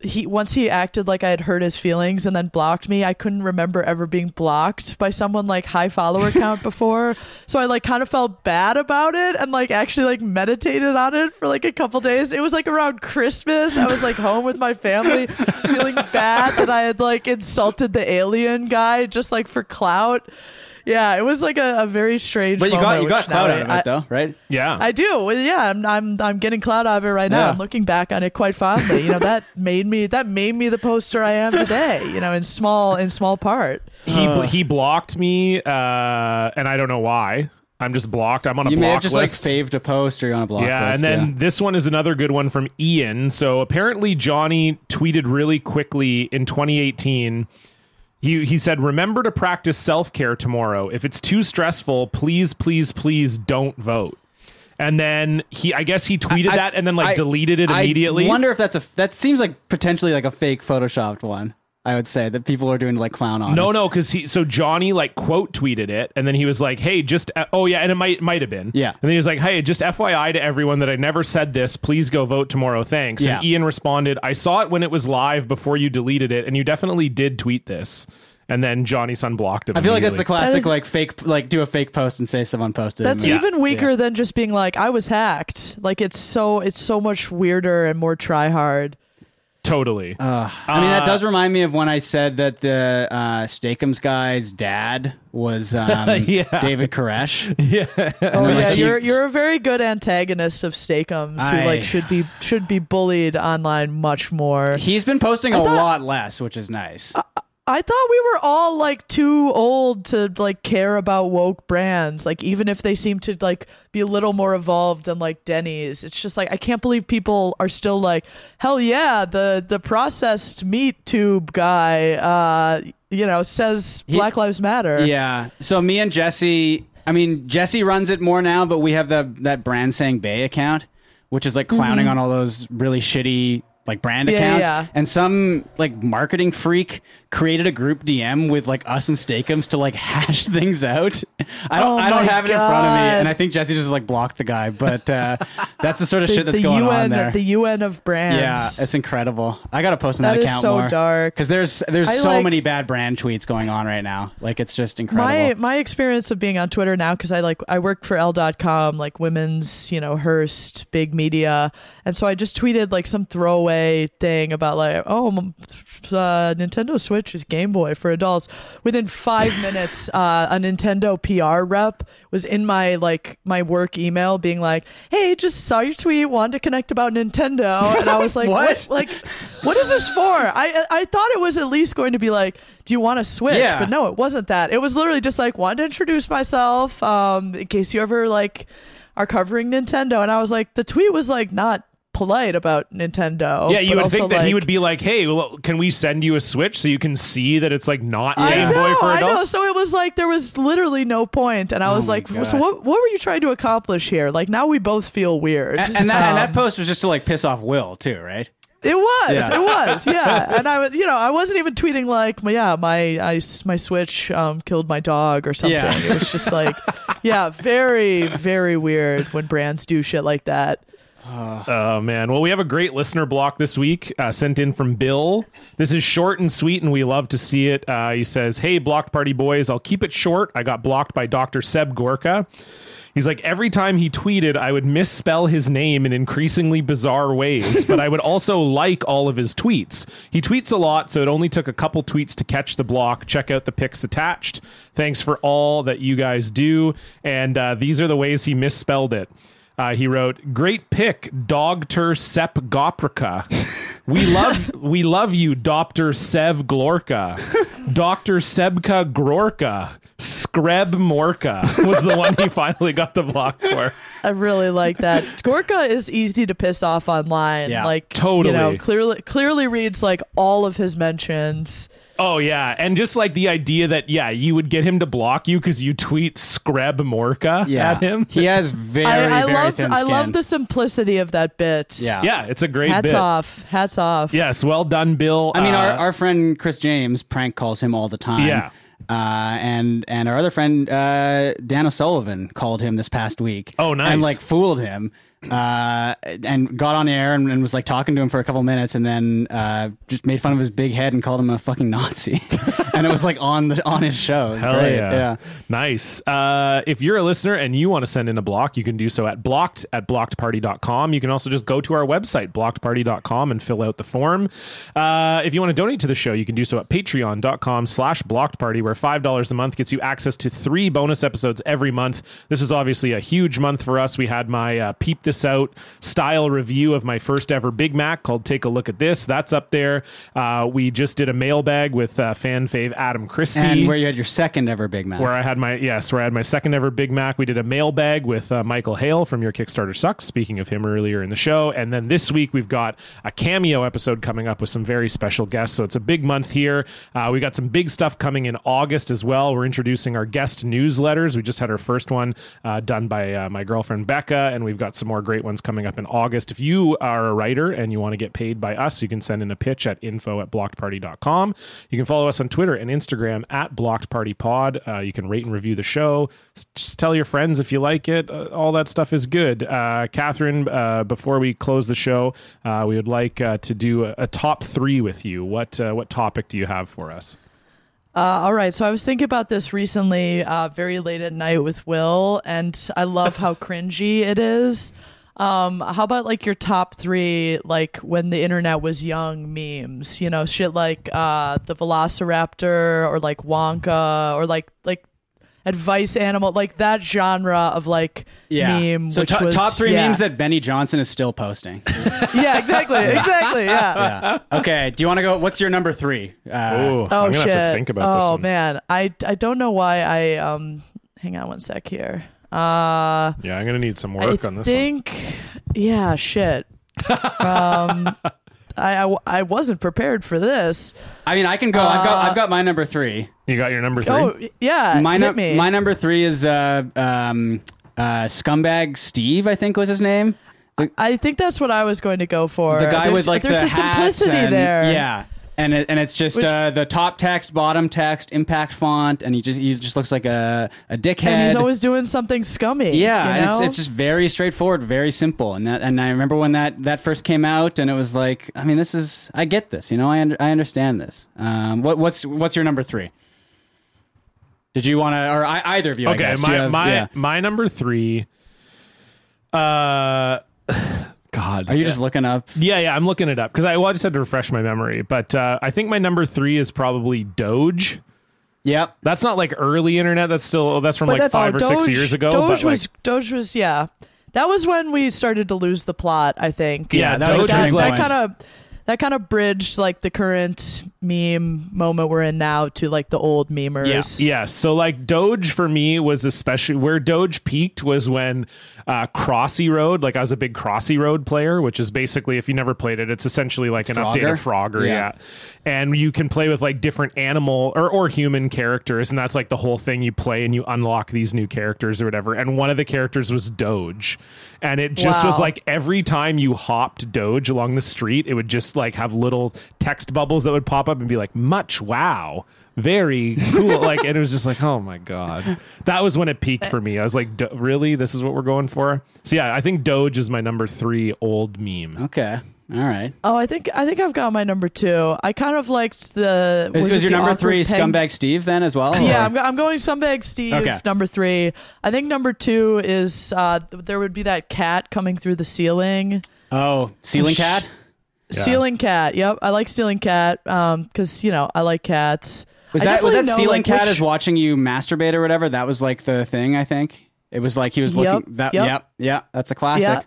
Speaker 3: he once he acted like I had hurt his feelings and then blocked me. I couldn't remember ever being blocked by someone like high
Speaker 2: <laughs>
Speaker 3: follower count before, so I like kind of felt bad about it and like actually like meditated on it for like a couple days. It was like around Christmas. I was like home with
Speaker 2: <laughs>
Speaker 3: my family, feeling bad that I had like insulted the alien guy just like for clout. Yeah, it was like a, a very strange.
Speaker 2: but you got
Speaker 3: moment,
Speaker 2: you got
Speaker 3: which now
Speaker 2: clout
Speaker 3: I-
Speaker 2: out of
Speaker 3: I-
Speaker 2: it though, right?
Speaker 1: Yeah.
Speaker 3: I do. Well, Yeah, I'm I'm I'm getting clout out of it right now.
Speaker 2: Yeah.
Speaker 3: I'm looking back on it quite fondly. You know, that made me that made me the poster I am today, you know, in small in small part.
Speaker 1: he bl- he blocked me, uh, and I don't know why. I'm just blocked. I'm on a
Speaker 2: You
Speaker 1: block
Speaker 2: may have just
Speaker 1: list.
Speaker 2: like saved a post or you're on a block
Speaker 1: yeah, and
Speaker 2: list.
Speaker 1: then this one is another good one from Ian. So apparently Johnny tweeted really quickly in 2018. He he said, "Remember to practice self-care tomorrow. If it's too stressful, please please please don't vote." And then he I guess he tweeted
Speaker 2: I-
Speaker 1: that and then like
Speaker 2: I-
Speaker 1: deleted it immediately.
Speaker 2: I wonder if that's a that seems like potentially like a fake photoshopped one. I would say that people are doing to like clown on.
Speaker 1: No,
Speaker 2: it.
Speaker 1: no, because he so Johnny like quote tweeted it, and then he was like, "Hey, just uh, oh yeah," and it might might have been
Speaker 2: Yeah.
Speaker 1: And then he was like, "Hey, just FYI to everyone that I never said this. Please go vote tomorrow. Thanks." And
Speaker 2: Yeah.
Speaker 1: Ian responded, "I saw it when it was live before you deleted it, and you definitely did tweet this." And then Johnny Sun blocked him.
Speaker 2: I feel like that's the
Speaker 1: immediately.
Speaker 2: classic
Speaker 3: That is-
Speaker 2: like fake like do a fake post and say someone posted.
Speaker 3: That's
Speaker 2: it.
Speaker 1: Yeah.
Speaker 3: even weaker than just being like I was hacked. Like it's so it's so much weirder and more try hard.
Speaker 1: totally. <laughs>
Speaker 2: I
Speaker 1: Uh,
Speaker 2: mean, that does remind me of when I said that the uh, Steakums guy's dad
Speaker 1: <laughs>
Speaker 2: was um,
Speaker 1: Yeah.
Speaker 2: David Koresh.
Speaker 3: Oh
Speaker 2: like,
Speaker 3: yeah,
Speaker 2: she-
Speaker 3: you're you're a very good antagonist of Steakums
Speaker 2: I-
Speaker 3: who like should be should be bullied online much more.
Speaker 2: He's been posting a
Speaker 3: thought-
Speaker 2: lot less, which is nice.
Speaker 3: I thought we were all like too old to like care about woke brands. Like even if they seem to like be a little more evolved than like Denny's, it's just like I can't believe people are still like, hell yeah, the the processed meat tube guy, uh, you know, says Black Lives Matter.
Speaker 2: yeah. So me and Jesse, I mean, Jesse runs it more now, but we have the that brand saying Bay account, which is like clowning on all those really shitty like brand
Speaker 3: Mm-hmm. Yeah,
Speaker 2: accounts.
Speaker 3: yeah.
Speaker 2: And some like marketing freak created a group DM with like us and Steakums to like <laughs> hash things out. I don't
Speaker 3: Oh
Speaker 2: I don't
Speaker 3: my
Speaker 2: have it in front of me.
Speaker 3: God.
Speaker 2: And I think Jesse just like blocked the guy. But uh that's the sort of
Speaker 3: The,
Speaker 2: shit that's
Speaker 3: the
Speaker 2: going
Speaker 3: UN,
Speaker 2: on there.
Speaker 3: the UN of
Speaker 2: yeah,
Speaker 3: brands.
Speaker 2: it's incredible. I gotta post on that,
Speaker 3: That is
Speaker 2: account
Speaker 3: so
Speaker 2: more.
Speaker 3: dark.
Speaker 2: because there's there's
Speaker 3: I,
Speaker 2: so
Speaker 3: like-
Speaker 2: many bad brand tweets going on right now. Like it's just incredible.
Speaker 3: my my experience of being on Twitter now because I like I work for L.com, like women's, you know, Hearst, big media, and so I just tweeted like some throwaway thing about like, oh, m- uh, Nintendo Switch is Game Boy for adults.
Speaker 2: <laughs>
Speaker 3: Within five minutes, uh, a Nintendo PR rep was in my like my work email, being like, hey, just saw your tweet, wanted to connect about Nintendo, and I was
Speaker 2: <laughs>
Speaker 3: like,
Speaker 2: What?
Speaker 3: what? Like, what is this for? I I thought it was at least going to be like, do you want to switch?
Speaker 2: Yeah.
Speaker 3: But no, it wasn't that. It was literally just like wanted to introduce myself um, in case you ever like are covering Nintendo. And I was like, the tweet was like not polite about Nintendo.
Speaker 1: yeah, you
Speaker 3: but
Speaker 1: would
Speaker 3: also,
Speaker 1: think that he
Speaker 3: like-
Speaker 1: would be like, "Hey, well, can we send you a Switch so you can see that it's like not
Speaker 2: I
Speaker 1: Game
Speaker 3: I know,
Speaker 1: Boy for
Speaker 3: I know.
Speaker 1: adults?" Oh
Speaker 3: So it was like there was literally no point, and I was
Speaker 2: my
Speaker 3: like,
Speaker 2: God.
Speaker 3: "So what? What were you trying to accomplish here? Like now we both feel weird."
Speaker 2: and, and that and <laughs> that post was just to like piss off Will too, right?
Speaker 3: It was.
Speaker 2: Yeah.
Speaker 3: It
Speaker 2: <laughs>
Speaker 3: was. Yeah. and I was, you know, I wasn't even tweeting like, my- yeah, my I s my switch um, killed my dog or something.
Speaker 2: Yeah.
Speaker 3: It was just
Speaker 2: <laughs>
Speaker 3: like, yeah, very very weird when brands do shit like that.
Speaker 1: Oh man! Well, we have a great listener block this week uh, sent in from Bill. This is short and sweet, and we love to see it. Uh, he says, "Hey, blocked party boys, I'll keep it short. I got blocked by Doctor Seb Gorka. He's like every time he tweeted, I would misspell his name in increasingly bizarre ways, but I would also like all of his tweets. He tweets a lot, so it only took a couple tweets to catch the block. Check out the pics attached. Thanks for all that you guys do. And uh, these are the ways he misspelled it. Uh, he wrote, "Great pick, Dogter Sep Goprika. We love we love you, Doctor Sev Glorka, Doctor Sebka Grorka, Screb Morka was the one
Speaker 2: <laughs>
Speaker 1: he finally got the block for.
Speaker 3: I really like that. Gorka is easy to piss off online.
Speaker 2: Yeah,
Speaker 3: like
Speaker 1: totally.
Speaker 3: You know, clearly clearly reads like all of his mentions.
Speaker 1: Oh yeah, and just like the idea that yeah, you would get him to block you because you tweet Screb Morka
Speaker 2: yeah.
Speaker 1: at him.
Speaker 2: He <laughs> has very,
Speaker 3: I, I
Speaker 2: very
Speaker 3: love
Speaker 2: thin
Speaker 3: I
Speaker 2: skin.
Speaker 3: love the simplicity of that bit.
Speaker 2: Yeah.
Speaker 1: Yeah, it's a great
Speaker 3: Hats
Speaker 1: bit.
Speaker 3: off. Hats off.
Speaker 1: Yes, well done, Bill.
Speaker 2: I mean, our,
Speaker 1: Uh,
Speaker 2: our friend Chris James prank calls him all the time.
Speaker 1: Yeah.
Speaker 2: Uh, and and our other friend uh, Dan O'Sullivan called him this past week.
Speaker 1: Oh, nice.
Speaker 2: And like fooled him, uh, and got on air and, and was like talking to him for a couple minutes, and then uh, just made fun of his big head and called him a fucking Nazi, <laughs> and it was like on the on his show. It was
Speaker 1: Hell
Speaker 2: great.
Speaker 1: yeah. Nice. Uh, if you're a listener and you want to send in a block, you can do so at blocked at blockedparty.com. You can also just go to our website, blockedparty.com, and fill out the form. Uh, if you want to donate to the show, you can do so at patreon.com slash blockedparty, where $5 a month gets you access to three bonus episodes every month. This is obviously a huge month for us. We had my uh, Peep This Out style review of my first ever Big Mac called Take a Look at This. That's up there. Uh, we just did a mailbag with uh, fan fave Adam Christie
Speaker 2: And where you had your second ever Big Mac.
Speaker 1: where I had my yes, where I had my second ever Big Mac. We did a mailbag with uh, Michael Hale from Your Kickstarter Sucks. Speaking of him earlier in the show, and then this week we've got a cameo episode coming up with some very special guests. So it's a big month here. Uh, we got some big stuff coming in August as well. We're introducing our guest newsletters. We just had our first one uh, done by uh, my girlfriend Becca, and we've got some more great ones coming up in August. If you are a writer and you want to get paid by us, you can send in a pitch at info at blockedparty.com. You can follow us on Twitter and Instagram at Blocked Party Pod. Uh, you can rate and review the show. S- Just tell your friends if you like it. Uh, all that stuff is good. Uh, Catherine, uh, before we close the show, uh, we would like uh, to do a, a top three with you. What uh, what topic do you have for us?
Speaker 3: Uh, all right. So I was thinking about this recently, uh, very late at night with Will, and I
Speaker 2: <laughs>
Speaker 3: love how cringy it is. Um, how about like your top three, like when the internet was young memes? You know, shit like uh, the Velociraptor or like Wonka or like like advice animal, like that genre of like
Speaker 2: yeah.
Speaker 3: meme.
Speaker 2: so
Speaker 3: which
Speaker 2: to-
Speaker 3: was-
Speaker 2: top three
Speaker 3: yeah.
Speaker 2: memes that Benny Johnson is still posting.
Speaker 3: <laughs>
Speaker 2: <laughs>
Speaker 3: yeah, exactly, exactly, yeah.
Speaker 2: yeah. Okay. Do you want to go? What's your number three? Uh,
Speaker 1: oh,
Speaker 3: Oh
Speaker 1: I'm gonna
Speaker 3: shit!
Speaker 1: have to think about this
Speaker 3: oh
Speaker 1: one.
Speaker 3: man, I I don't know why I um. Hang on one sec here. Uh,
Speaker 1: Yeah, I'm gonna need some work
Speaker 3: I
Speaker 1: on this
Speaker 3: think, yeah, shit. um, I, I w- I wasn't prepared for this.
Speaker 2: I mean, I can go. I've got I've got my number three.
Speaker 1: one. You got your number three?
Speaker 3: Oh yeah,
Speaker 2: My,
Speaker 3: hit
Speaker 2: num-
Speaker 3: me.
Speaker 2: my number three is uh, um, uh, scumbag Steve. I think was his name.
Speaker 3: I think that's what I was going to go for.
Speaker 2: The guy
Speaker 3: there's,
Speaker 2: with like
Speaker 3: there's
Speaker 2: the
Speaker 3: a
Speaker 2: hats
Speaker 3: simplicity
Speaker 2: and-
Speaker 3: there.
Speaker 2: Yeah. And, it, and it's just
Speaker 3: Which-
Speaker 2: uh, the top text, bottom text, impact font, and he just he just looks like a, a dickhead.
Speaker 3: and he's always doing something scummy.
Speaker 2: yeah,
Speaker 3: you
Speaker 2: and it's
Speaker 3: know?
Speaker 2: it's just very straightforward, very simple. And that and I remember when that that first came out, and it was like, I mean, this is I get this, you know, I under, I understand this. Um, what what's what's your number three? Did you want to, or I, either of you? I
Speaker 1: okay,
Speaker 2: guess. Do
Speaker 1: my
Speaker 2: you have-
Speaker 1: my
Speaker 2: yeah.
Speaker 1: my number three. Uh, <sighs> God,
Speaker 2: Are you just looking up?
Speaker 1: Yeah, yeah, I'm looking it up because I well, I just had to refresh my memory. But uh, I think my number three is probably Doge.
Speaker 2: Yep.
Speaker 1: That's not like early internet. That's still that's from
Speaker 3: but
Speaker 1: like
Speaker 3: that's
Speaker 1: five
Speaker 3: oh,
Speaker 1: or
Speaker 3: Doge,
Speaker 1: six years ago.
Speaker 3: Doge
Speaker 1: but like,
Speaker 3: was Doge was yeah. That was when we started to lose the plot. I think.
Speaker 1: Yeah, that was
Speaker 3: But
Speaker 1: a turning
Speaker 3: that
Speaker 2: point.
Speaker 3: kind of that kind of bridged like the current meme moment we're in now to like the old memers.
Speaker 1: Yeah. So like Doge for me was especially where Doge peaked was when uh, Crossy Road, like I was a big Crossy Road player, which is basically if you never played it, it's essentially like an update of Frogger. Yeah.
Speaker 2: Yeah.
Speaker 1: And you can play with like different animal or, or human characters. And that's like the whole thing you play and you unlock these new characters or whatever. And one of the characters was Doge. And it just was
Speaker 3: Wow.
Speaker 1: like every time you hopped Doge along the street, it would just like have little text bubbles that would pop up and be like, much wow. Very cool. <laughs> like, and it was just like, oh my God. That was when it peaked for me. I was like, "Do- really? This is what we're going for? So, yeah, I think Doge is my number three old meme.
Speaker 2: Okay. All right.
Speaker 3: Oh, I think I think I've got my number two. I kind of liked the.
Speaker 2: Is,
Speaker 3: was
Speaker 2: is
Speaker 3: it
Speaker 2: your
Speaker 3: the
Speaker 2: number
Speaker 3: awkward
Speaker 2: three
Speaker 3: peng-
Speaker 2: scumbag Steve then as well?
Speaker 3: Yeah,
Speaker 2: or-
Speaker 3: I'm, go- I'm going scumbag Steve.
Speaker 2: Okay.
Speaker 3: Number three. I think number two is uh, th- there would be that cat coming through the ceiling.
Speaker 2: oh, ceiling cat.
Speaker 3: Ceiling cat. Yep, I like ceiling cat. Um, because you know I like cats.
Speaker 2: Was
Speaker 3: I
Speaker 2: that was
Speaker 3: definitely
Speaker 2: that
Speaker 3: know,
Speaker 2: ceiling
Speaker 3: like,
Speaker 2: cat
Speaker 3: which-
Speaker 2: is watching you masturbate or whatever? That was like the thing I think. It was like he was
Speaker 3: Yep,
Speaker 2: looking that.
Speaker 3: yep.
Speaker 2: Yep. Yeah. That's a classic.
Speaker 3: Yeah.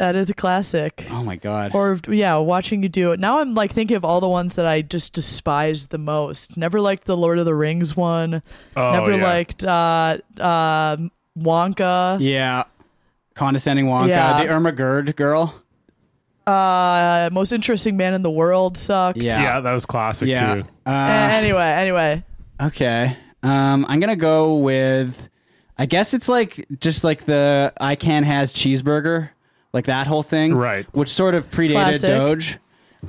Speaker 3: That is a classic.
Speaker 2: Oh my god.
Speaker 3: Or yeah, watching you do it. Now I'm like thinking of all the ones that I just despise the most. Never liked the Lord of the Rings one.
Speaker 1: Oh,
Speaker 3: Never
Speaker 1: yeah.
Speaker 3: liked uh uh Wonka.
Speaker 2: yeah. Condescending Wonka.
Speaker 3: Yeah.
Speaker 2: The Irma Gerd girl.
Speaker 3: Uh Most Interesting Man in the World sucked.
Speaker 2: Yeah.
Speaker 1: Yeah, that was classic
Speaker 2: Yeah. Uh,
Speaker 1: too.
Speaker 3: A- anyway, anyway.
Speaker 2: Okay. Um, I'm gonna go with. I guess it's like just like the I can has cheeseburger, like that whole thing,
Speaker 1: Right.
Speaker 2: Which sort of predated
Speaker 3: Classic.
Speaker 2: Doge,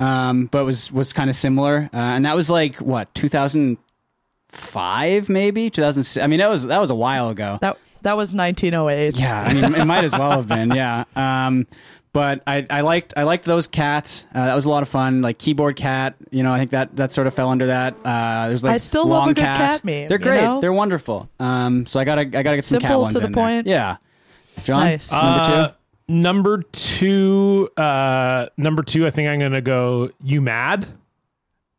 Speaker 2: um, but was was kind of similar, uh, and that was like what 2005 maybe 2006. I mean that was that was a while ago.
Speaker 3: That that was 1908.
Speaker 2: Yeah, I mean, it might as well have been. Yeah. Um, but I, I liked I liked those cats. Uh, that was a lot of fun. Like keyboard cat, you know. I think that that sort of fell under that. Uh, there's like
Speaker 3: I still love
Speaker 2: long
Speaker 3: a good
Speaker 2: cat.
Speaker 3: cat meme,
Speaker 2: They're
Speaker 3: you
Speaker 2: great.
Speaker 3: know?
Speaker 2: They're wonderful. Um, so I gotta I gotta get some cat
Speaker 3: Simple,
Speaker 2: ones
Speaker 3: to the
Speaker 2: in there.
Speaker 3: point.
Speaker 2: Yeah. John,
Speaker 3: Nice.
Speaker 2: number two.
Speaker 1: Uh, number two, uh, number two. I think I'm gonna go. You mad?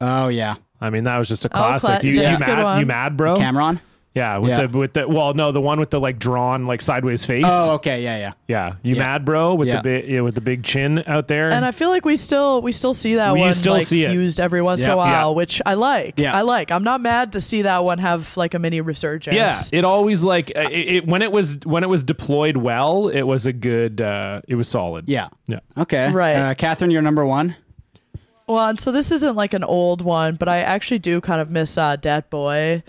Speaker 2: Oh yeah,
Speaker 1: I mean, that was just a
Speaker 3: Oh, cla-
Speaker 1: classic. you,
Speaker 3: yeah.
Speaker 1: you
Speaker 3: That's a good
Speaker 1: mad?
Speaker 3: one.
Speaker 1: You mad,
Speaker 3: oh.
Speaker 1: bro?
Speaker 2: Cameron.
Speaker 1: Yeah, with
Speaker 2: Yeah.
Speaker 1: the with the well, no, the one with the like drawn like sideways face.
Speaker 2: Oh okay, yeah yeah.
Speaker 1: yeah, you
Speaker 2: Yeah.
Speaker 1: mad, bro? With
Speaker 2: Yeah.
Speaker 1: the big yeah, with the big chin out there.
Speaker 3: And I feel like we still we still see that
Speaker 1: We
Speaker 3: one
Speaker 1: still
Speaker 3: like
Speaker 1: see it.
Speaker 3: used every once in
Speaker 2: Yeah.
Speaker 3: a while,
Speaker 1: Yeah.
Speaker 3: which I like.
Speaker 2: Yeah.
Speaker 3: I like. I'm not mad to see that one have like a mini resurgence.
Speaker 1: yeah, it always like uh, it, it when it was when it was deployed well, it was a good. uh It was solid.
Speaker 2: Yeah.
Speaker 1: yeah.
Speaker 2: Okay.
Speaker 3: Right.
Speaker 2: Uh, Catherine, you're number one.
Speaker 3: Well, and so this isn't like an old one, but I actually do kind of miss uh, Dat Boy.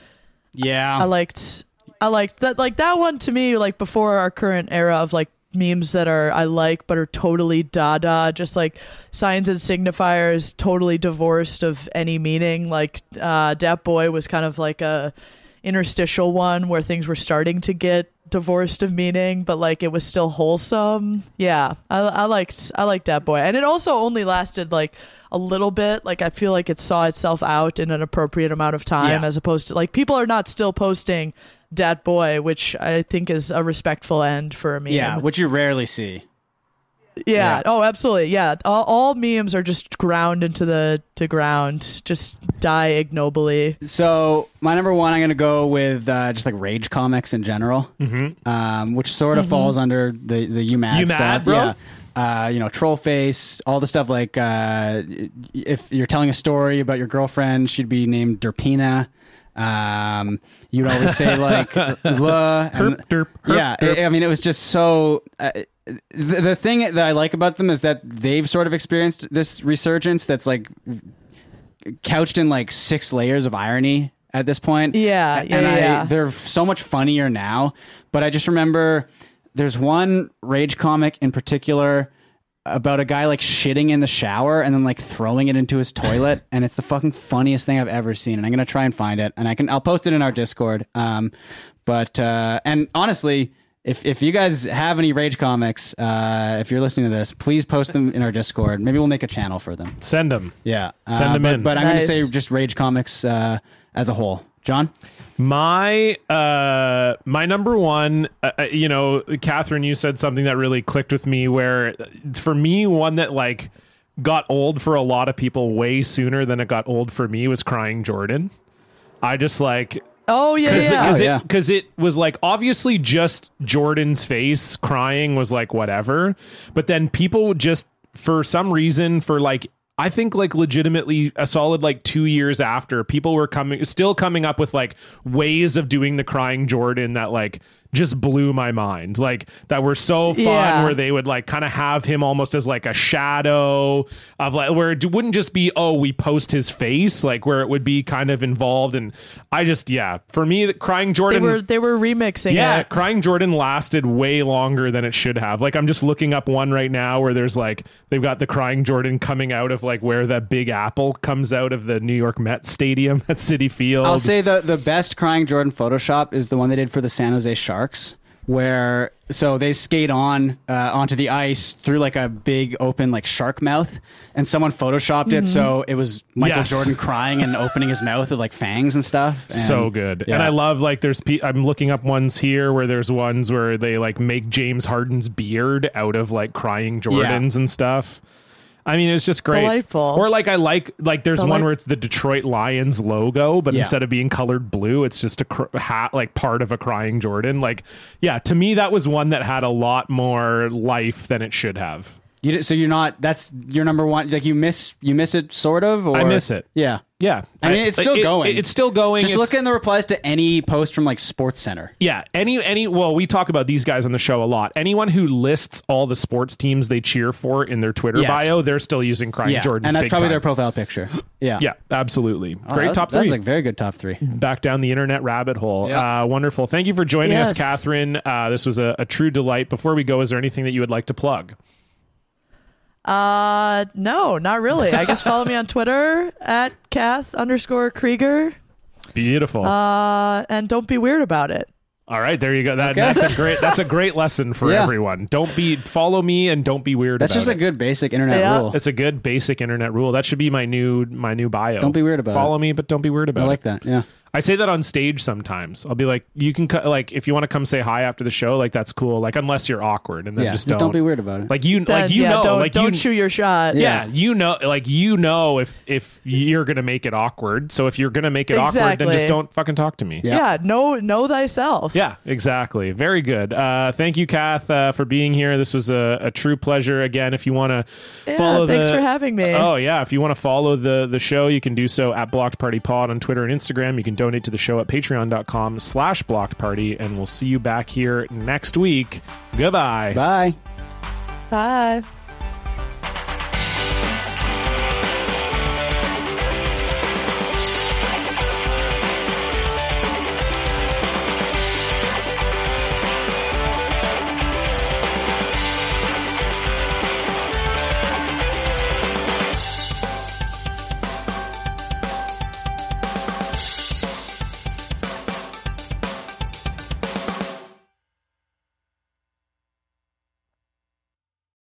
Speaker 2: Yeah.
Speaker 3: I liked, I liked that like that one to me like before our current era of like memes that are I like but are totally dada, just like signs and signifiers totally divorced of any meaning. Like uh, Dat Boy was kind of like a interstitial one where things were starting to get divorced of meaning but like it was still wholesome yeah i, I liked i liked that boy and it also only lasted like a little bit like i feel like it saw itself out in an appropriate amount of time
Speaker 2: Yeah.
Speaker 3: as opposed to like people are not still posting dat boy which i think is a respectful end for a meme
Speaker 2: yeah, which you rarely see.
Speaker 3: yeah.
Speaker 2: Yeah.
Speaker 3: Oh, absolutely. Yeah. All, all memes are just ground into the to ground. Just die ignobly.
Speaker 2: So my number one, I'm gonna go with uh, just like rage comics in general, mm-hmm. um, which sort of falls under the the you mad
Speaker 1: You mad,
Speaker 2: stuff.
Speaker 1: bro?
Speaker 2: Yeah. Uh, you know, troll face, all the stuff like uh, if you're telling a story about your girlfriend, she'd be named Derpina. Um, you'd always
Speaker 1: <laughs>
Speaker 2: say like "la," and-
Speaker 1: Herp, derp, herp,
Speaker 2: yeah. I- I mean, it was just so. Uh, the, the thing that I like about them is that they've sort of experienced this resurgence that's like couched in like six layers of irony at this point.
Speaker 3: Yeah,
Speaker 2: A-
Speaker 3: yeah,
Speaker 2: and I,
Speaker 3: yeah.
Speaker 2: they're so much funnier now. But I just remember there's one rage comic in particular about a guy like shitting in the shower and then like throwing it into his toilet,
Speaker 3: <laughs>
Speaker 2: and it's the fucking funniest thing I've ever seen. And I'm gonna try and find it, and I can I'll post it in our Discord. Um, but uh, and honestly. If, if you guys have any rage comics, uh, if you're listening to this, please post them in our Discord. Maybe we'll make a channel for them.
Speaker 1: Send them.
Speaker 2: Yeah, uh,
Speaker 1: Send 'em
Speaker 2: but,
Speaker 1: in.
Speaker 2: But I'm
Speaker 3: Nice.
Speaker 2: going to say just Rage Comics uh, as a whole. John,
Speaker 1: My uh my number one uh, uh, you know Catherine you said something that really clicked with me where uh, for me one that like got old for a lot of people way sooner than it got old for me was crying Jordan. I just like
Speaker 3: Oh yeah.
Speaker 1: because
Speaker 3: yeah.
Speaker 2: Oh, yeah.
Speaker 1: it, 'cause it was like obviously just Jordan's face crying was like whatever, but then people would just for some reason for like I think like legitimately a solid like two years after people were coming still coming up with like ways of doing the crying Jordan that like just blew my mind like that were so fun
Speaker 3: Yeah.
Speaker 1: where they would like kind of have him almost as like a shadow of like where it wouldn't just be oh we post his face like where it would be kind of involved and i just yeah for me the crying
Speaker 3: They
Speaker 1: jordan
Speaker 3: were they were remixing
Speaker 1: yeah,
Speaker 3: it.
Speaker 1: crying Jordan lasted way longer than it should have. Like I'm just looking up one right now where there's like they've got the crying Jordan coming out of like where that big apple comes out of the New York Mets stadium at City Field.
Speaker 2: I'll say the the best crying Jordan Photoshop is the one they did for the San Jose Sharks, where so they skate on uh, onto the ice through like a big open like shark mouth, and someone photoshopped it so it was Michael
Speaker 1: Mm-hmm. Yes.
Speaker 2: Jordan crying and opening his mouth with like fangs and stuff. And-
Speaker 1: <laughs> so good.
Speaker 2: yeah.
Speaker 1: And I love like there's pe- I'm looking up ones here where there's ones where they like make James Harden's beard out of like crying Jordans and stuff. I mean, it's just great.
Speaker 3: Delightful.
Speaker 1: Or like I like like there's one
Speaker 3: Delight-
Speaker 1: where it's the Detroit Lions logo, but
Speaker 2: Yeah.
Speaker 1: instead of being colored blue, it's just a cr- hat like part of a crying Jordan. Like, yeah, to me that was one that had a lot more life than it should have.
Speaker 2: You di- so you're not. That's your number one. Like you miss you miss it sort of. Or
Speaker 1: I miss it.
Speaker 2: Yeah.
Speaker 1: Yeah,
Speaker 2: I mean, it's still
Speaker 1: it-
Speaker 2: going.
Speaker 1: it- it's still going.
Speaker 2: Just
Speaker 1: It's-
Speaker 2: look in the replies to any post from like Sports Center.
Speaker 1: Yeah, any any well, we talk about these guys on the show a lot. Anyone who lists all the sports teams they cheer for in their Twitter
Speaker 2: Yes.
Speaker 1: bio, they're still using crying
Speaker 2: Yeah,
Speaker 1: Jordan's
Speaker 2: and that's
Speaker 1: big
Speaker 2: probably
Speaker 1: time.
Speaker 2: their profile picture. Yeah.
Speaker 1: <gasps> Yeah, absolutely.
Speaker 2: Oh,
Speaker 1: Great
Speaker 2: that's-
Speaker 1: top
Speaker 2: That's
Speaker 1: three.
Speaker 2: like very good top three.
Speaker 1: Back down the internet rabbit hole.
Speaker 2: Yeah.
Speaker 1: Uh, wonderful. Thank you for joining us,
Speaker 3: Yes.
Speaker 1: Catherine. Uh, this was a, a true delight. Before we go, is there anything that you would like to plug?
Speaker 3: Uh, no, not really. I guess follow me on Twitter at Kath underscore Krieger.
Speaker 1: Beautiful.
Speaker 3: Uh, and don't be weird about it.
Speaker 1: all right, there you go. That, That's a great. That's
Speaker 2: <laughs>
Speaker 1: a great lesson for
Speaker 2: Yeah.
Speaker 1: everyone. Don't be follow me and don't be weird.
Speaker 2: That's
Speaker 1: about
Speaker 2: just
Speaker 1: it.
Speaker 2: a good basic internet
Speaker 3: Yeah.
Speaker 2: rule.
Speaker 1: It's a good basic internet rule. That should be my new my new bio.
Speaker 2: Don't be weird about
Speaker 1: Follow me, but don't be weird about
Speaker 2: I
Speaker 1: it.
Speaker 2: like that. Yeah.
Speaker 1: I say that on stage sometimes. I'll be like, you can co- like if you want to come say hi after the show, like that's cool. Like unless you're awkward, and then
Speaker 2: Yeah,
Speaker 1: just don't
Speaker 2: just don't be weird about it.
Speaker 1: Like you,
Speaker 3: Then,
Speaker 1: like you
Speaker 3: yeah,
Speaker 1: know,
Speaker 3: don't,
Speaker 1: like
Speaker 3: don't
Speaker 1: you,
Speaker 3: shoot your shot.
Speaker 1: yeah. you know, like you know if if you're gonna make it awkward. So if you're gonna make it awkward, then just
Speaker 3: Exactly.
Speaker 1: don't fucking talk to me.
Speaker 2: Yeah.
Speaker 3: Yeah, know know thyself.
Speaker 1: Yeah, exactly. Very good. Uh, thank you, Kath, uh, for being here. This was a, a true pleasure. Again, if you want to
Speaker 3: Yeah,
Speaker 1: follow,
Speaker 3: thanks
Speaker 1: the-
Speaker 3: for having me.
Speaker 1: Oh yeah, if you want to follow the the show, you can do so at Blocked Party Pod on Twitter and Instagram. You can donate to the show at Patreon.com/slash Blocked Party, and we'll see you back here next week. Goodbye.
Speaker 2: Bye.
Speaker 3: Bye.